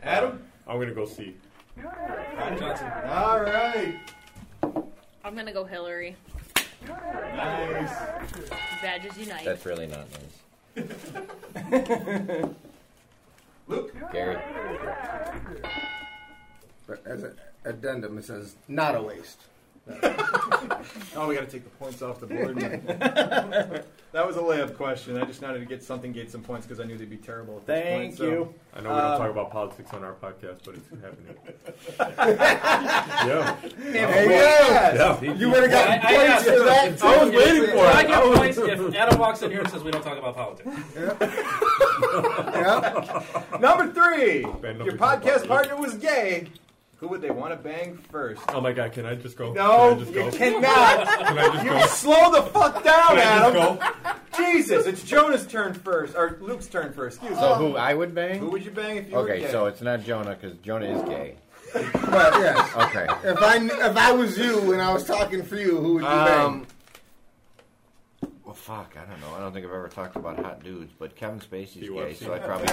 Speaker 7: Adam?
Speaker 9: I'm gonna go see.
Speaker 7: All right.
Speaker 1: I'm gonna go Hillary.
Speaker 7: Nice.
Speaker 1: Badges unite.
Speaker 4: That's really not nice.
Speaker 7: Luke?
Speaker 4: Gary?
Speaker 2: But as an addendum, it says not a waste.
Speaker 3: *laughs*
Speaker 7: Oh, we got to take the points off the board. that was a layup question. I just wanted to get something, get some points because I knew they'd be terrible. At this
Speaker 14: Thank
Speaker 7: point, so-
Speaker 14: you.
Speaker 9: I know we don't
Speaker 7: Um,
Speaker 9: talk about politics on our podcast, but it's happening. yeah. Oh, yeah. He- he- I- I asked him. I was waiting for it. I get I was- points if Adam walks in here and says we don't talk about politics.
Speaker 7: Number three.
Speaker 9: Band
Speaker 7: Your
Speaker 9: number
Speaker 7: podcast
Speaker 9: two.
Speaker 7: partner was gay. Who would they want to bang first?
Speaker 9: Oh my god, can I just go?
Speaker 7: No,
Speaker 9: can I just
Speaker 7: you
Speaker 9: go?
Speaker 7: cannot.
Speaker 9: Can I just
Speaker 7: you
Speaker 9: go?
Speaker 7: slow the fuck down,
Speaker 9: Can I just
Speaker 7: Adam. Jesus, it's Jonah's turn first, or Luke's turn first. Excuse
Speaker 4: So
Speaker 7: me.
Speaker 4: who I would bang?
Speaker 7: Who would you bang if you were
Speaker 4: Okay,
Speaker 7: gay?
Speaker 4: so it's not Jonah because Jonah is gay.
Speaker 2: But yes,
Speaker 4: Okay.
Speaker 2: if I if I was you and I was talking for you, who would you
Speaker 4: Um, well, fuck, I don't know. I don't think I've ever talked about hot dudes, but Kevin Spacey's gay, so I probably.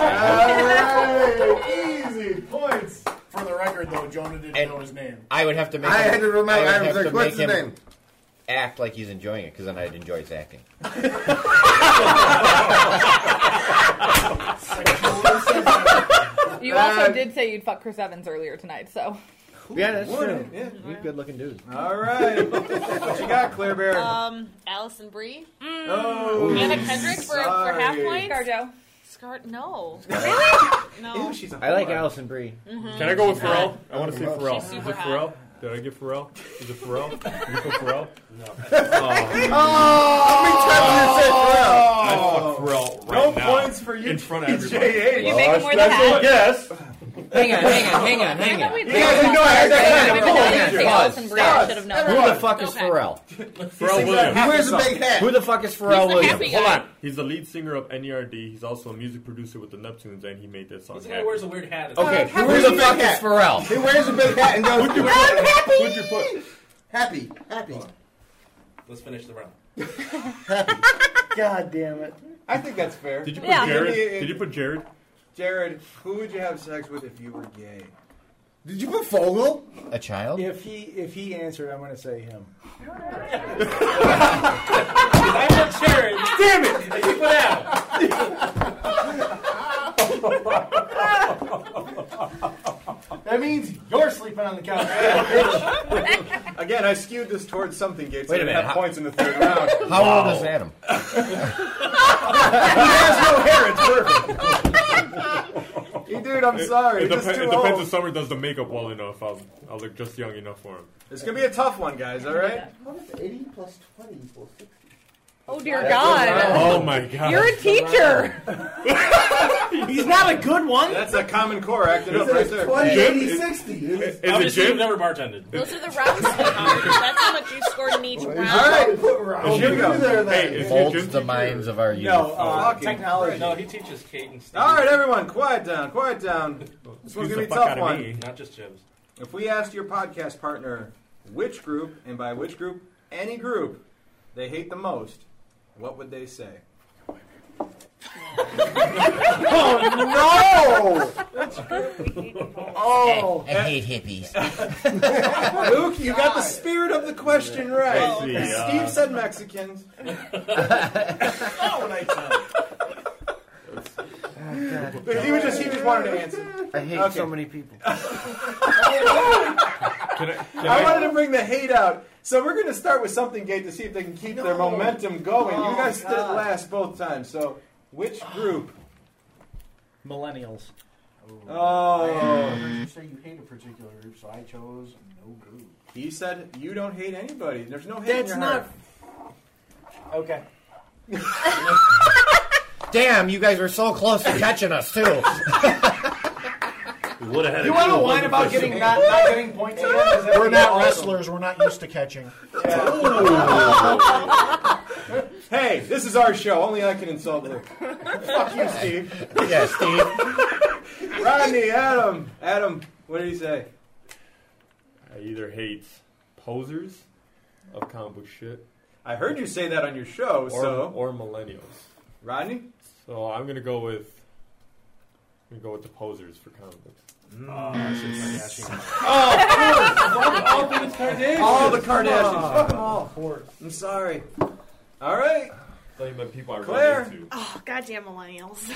Speaker 11: Alright, easy points. For the record, though, Jonah didn't
Speaker 4: And-
Speaker 11: know his name.
Speaker 4: I would have to make.
Speaker 11: I
Speaker 4: him,
Speaker 11: had to remember.
Speaker 4: would
Speaker 11: I was
Speaker 4: have
Speaker 11: like,
Speaker 4: to
Speaker 11: "What's
Speaker 4: make
Speaker 11: his
Speaker 4: him
Speaker 11: name?"
Speaker 4: Act like he's enjoying it because then I'd enjoy his acting.
Speaker 1: You also
Speaker 4: Uh,
Speaker 1: did say you'd fuck Chris Evans earlier tonight, so.
Speaker 4: yeah, that's
Speaker 1: wouldn't?
Speaker 4: true. He's a good-looking dude.
Speaker 7: All
Speaker 1: *laughs*
Speaker 7: right, what you got, Claire Bear?
Speaker 13: Um, Allison Brie. Mm.
Speaker 7: Oh,
Speaker 13: Anna Kendrick for, for half
Speaker 7: sorry.
Speaker 13: point.
Speaker 1: Scarjo.
Speaker 13: Scar- no.
Speaker 7: Ew, she's a
Speaker 4: I like
Speaker 7: whore.
Speaker 4: Allison Brie.
Speaker 13: Mhm.
Speaker 9: Can I go with
Speaker 13: She's
Speaker 9: Pharrell?
Speaker 13: hot.
Speaker 9: I want to see Pharrell.
Speaker 13: She's
Speaker 9: Is
Speaker 13: super
Speaker 9: it Pharrell? Did I get Pharrell? Is it
Speaker 13: *laughs*
Speaker 9: Pharrell? You put Pharrell? No.
Speaker 3: Oh.
Speaker 9: I fuck Pharrell
Speaker 3: No
Speaker 9: right now.
Speaker 3: points
Speaker 7: for you,
Speaker 9: In front of everybody.
Speaker 3: TJH. You
Speaker 1: make him wear the
Speaker 9: that's
Speaker 1: hat?
Speaker 9: a Yes.
Speaker 1: Hang on, hang on, hang on, hang on. Allison Brie. I should have known.
Speaker 4: Who the fuck is *laughs* Pharrell?
Speaker 9: Pharrell Williams.
Speaker 4: He wears a big hat. Who the fuck is Pharrell He's the Williams? happy
Speaker 9: Hold
Speaker 4: guy.
Speaker 9: on. He's the lead singer of NERD. He's also a music producer with the Neptunes, and he made this song. He's the guy happy. who wears a weird hat.
Speaker 4: Okay, who the fuck is Pharrell?
Speaker 2: He wears a big hat and goes,
Speaker 9: Would you
Speaker 2: "I'm
Speaker 9: put-
Speaker 2: happy."
Speaker 9: Would you put?
Speaker 2: Happy, happy.
Speaker 9: Let's finish the round.
Speaker 2: God damn it.
Speaker 7: I think that's fair.
Speaker 9: Did you put Jared? Did you put Jared?
Speaker 7: Jared, who would you have sex with if you were gay?
Speaker 2: Did you put Fogel?
Speaker 4: A child?
Speaker 11: If he if he answered, I'm going to say him.
Speaker 9: I put Jared. Damn it! I put Adam.
Speaker 11: That means you're sleeping on the couch.
Speaker 7: Again, I skewed this towards something, Gates.
Speaker 4: Wait a
Speaker 7: I
Speaker 4: minute,
Speaker 7: Have
Speaker 4: how-
Speaker 7: points in the third
Speaker 4: *laughs*
Speaker 7: round.
Speaker 4: How old is Adam?
Speaker 7: he has no hair. It's perfect. You dude, I'm sorry.
Speaker 9: It,
Speaker 7: It's
Speaker 9: depe-
Speaker 7: just
Speaker 9: it
Speaker 7: too
Speaker 9: depends if
Speaker 7: old.
Speaker 9: Summer does the makeup well enough. I'll, I'll look just young enough for him.
Speaker 7: It's gonna be a tough one, guys. All right.
Speaker 2: What is 80 plus 20 equals 60?
Speaker 1: Oh dear
Speaker 7: That's
Speaker 1: God.
Speaker 7: good.
Speaker 9: Oh my god!
Speaker 1: You're a *laughs* teacher.
Speaker 7: He's not a good one. That's a common core acting up right there.
Speaker 2: 20,
Speaker 9: Jim,
Speaker 2: 80,
Speaker 9: is-
Speaker 2: 60.
Speaker 9: Is it Obviously, Jim? you've never bartended.
Speaker 13: Those are the rounds. sweetheart. That's how much you scored in each round.
Speaker 2: All right. Put
Speaker 9: Is
Speaker 2: Raoul
Speaker 9: Jim
Speaker 2: in there then.
Speaker 9: Hey, is your
Speaker 4: Folds
Speaker 9: Jim
Speaker 4: the minds of our youth.
Speaker 7: uh,
Speaker 14: technology.
Speaker 9: No, he teaches Kate and Steve.
Speaker 7: All right, everyone, quiet down, quiet down. This one's
Speaker 9: Excuse
Speaker 7: gonna
Speaker 9: the
Speaker 7: be a
Speaker 9: fuck
Speaker 7: tough
Speaker 9: outta
Speaker 7: one.
Speaker 9: me, Not just Jim's.
Speaker 7: If we asked your podcast partner which group, and by which group, any group, they hate the most, what would they say?
Speaker 1: *laughs*
Speaker 2: Oh,
Speaker 4: I,
Speaker 2: no! oh.
Speaker 4: I hate hippies.
Speaker 7: Luke, you
Speaker 1: *laughs*
Speaker 7: got the spirit of the question right.
Speaker 9: I see, uh,
Speaker 7: Steve said
Speaker 9: *laughs*
Speaker 7: Mexicans. *laughs* oh, when I tell you.
Speaker 1: Because he was just he just wanted to answer.
Speaker 4: I hate so many
Speaker 3: *laughs*
Speaker 4: people.
Speaker 3: I-
Speaker 7: I wanted to bring the hate out, so we're going to start with something gay to see if they can keep their
Speaker 3: No.
Speaker 7: momentum going.
Speaker 3: Oh,
Speaker 7: you guys did
Speaker 3: God.
Speaker 7: last both times, so which
Speaker 11: Oh.
Speaker 7: group?
Speaker 11: Millennials. I
Speaker 7: Oh.
Speaker 11: heard you say you hate a particular group, so I chose no group.
Speaker 7: He said you don't hate anybody. There's no hate.
Speaker 11: That's
Speaker 7: in your
Speaker 11: not-
Speaker 7: Heart.
Speaker 1: Okay.
Speaker 4: Damn, you guys were so close to catching us too.
Speaker 6: We would have had.
Speaker 1: You
Speaker 6: a
Speaker 1: want
Speaker 6: cool
Speaker 1: to whine
Speaker 6: one
Speaker 1: about
Speaker 6: question.
Speaker 1: getting not, not getting points? again? Is that
Speaker 11: We're
Speaker 1: what
Speaker 11: not *laughs*
Speaker 1: you-
Speaker 11: wrestlers. We're not used to catching.
Speaker 7: Hey, this is our show. Only I can insult Luke. Fuck you, Steve.
Speaker 4: Yeah, Steve.
Speaker 7: Rodney, Adam, Adam. What did he say?
Speaker 9: I either hate posers of comic book shit.
Speaker 7: I heard you say that on your show,
Speaker 9: or,
Speaker 7: Oh, so-
Speaker 9: or millennials.
Speaker 7: Rodney.
Speaker 9: So I'm gonna go with. I'm gonna go with the posers for comic books.
Speaker 7: Mm. *laughs*
Speaker 9: Oh,
Speaker 7: Oh,
Speaker 9: all the Kardashians.
Speaker 7: All the Kardashians.
Speaker 9: Come on.
Speaker 7: Fuck them all. I'm sorry. All right.
Speaker 9: Blame the people I
Speaker 7: Claire.
Speaker 9: run into.
Speaker 13: Oh, goddamn millennials.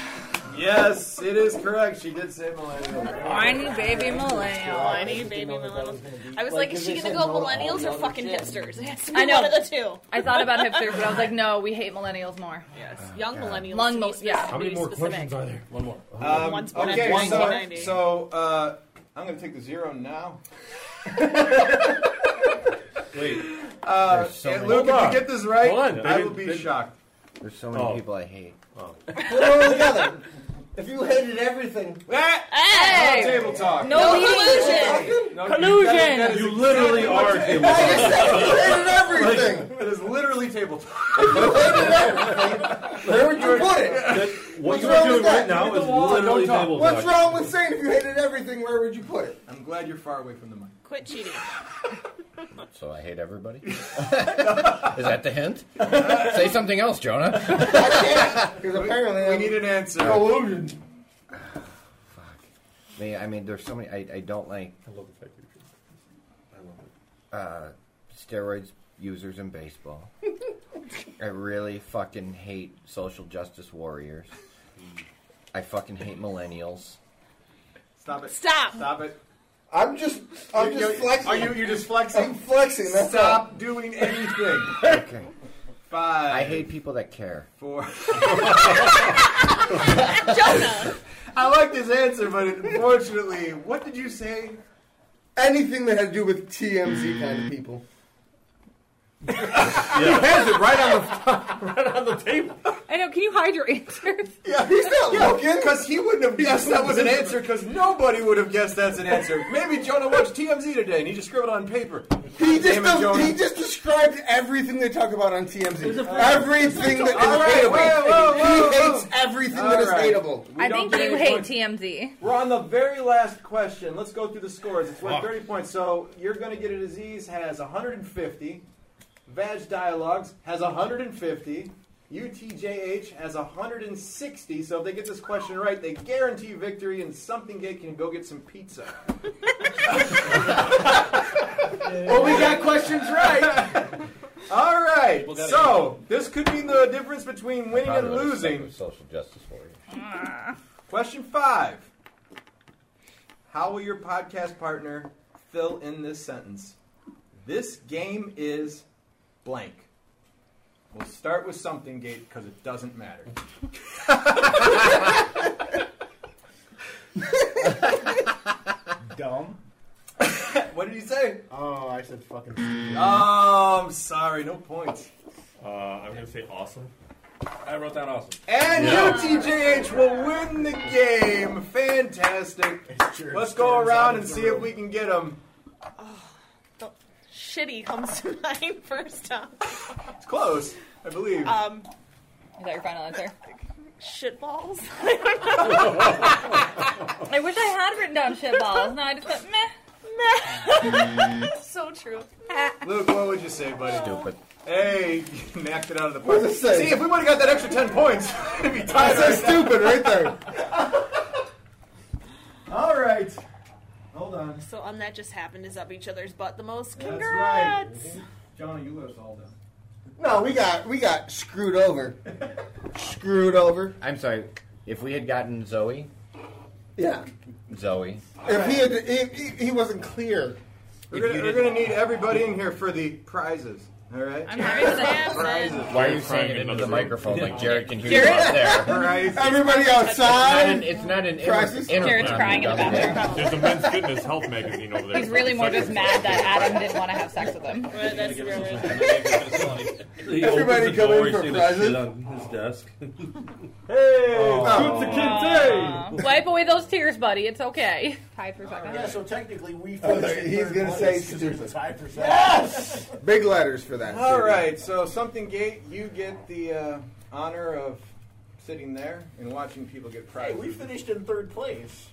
Speaker 7: Yes, it is correct. She did say millennial.
Speaker 5: Whiny baby millennial.
Speaker 13: Whiny baby millennials. I was like, is she gonna go millennials or fucking hipsters? It *laughs* has to be
Speaker 5: I know.
Speaker 13: one of the two.
Speaker 5: I thought about hipster, but I was like, no, we hate millennials more.
Speaker 13: Yes. Young millennials.
Speaker 5: Lung,
Speaker 13: to be
Speaker 5: mil- yeah.
Speaker 13: specific.
Speaker 5: be specific.
Speaker 9: are there? One more.
Speaker 7: Um,
Speaker 13: Once upon a
Speaker 7: okay,
Speaker 13: time,
Speaker 7: so,
Speaker 13: 1990.
Speaker 7: so uh, I'm going to take the zero now.
Speaker 6: Wait.
Speaker 7: Uh,
Speaker 4: There's so
Speaker 7: and
Speaker 4: many-
Speaker 7: Luke, if you
Speaker 4: Hold
Speaker 7: get this right,
Speaker 4: Hold on.
Speaker 7: I
Speaker 4: They
Speaker 7: will
Speaker 4: didn't-
Speaker 7: be
Speaker 4: they-
Speaker 7: shocked.
Speaker 4: There's so many
Speaker 7: Oh.
Speaker 4: people I hate.
Speaker 2: Put it all together. If you hated everything,
Speaker 5: Hey!
Speaker 7: No table talk.
Speaker 5: No No collusion.
Speaker 7: collusion. No,
Speaker 5: Collusion.
Speaker 7: that- that is
Speaker 6: You literally
Speaker 7: exactly what
Speaker 6: are
Speaker 7: you-
Speaker 6: table talk. I just said you hated
Speaker 2: everything.
Speaker 7: Like, it is literally table talk.
Speaker 2: where would you put it?
Speaker 6: What
Speaker 2: What's
Speaker 6: you're
Speaker 2: wrong
Speaker 6: doing
Speaker 2: with that?
Speaker 6: right now
Speaker 2: Look at
Speaker 6: is
Speaker 2: the wall.
Speaker 6: literally
Speaker 7: Don't talk.
Speaker 6: table
Speaker 2: What's
Speaker 6: talk.
Speaker 2: wrong with saying if you hated everything, where would you put it?
Speaker 7: I'm glad you're far away from the mic.
Speaker 13: *laughs* Quit cheating.
Speaker 4: So I hate everybody. *laughs* Is that the hint? Say something else, Jonah.
Speaker 1: *laughs*
Speaker 2: Because apparently
Speaker 7: we need an answer.
Speaker 2: Collusion.
Speaker 4: Me, I mean, there's so many. I, I don't like. I love the fact Uh, steroids users in baseball. I really fucking hate social justice warriors. I fucking hate millennials.
Speaker 7: Stop it.
Speaker 13: Stop.
Speaker 7: Stop it.
Speaker 2: I'm just, I'm
Speaker 7: You-
Speaker 2: just
Speaker 7: you-
Speaker 2: flexing.
Speaker 7: Are you? You're just flexing.
Speaker 2: I'm flexing. That's
Speaker 7: Stop
Speaker 2: all.
Speaker 7: doing anything.
Speaker 4: Okay.
Speaker 7: Five.
Speaker 4: I hate people that care. *laughs*
Speaker 7: Four. I like this answer, but unfortunately, what did you say?
Speaker 2: Anything that had to do with TMZ kind of people.
Speaker 7: He has it right on the
Speaker 5: I know. Can you hide your answers?
Speaker 2: Yeah, he's not looking.
Speaker 7: because he wouldn't have guessed that
Speaker 2: *laughs*
Speaker 7: was an answer because nobody would have guessed that's an answer. Maybe Jonah watched TMZ today and he just scribbled on paper.
Speaker 2: He just,
Speaker 7: Damn it,
Speaker 2: does-
Speaker 7: Jonah.
Speaker 2: he just described everything they talk about on TMZ. Everything that is
Speaker 7: All right,
Speaker 2: hateable.
Speaker 7: whoa, whoa, whoa,
Speaker 2: he
Speaker 7: whoa.
Speaker 2: hates everything
Speaker 7: All
Speaker 2: that is
Speaker 7: right.
Speaker 2: hateable.
Speaker 7: We
Speaker 5: I
Speaker 7: don't
Speaker 5: think
Speaker 7: get
Speaker 5: you
Speaker 7: any
Speaker 5: hate
Speaker 7: points.
Speaker 5: TMZ.
Speaker 7: We're on the very last question. Let's go through the scores. It's worth
Speaker 4: Fuck.
Speaker 7: 30 points. So you're going to get a disease has 150. Vag Dialogues has 150. UTJH has 160. So if they get this question right, they guarantee victory, and Something Gay can go get some pizza.
Speaker 1: Well, we got *laughs* questions right.
Speaker 7: All right.
Speaker 1: People gotta
Speaker 7: So this could be the difference between winning
Speaker 4: Probably
Speaker 7: and
Speaker 4: would've stuck
Speaker 7: losing.
Speaker 4: with Social justice warriors.
Speaker 7: *laughs* Question five. How will your podcast partner fill in this sentence? This game is blank. We'll start with something gate because it doesn't matter.
Speaker 11: Dumb.
Speaker 7: *laughs* what did he say?
Speaker 11: Oh, I said fucking. stupid.
Speaker 7: Oh, I'm sorry, no points.
Speaker 9: Uh, I'm gonna say awesome.
Speaker 29: I wrote down awesome.
Speaker 7: And
Speaker 9: Yeah.
Speaker 7: UTJH will win the game. Fantastic. Let's go around and see if we can get him.
Speaker 13: The Oh, shitty comes to *laughs* mind first up.
Speaker 7: It's close, I believe.
Speaker 13: Um,
Speaker 5: Is that your final answer?
Speaker 13: shitballs.
Speaker 5: *laughs* I wish I had written down shitballs. No, I just thought meh. *laughs*
Speaker 1: *laughs*
Speaker 13: so true.
Speaker 7: Luke, what would you say, buddy?
Speaker 4: Stupid.
Speaker 7: Hey, *laughs* you knocked it out of the
Speaker 2: What
Speaker 7: park.
Speaker 2: does it
Speaker 7: See,
Speaker 2: say?
Speaker 7: if we would have got that extra 10 points, it'd be tied
Speaker 2: That's
Speaker 7: right
Speaker 2: so stupid right
Speaker 1: *laughs*
Speaker 2: there.
Speaker 7: now. All right. Hold on.
Speaker 13: So um, that just happened is up each other's butt the most.
Speaker 7: That's
Speaker 13: Congrats.
Speaker 7: right. Jonah, you let us all down.
Speaker 2: No, we got we got screwed over. screwed over.
Speaker 4: I'm sorry. If we had gotten Zoe,
Speaker 2: *laughs*
Speaker 19: Yeah. Zoe.
Speaker 2: If he had, if, if he wasn't clear.
Speaker 7: We're gonna, we're gonna need everybody in here for the prizes. All right. I'm prizes.
Speaker 19: Why are you saying it into the microphone like Jared can hear
Speaker 7: Jared?
Speaker 19: you out *laughs* there?
Speaker 7: Prizes.
Speaker 2: Everybody
Speaker 19: outside. It's not an, it's not an
Speaker 5: Crisis. Jared's crying in the bathroom.
Speaker 9: There's a men's fitness health magazine over there.
Speaker 5: He's really more just mad that Adam didn't want to have sex with him.
Speaker 6: Everybody
Speaker 2: come in
Speaker 6: for prizes. On his desk.
Speaker 7: hey,
Speaker 6: Scoot's a kid day.
Speaker 5: Aw. Wipe away those tears, buddy. It's okay. Tied for second.
Speaker 25: Yeah, so technically we.
Speaker 2: Oh,
Speaker 25: finished
Speaker 2: there-
Speaker 25: in
Speaker 2: he's
Speaker 25: third
Speaker 2: gonna
Speaker 25: place
Speaker 2: say
Speaker 25: 'cause we were
Speaker 2: Sturzas.
Speaker 25: tied for second.
Speaker 7: *laughs*
Speaker 2: Yes! Big letters for that.
Speaker 7: All
Speaker 2: too.
Speaker 7: right, so something gate, you get the uh, honor of sitting there and watching people get
Speaker 25: Hey,
Speaker 7: prizes.
Speaker 25: we finished in third place.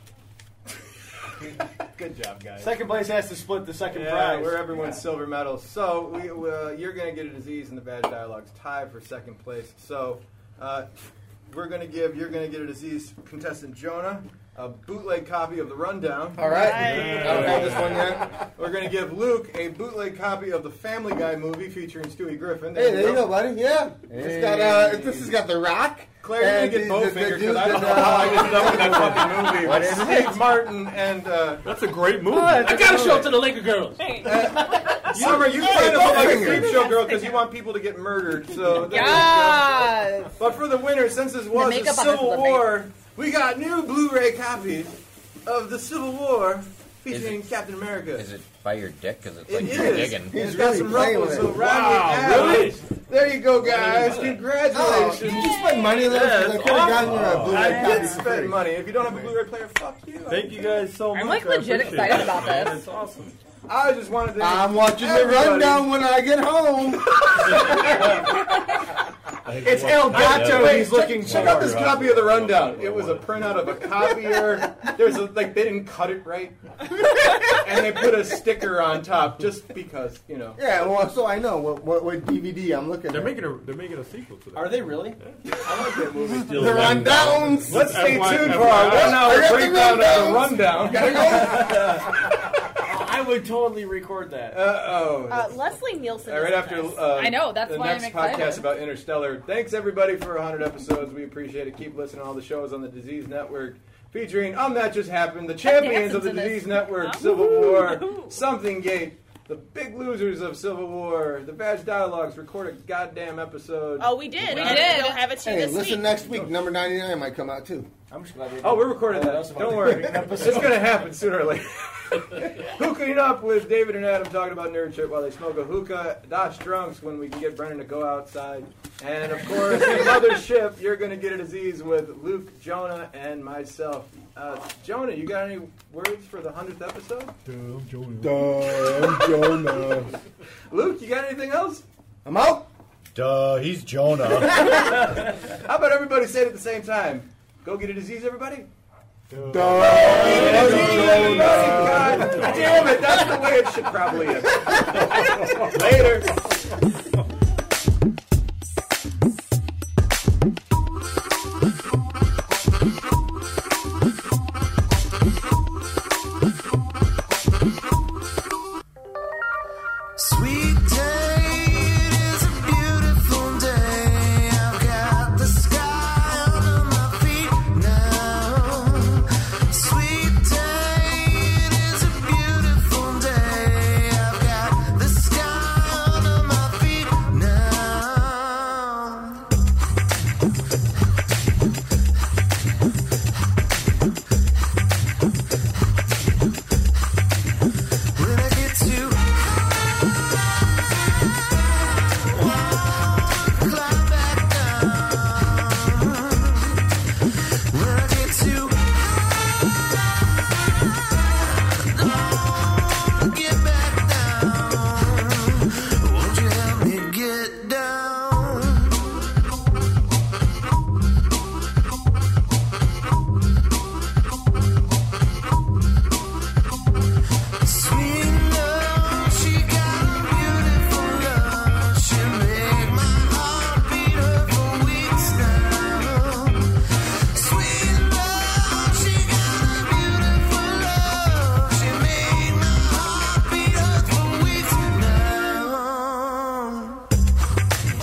Speaker 7: *laughs* Good job, guys.
Speaker 17: Second place has to split the second
Speaker 7: yeah,
Speaker 17: prize.
Speaker 7: We're everyone's
Speaker 17: Yeah.
Speaker 7: silver medal. So we, uh, you're going to get a disease in the bad dialogues tie for second place. So uh, we're going to give you're going to get a disease contestant Jonah a bootleg copy of the rundown.
Speaker 2: All right. Nice. I don't have this one
Speaker 7: yet. We're going to give Luke a bootleg copy of the Family Guy movie featuring Stewie Griffin.
Speaker 2: Hey, there you go, buddy. Yeah.
Speaker 7: Hey.
Speaker 2: It's got, uh, this has got The Rock.
Speaker 7: Claire, you
Speaker 2: and
Speaker 7: didn't get
Speaker 2: the- the- the
Speaker 7: Bowfinger
Speaker 2: dude
Speaker 7: because I don't know
Speaker 2: that, uh,
Speaker 7: how I ended up in that fucking movie.
Speaker 2: *laughs* What
Speaker 7: What
Speaker 2: is
Speaker 7: is
Speaker 2: it? Oh,
Speaker 7: Steve Martin and uh, that's a great movie.
Speaker 14: I gotta show it to the Laker girls.
Speaker 2: Uh,
Speaker 7: Summer, you
Speaker 14: Hey,
Speaker 7: kind of look like a
Speaker 14: Bowfinger.
Speaker 7: creep show girl because you want people to get murdered. So there you go.
Speaker 5: Yes.
Speaker 7: But for the winner, since this
Speaker 5: The
Speaker 7: was a
Speaker 5: makeup on this
Speaker 7: Civil
Speaker 5: is
Speaker 7: War, we got new Blu-ray copies of the Civil War featuring Captain America.
Speaker 19: Is it by your dick? Because it's
Speaker 7: It
Speaker 19: like
Speaker 7: is.
Speaker 19: you're digging.
Speaker 7: It's got some ruffles so round your abs. There you go, guys. Congratulations.
Speaker 2: Oh, did you spend money on that? 'Cause I
Speaker 7: Yes.
Speaker 2: could've gotten you a Blu-ray
Speaker 7: I
Speaker 2: copy
Speaker 7: did
Speaker 2: for
Speaker 7: spend
Speaker 2: free.
Speaker 7: money. If you don't have a Blu-ray player, fuck you.
Speaker 9: Thank you guys so much.
Speaker 5: I'm, like,
Speaker 9: I
Speaker 5: legit
Speaker 9: appreciate
Speaker 5: excited
Speaker 9: it,
Speaker 5: about
Speaker 9: man.
Speaker 5: this.
Speaker 9: It's awesome.
Speaker 7: I just wanted to.
Speaker 2: I'm watching the
Speaker 7: Everybody.
Speaker 2: rundown when I get home. *laughs*
Speaker 7: It's El Gato
Speaker 2: Wait,
Speaker 7: he's
Speaker 2: check-
Speaker 7: looking
Speaker 2: check
Speaker 7: for.
Speaker 2: out this
Speaker 7: copy of the rundown. It was a printout of a copier. There's a, like they didn't cut it right, and they put a sticker on top just because you know.
Speaker 2: Yeah, well, so I know what, what, what DVD I'm looking
Speaker 9: They're
Speaker 2: at.
Speaker 9: making a they're making a sequel to that.
Speaker 7: Are they really?
Speaker 9: I like
Speaker 7: *laughs*
Speaker 9: that movie.
Speaker 2: The rundowns.
Speaker 9: Let's stay tuned for our
Speaker 2: one hour breakdown of the
Speaker 30: *laughs*
Speaker 7: rundown.
Speaker 17: I would totally record that.
Speaker 7: Uh oh.
Speaker 13: Uh, Leslie Nielsen.
Speaker 7: right after uh,
Speaker 13: I know, that's
Speaker 7: the
Speaker 13: why I'm
Speaker 7: next
Speaker 13: excited.
Speaker 7: podcast about Interstellar. Thanks everybody for 100 episodes. We appreciate it. Keep listening to all the shows on the Disease Network, featuring um that just happened, the champions of the
Speaker 9: dancing to
Speaker 7: Disease
Speaker 9: this.
Speaker 7: Network,
Speaker 13: Oh.
Speaker 9: Ah.
Speaker 7: Civil
Speaker 9: Woohoo.
Speaker 7: War,
Speaker 13: *laughs*
Speaker 7: Something Gate, the big losers of Civil War, the Badge Dialogues. Record a goddamn episode.
Speaker 13: Oh, we did.
Speaker 7: We
Speaker 13: and
Speaker 7: did.
Speaker 13: We'll have it to you
Speaker 2: Hey,
Speaker 13: this
Speaker 2: listen
Speaker 13: week.
Speaker 2: next week. Number 99 might come out too.
Speaker 17: I'm just glad
Speaker 7: Oh, we're recording that. Don't worry. *laughs* It's going to happen sooner or later. Hooking up with David and Adam talking about nerd shit while they smoke a hookah, dosh drunks when we can get Brennan to go outside. And of course, the mothership, you're going to get a disease with Luke, Jonah, and myself. Uh, Jonah, you got any words for the 100th episode?
Speaker 2: Dumb Jonah. Dumb Jonah.
Speaker 7: Luke, you got anything else?
Speaker 2: I'm out.
Speaker 30: Duh, he's Jonah.
Speaker 7: How about everybody say it at the same time? Go get a disease, everybody.
Speaker 30: Duh.
Speaker 7: God damn it, that's the way it should probably end. *laughs* Later.
Speaker 3: Sweet day is a beautiful day. I've got the sky under my feet now. Sweet day is a beautiful day. I've got the sky under my feet now. When I get to Get down. Sweet love, she got a beautiful love. She make my heart beat her for weeks now. Sweet love, she got a beautiful love. She make my heart beat her for weeks now.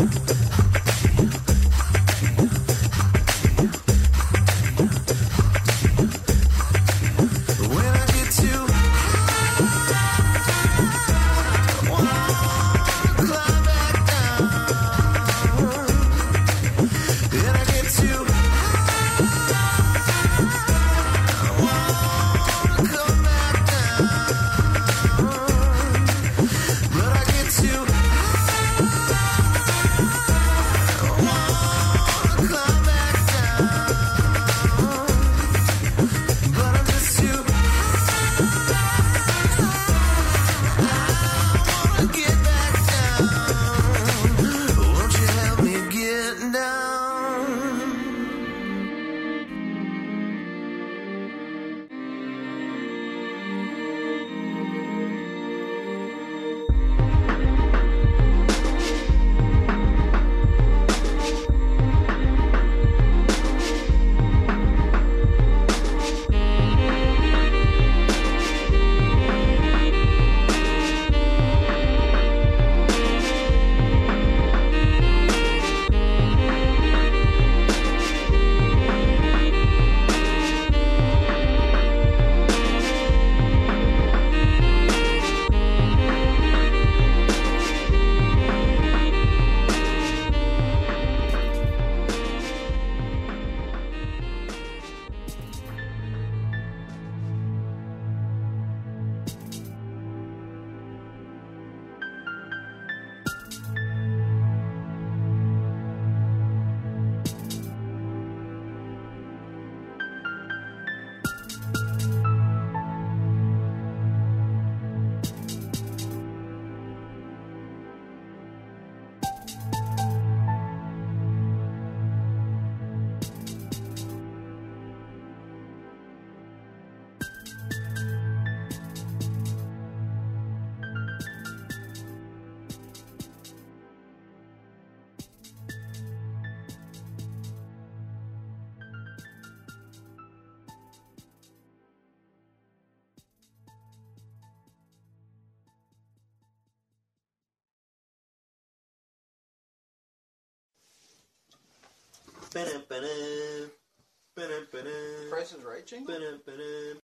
Speaker 3: Price is right, Jingle?